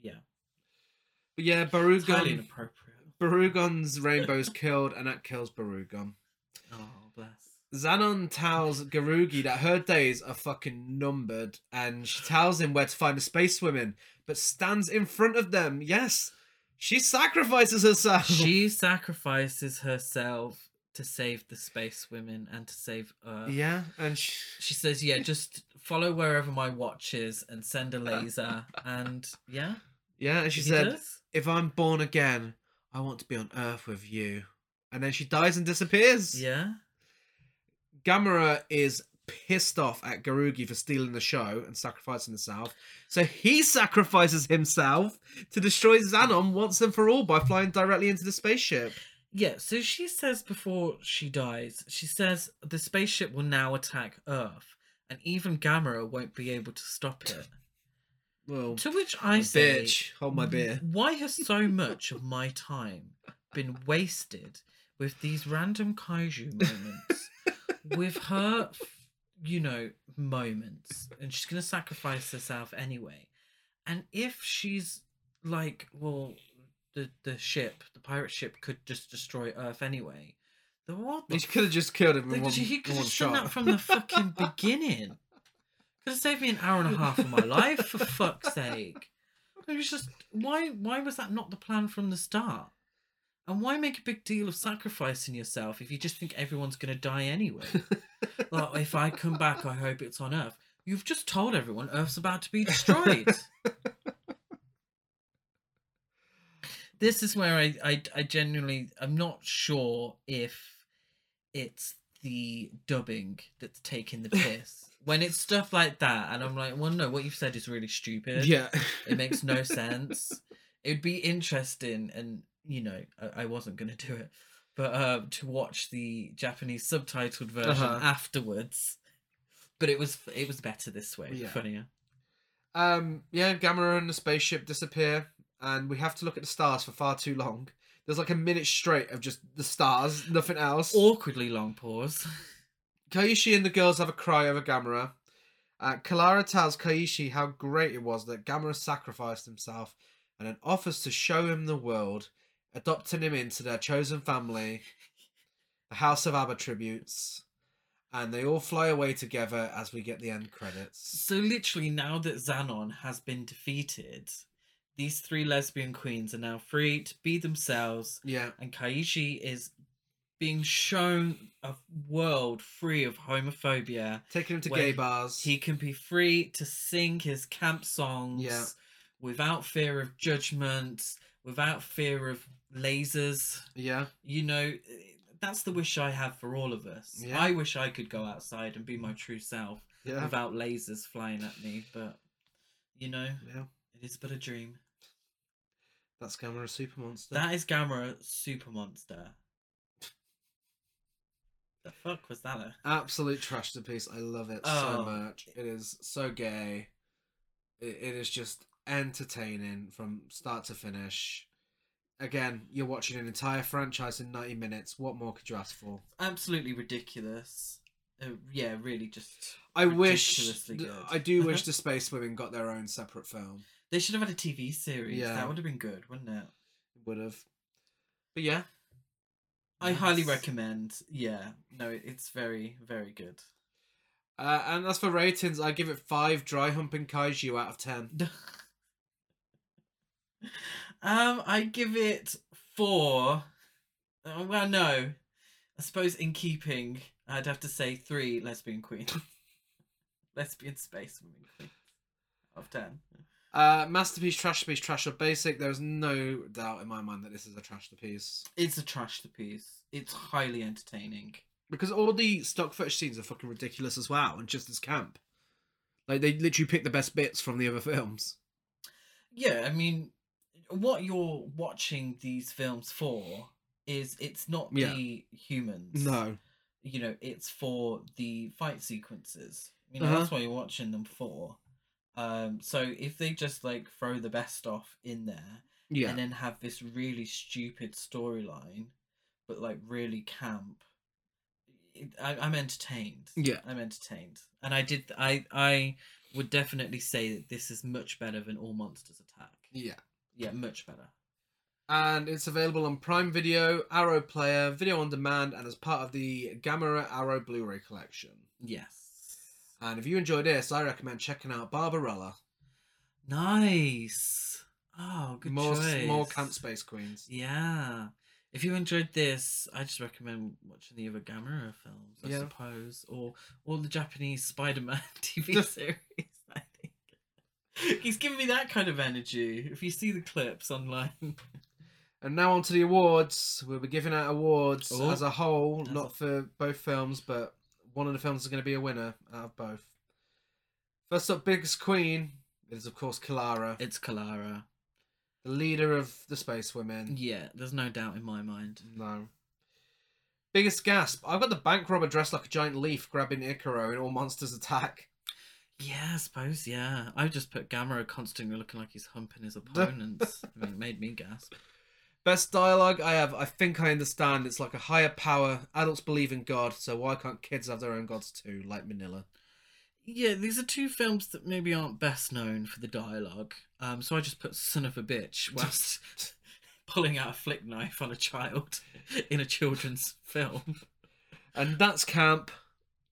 [SPEAKER 2] Yeah,
[SPEAKER 1] But yeah,
[SPEAKER 2] it's highly
[SPEAKER 1] Barugon.
[SPEAKER 2] inappropriate.
[SPEAKER 1] Barugon's rainbow's killed, and that kills Barugon.
[SPEAKER 2] Oh, bless.
[SPEAKER 1] Xanon tells Garugi that her days are fucking numbered, and she tells him where to find the space women, but stands in front of them. Yes, she sacrifices herself.
[SPEAKER 2] She sacrifices herself to save the space women and to save Earth.
[SPEAKER 1] <laughs> Yeah, and she,
[SPEAKER 2] She says,
[SPEAKER 1] <laughs>
[SPEAKER 2] "Yeah, just follow wherever my watch is and send a laser." and yeah,
[SPEAKER 1] yeah, and she
[SPEAKER 2] he
[SPEAKER 1] said,
[SPEAKER 2] does.
[SPEAKER 1] "If I'm born again, I want to be on Earth with you." And then she dies and disappears.
[SPEAKER 2] "Yeah,
[SPEAKER 1] Gamera is pissed off at Garugi for stealing the show and sacrificing himself. So he sacrifices himself to destroy Xanon once and for all by flying directly into the spaceship.
[SPEAKER 2] yeah." So she says before she dies, she says the spaceship will now attack Earth, and even Gamera won't be able to stop
[SPEAKER 1] <laughs>
[SPEAKER 2] it.
[SPEAKER 1] Well,
[SPEAKER 2] To which I say,
[SPEAKER 1] bitch, hold my beer.
[SPEAKER 2] Why has so much of my time been wasted with these random kaiju moments, with her, you know, moments? And she's going to sacrifice herself anyway. And if she's like, well, the, the ship, the pirate ship could just destroy Earth anyway, then what the
[SPEAKER 1] He could have just killed him
[SPEAKER 2] they
[SPEAKER 1] in one,
[SPEAKER 2] could- he could
[SPEAKER 1] one
[SPEAKER 2] have done that
[SPEAKER 1] shot.
[SPEAKER 2] from the fucking beginning. Could have saved me an hour and a half of my life, for fuck's sake. It was just why why was that not the plan from the start? And why make a big deal of sacrificing yourself if you just think everyone's gonna die anyway? like if I come back, I hope it's on Earth. You've just told everyone Earth's about to be destroyed. this is where I, I, I genuinely, I'm not sure if it's the dubbing that's taking the piss. when it's stuff like that, and I'm like, well, no, what you've said is
[SPEAKER 1] <laughs>
[SPEAKER 2] really stupid.
[SPEAKER 1] Yeah.
[SPEAKER 2] It makes no sense. It'd be interesting, and you know, I, I wasn't going to do it, but uh, to watch the Japanese subtitled version
[SPEAKER 1] Uh-huh.
[SPEAKER 2] afterwards. But it was it was better this way.
[SPEAKER 1] Yeah.
[SPEAKER 2] Funnier.
[SPEAKER 1] Um, yeah, Gamera and the spaceship disappear, and we have to look at the stars for far too long. There's like a minute straight of just the stars, nothing else.
[SPEAKER 2] Awkwardly long pause.
[SPEAKER 1] Kaishi and the girls have a cry over Gamera. Uh, Kalara tells Kaishi how great it was that Gamera sacrificed himself and then offers to show him the world, adopting him into their chosen family, the House of Abba tributes, and they all fly away together as we get the end credits.
[SPEAKER 2] So literally, now that Xanon has been defeated, these three lesbian queens are now free to be themselves,
[SPEAKER 1] Yeah,
[SPEAKER 2] and Kaishi is being shown a world free of homophobia
[SPEAKER 1] taking him to
[SPEAKER 2] When
[SPEAKER 1] gay bars.
[SPEAKER 2] He can be free to sing his camp songs
[SPEAKER 1] Yeah.
[SPEAKER 2] without fear of judgment, without fear of lasers.
[SPEAKER 1] yeah,
[SPEAKER 2] You know, eh, that's the wish I have for all of us.
[SPEAKER 1] Yeah. Uh-huh.
[SPEAKER 2] I wish I could go outside and be my true self
[SPEAKER 1] yeah,
[SPEAKER 2] without lasers flying at me, but you know,
[SPEAKER 1] yeah.
[SPEAKER 2] it is but a dream.
[SPEAKER 1] That's Gamera Super Monster.
[SPEAKER 2] That is Gamera Super Monster. the fuck was that?
[SPEAKER 1] Absolute trash to piece. I love it
[SPEAKER 2] Oh.
[SPEAKER 1] so much. It is so gay. It, it is just entertaining from start to finish. Again, you're watching an entire franchise in 90 minutes. What more could you ask for?
[SPEAKER 2] Absolutely ridiculous. Uh, yeah, really just
[SPEAKER 1] I wish.
[SPEAKER 2] Ridiculously
[SPEAKER 1] th-
[SPEAKER 2] good.
[SPEAKER 1] I do
[SPEAKER 2] <laughs>
[SPEAKER 1] wish the Space Women got their own separate film.
[SPEAKER 2] They should have had a TV series.
[SPEAKER 1] Yeah.
[SPEAKER 2] That would have been good, wouldn't it?
[SPEAKER 1] Would have. But yeah.
[SPEAKER 2] I highly
[SPEAKER 1] Yes.
[SPEAKER 2] recommend. Yeah. No, it- it's very, very good. <laughs>
[SPEAKER 1] Uh, and as for ratings, I give it five dry humping kaiju out of ten.
[SPEAKER 2] um, I give it four. Uh, well, no. I suppose in keeping, I'd have to say three lesbian queen. <laughs> lesbian space women queen. Out of ten.
[SPEAKER 1] Uh, masterpiece, trash to piece, trash or basic. There is no doubt in my mind that this is a trash to piece.
[SPEAKER 2] It's a trash to piece. It's highly entertaining.
[SPEAKER 1] because all the stock footage scenes are fucking ridiculous as well, and just as camp. Like they literally pick the best bits from the other films.
[SPEAKER 2] yeah i mean what you're watching these films for is it's not
[SPEAKER 1] Yeah.
[SPEAKER 2] the humans
[SPEAKER 1] No,
[SPEAKER 2] you know it's for the fight sequences you know
[SPEAKER 1] Uh-huh.
[SPEAKER 2] that's what you're watching them for um so if they just like throw the best off in there
[SPEAKER 1] yeah,
[SPEAKER 2] and then have this really stupid storyline but like really camp it, I, i'm entertained
[SPEAKER 1] Yeah.
[SPEAKER 2] i'm entertained and i did i i would definitely say that this is much better than all monsters attack
[SPEAKER 1] yeah.
[SPEAKER 2] yeah, much better.
[SPEAKER 1] And it's available on Prime Video, Arrow Player, Video on Demand, and as part of the Gamera Arrow Blu-ray collection.
[SPEAKER 2] Yes.
[SPEAKER 1] And if you enjoy this, I recommend checking out Barbarella.
[SPEAKER 2] Nice. Oh, good
[SPEAKER 1] more
[SPEAKER 2] choice.
[SPEAKER 1] more camp space queens.
[SPEAKER 2] Yeah. If you enjoyed this, I just recommend watching the other Gamera films, I
[SPEAKER 1] Yeah.
[SPEAKER 2] suppose, or or the Japanese Spider-Man <laughs>
[SPEAKER 1] <laughs>
[SPEAKER 2] TV series. I think he's giving me that kind of energy. If you see the clips online,
[SPEAKER 1] And now on to the awards. We'll be giving out awards
[SPEAKER 2] Oh.
[SPEAKER 1] as a whole,
[SPEAKER 2] As
[SPEAKER 1] not
[SPEAKER 2] a-
[SPEAKER 1] for both films, but one of the films is going to be a winner out of both. First up, Biggest Queen is, of course, Kalara,
[SPEAKER 2] it's Kalara.
[SPEAKER 1] the leader of the Space Women.
[SPEAKER 2] Yeah, there's no doubt in my mind.
[SPEAKER 1] No. Biggest Gasp. I've got the bank robber dressed like a giant leaf grabbing Icaro in All Monsters Attack.
[SPEAKER 2] Yeah, I suppose. Yeah, I just put Gamera constantly looking like he's humping
[SPEAKER 1] <laughs>
[SPEAKER 2] his opponents. I mean, it made me gasp.
[SPEAKER 1] Best dialogue I have, I think I understand. It's like a higher power. Adults believe in God, so why can't kids have their own gods too, like Manila?
[SPEAKER 2] Yeah, these are two films that maybe aren't best known for the dialogue. Um, so I just put "son of a bitch" whilst <laughs> pulling out a flick knife on a child in a children's
[SPEAKER 1] <laughs>
[SPEAKER 2] film.
[SPEAKER 1] And that's camp.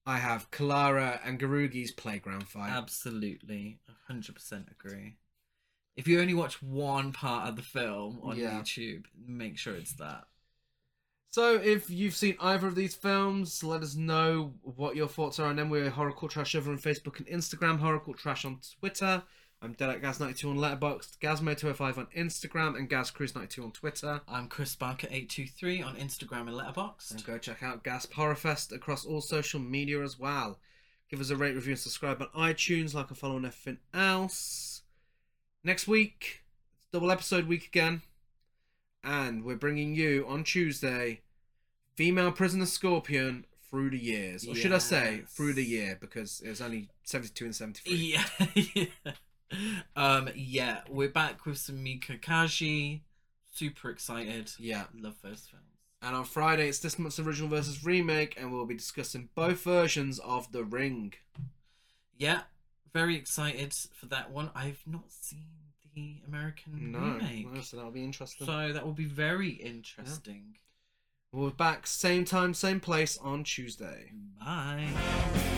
[SPEAKER 1] I have Kalara and Garugi's playground fight.
[SPEAKER 2] Um, Absolutely, hundred percent agree. If you only watch one part of the film on
[SPEAKER 1] Yeah.
[SPEAKER 2] YouTube, make sure it's that.
[SPEAKER 1] So, if you've seen either of these films, let us know what your thoughts are. And then we're Horrorcore Trash over on Facebook and Instagram, Horrorcore Trash on Twitter. I'm Dead at Gaz92 on Letterboxd, Gazmo205 on Instagram, and GazCruise92 on Twitter.
[SPEAKER 2] I'm Chris Barker eight two three on Instagram and Letterboxd.
[SPEAKER 1] And go check out Gasp Horrorfest across all social media as well. Give us a rate, review, and subscribe on iTunes, like and follow on everything else. Next week, it's double episode week again. And we're bringing you on Tuesday Female Prisoner Scorpion Through the Years. Or should I say,
[SPEAKER 2] Yes.
[SPEAKER 1] Through the Year, because it was only 72 and 73.
[SPEAKER 2] Yeah. <laughs> yeah. Um. Yeah, we're back with some Mika Kaji. Super excited.
[SPEAKER 1] Yeah.
[SPEAKER 2] Love those films.
[SPEAKER 1] And on Friday, it's this month's original versus remake, and we'll be discussing both versions of The Ring.
[SPEAKER 2] Yeah, very excited for that one. I've not seen the American
[SPEAKER 1] No,
[SPEAKER 2] remake,
[SPEAKER 1] no, so that'll be interesting.
[SPEAKER 2] so that will be very interesting.
[SPEAKER 1] We're back same time, same place on Tuesday.
[SPEAKER 2] Bye.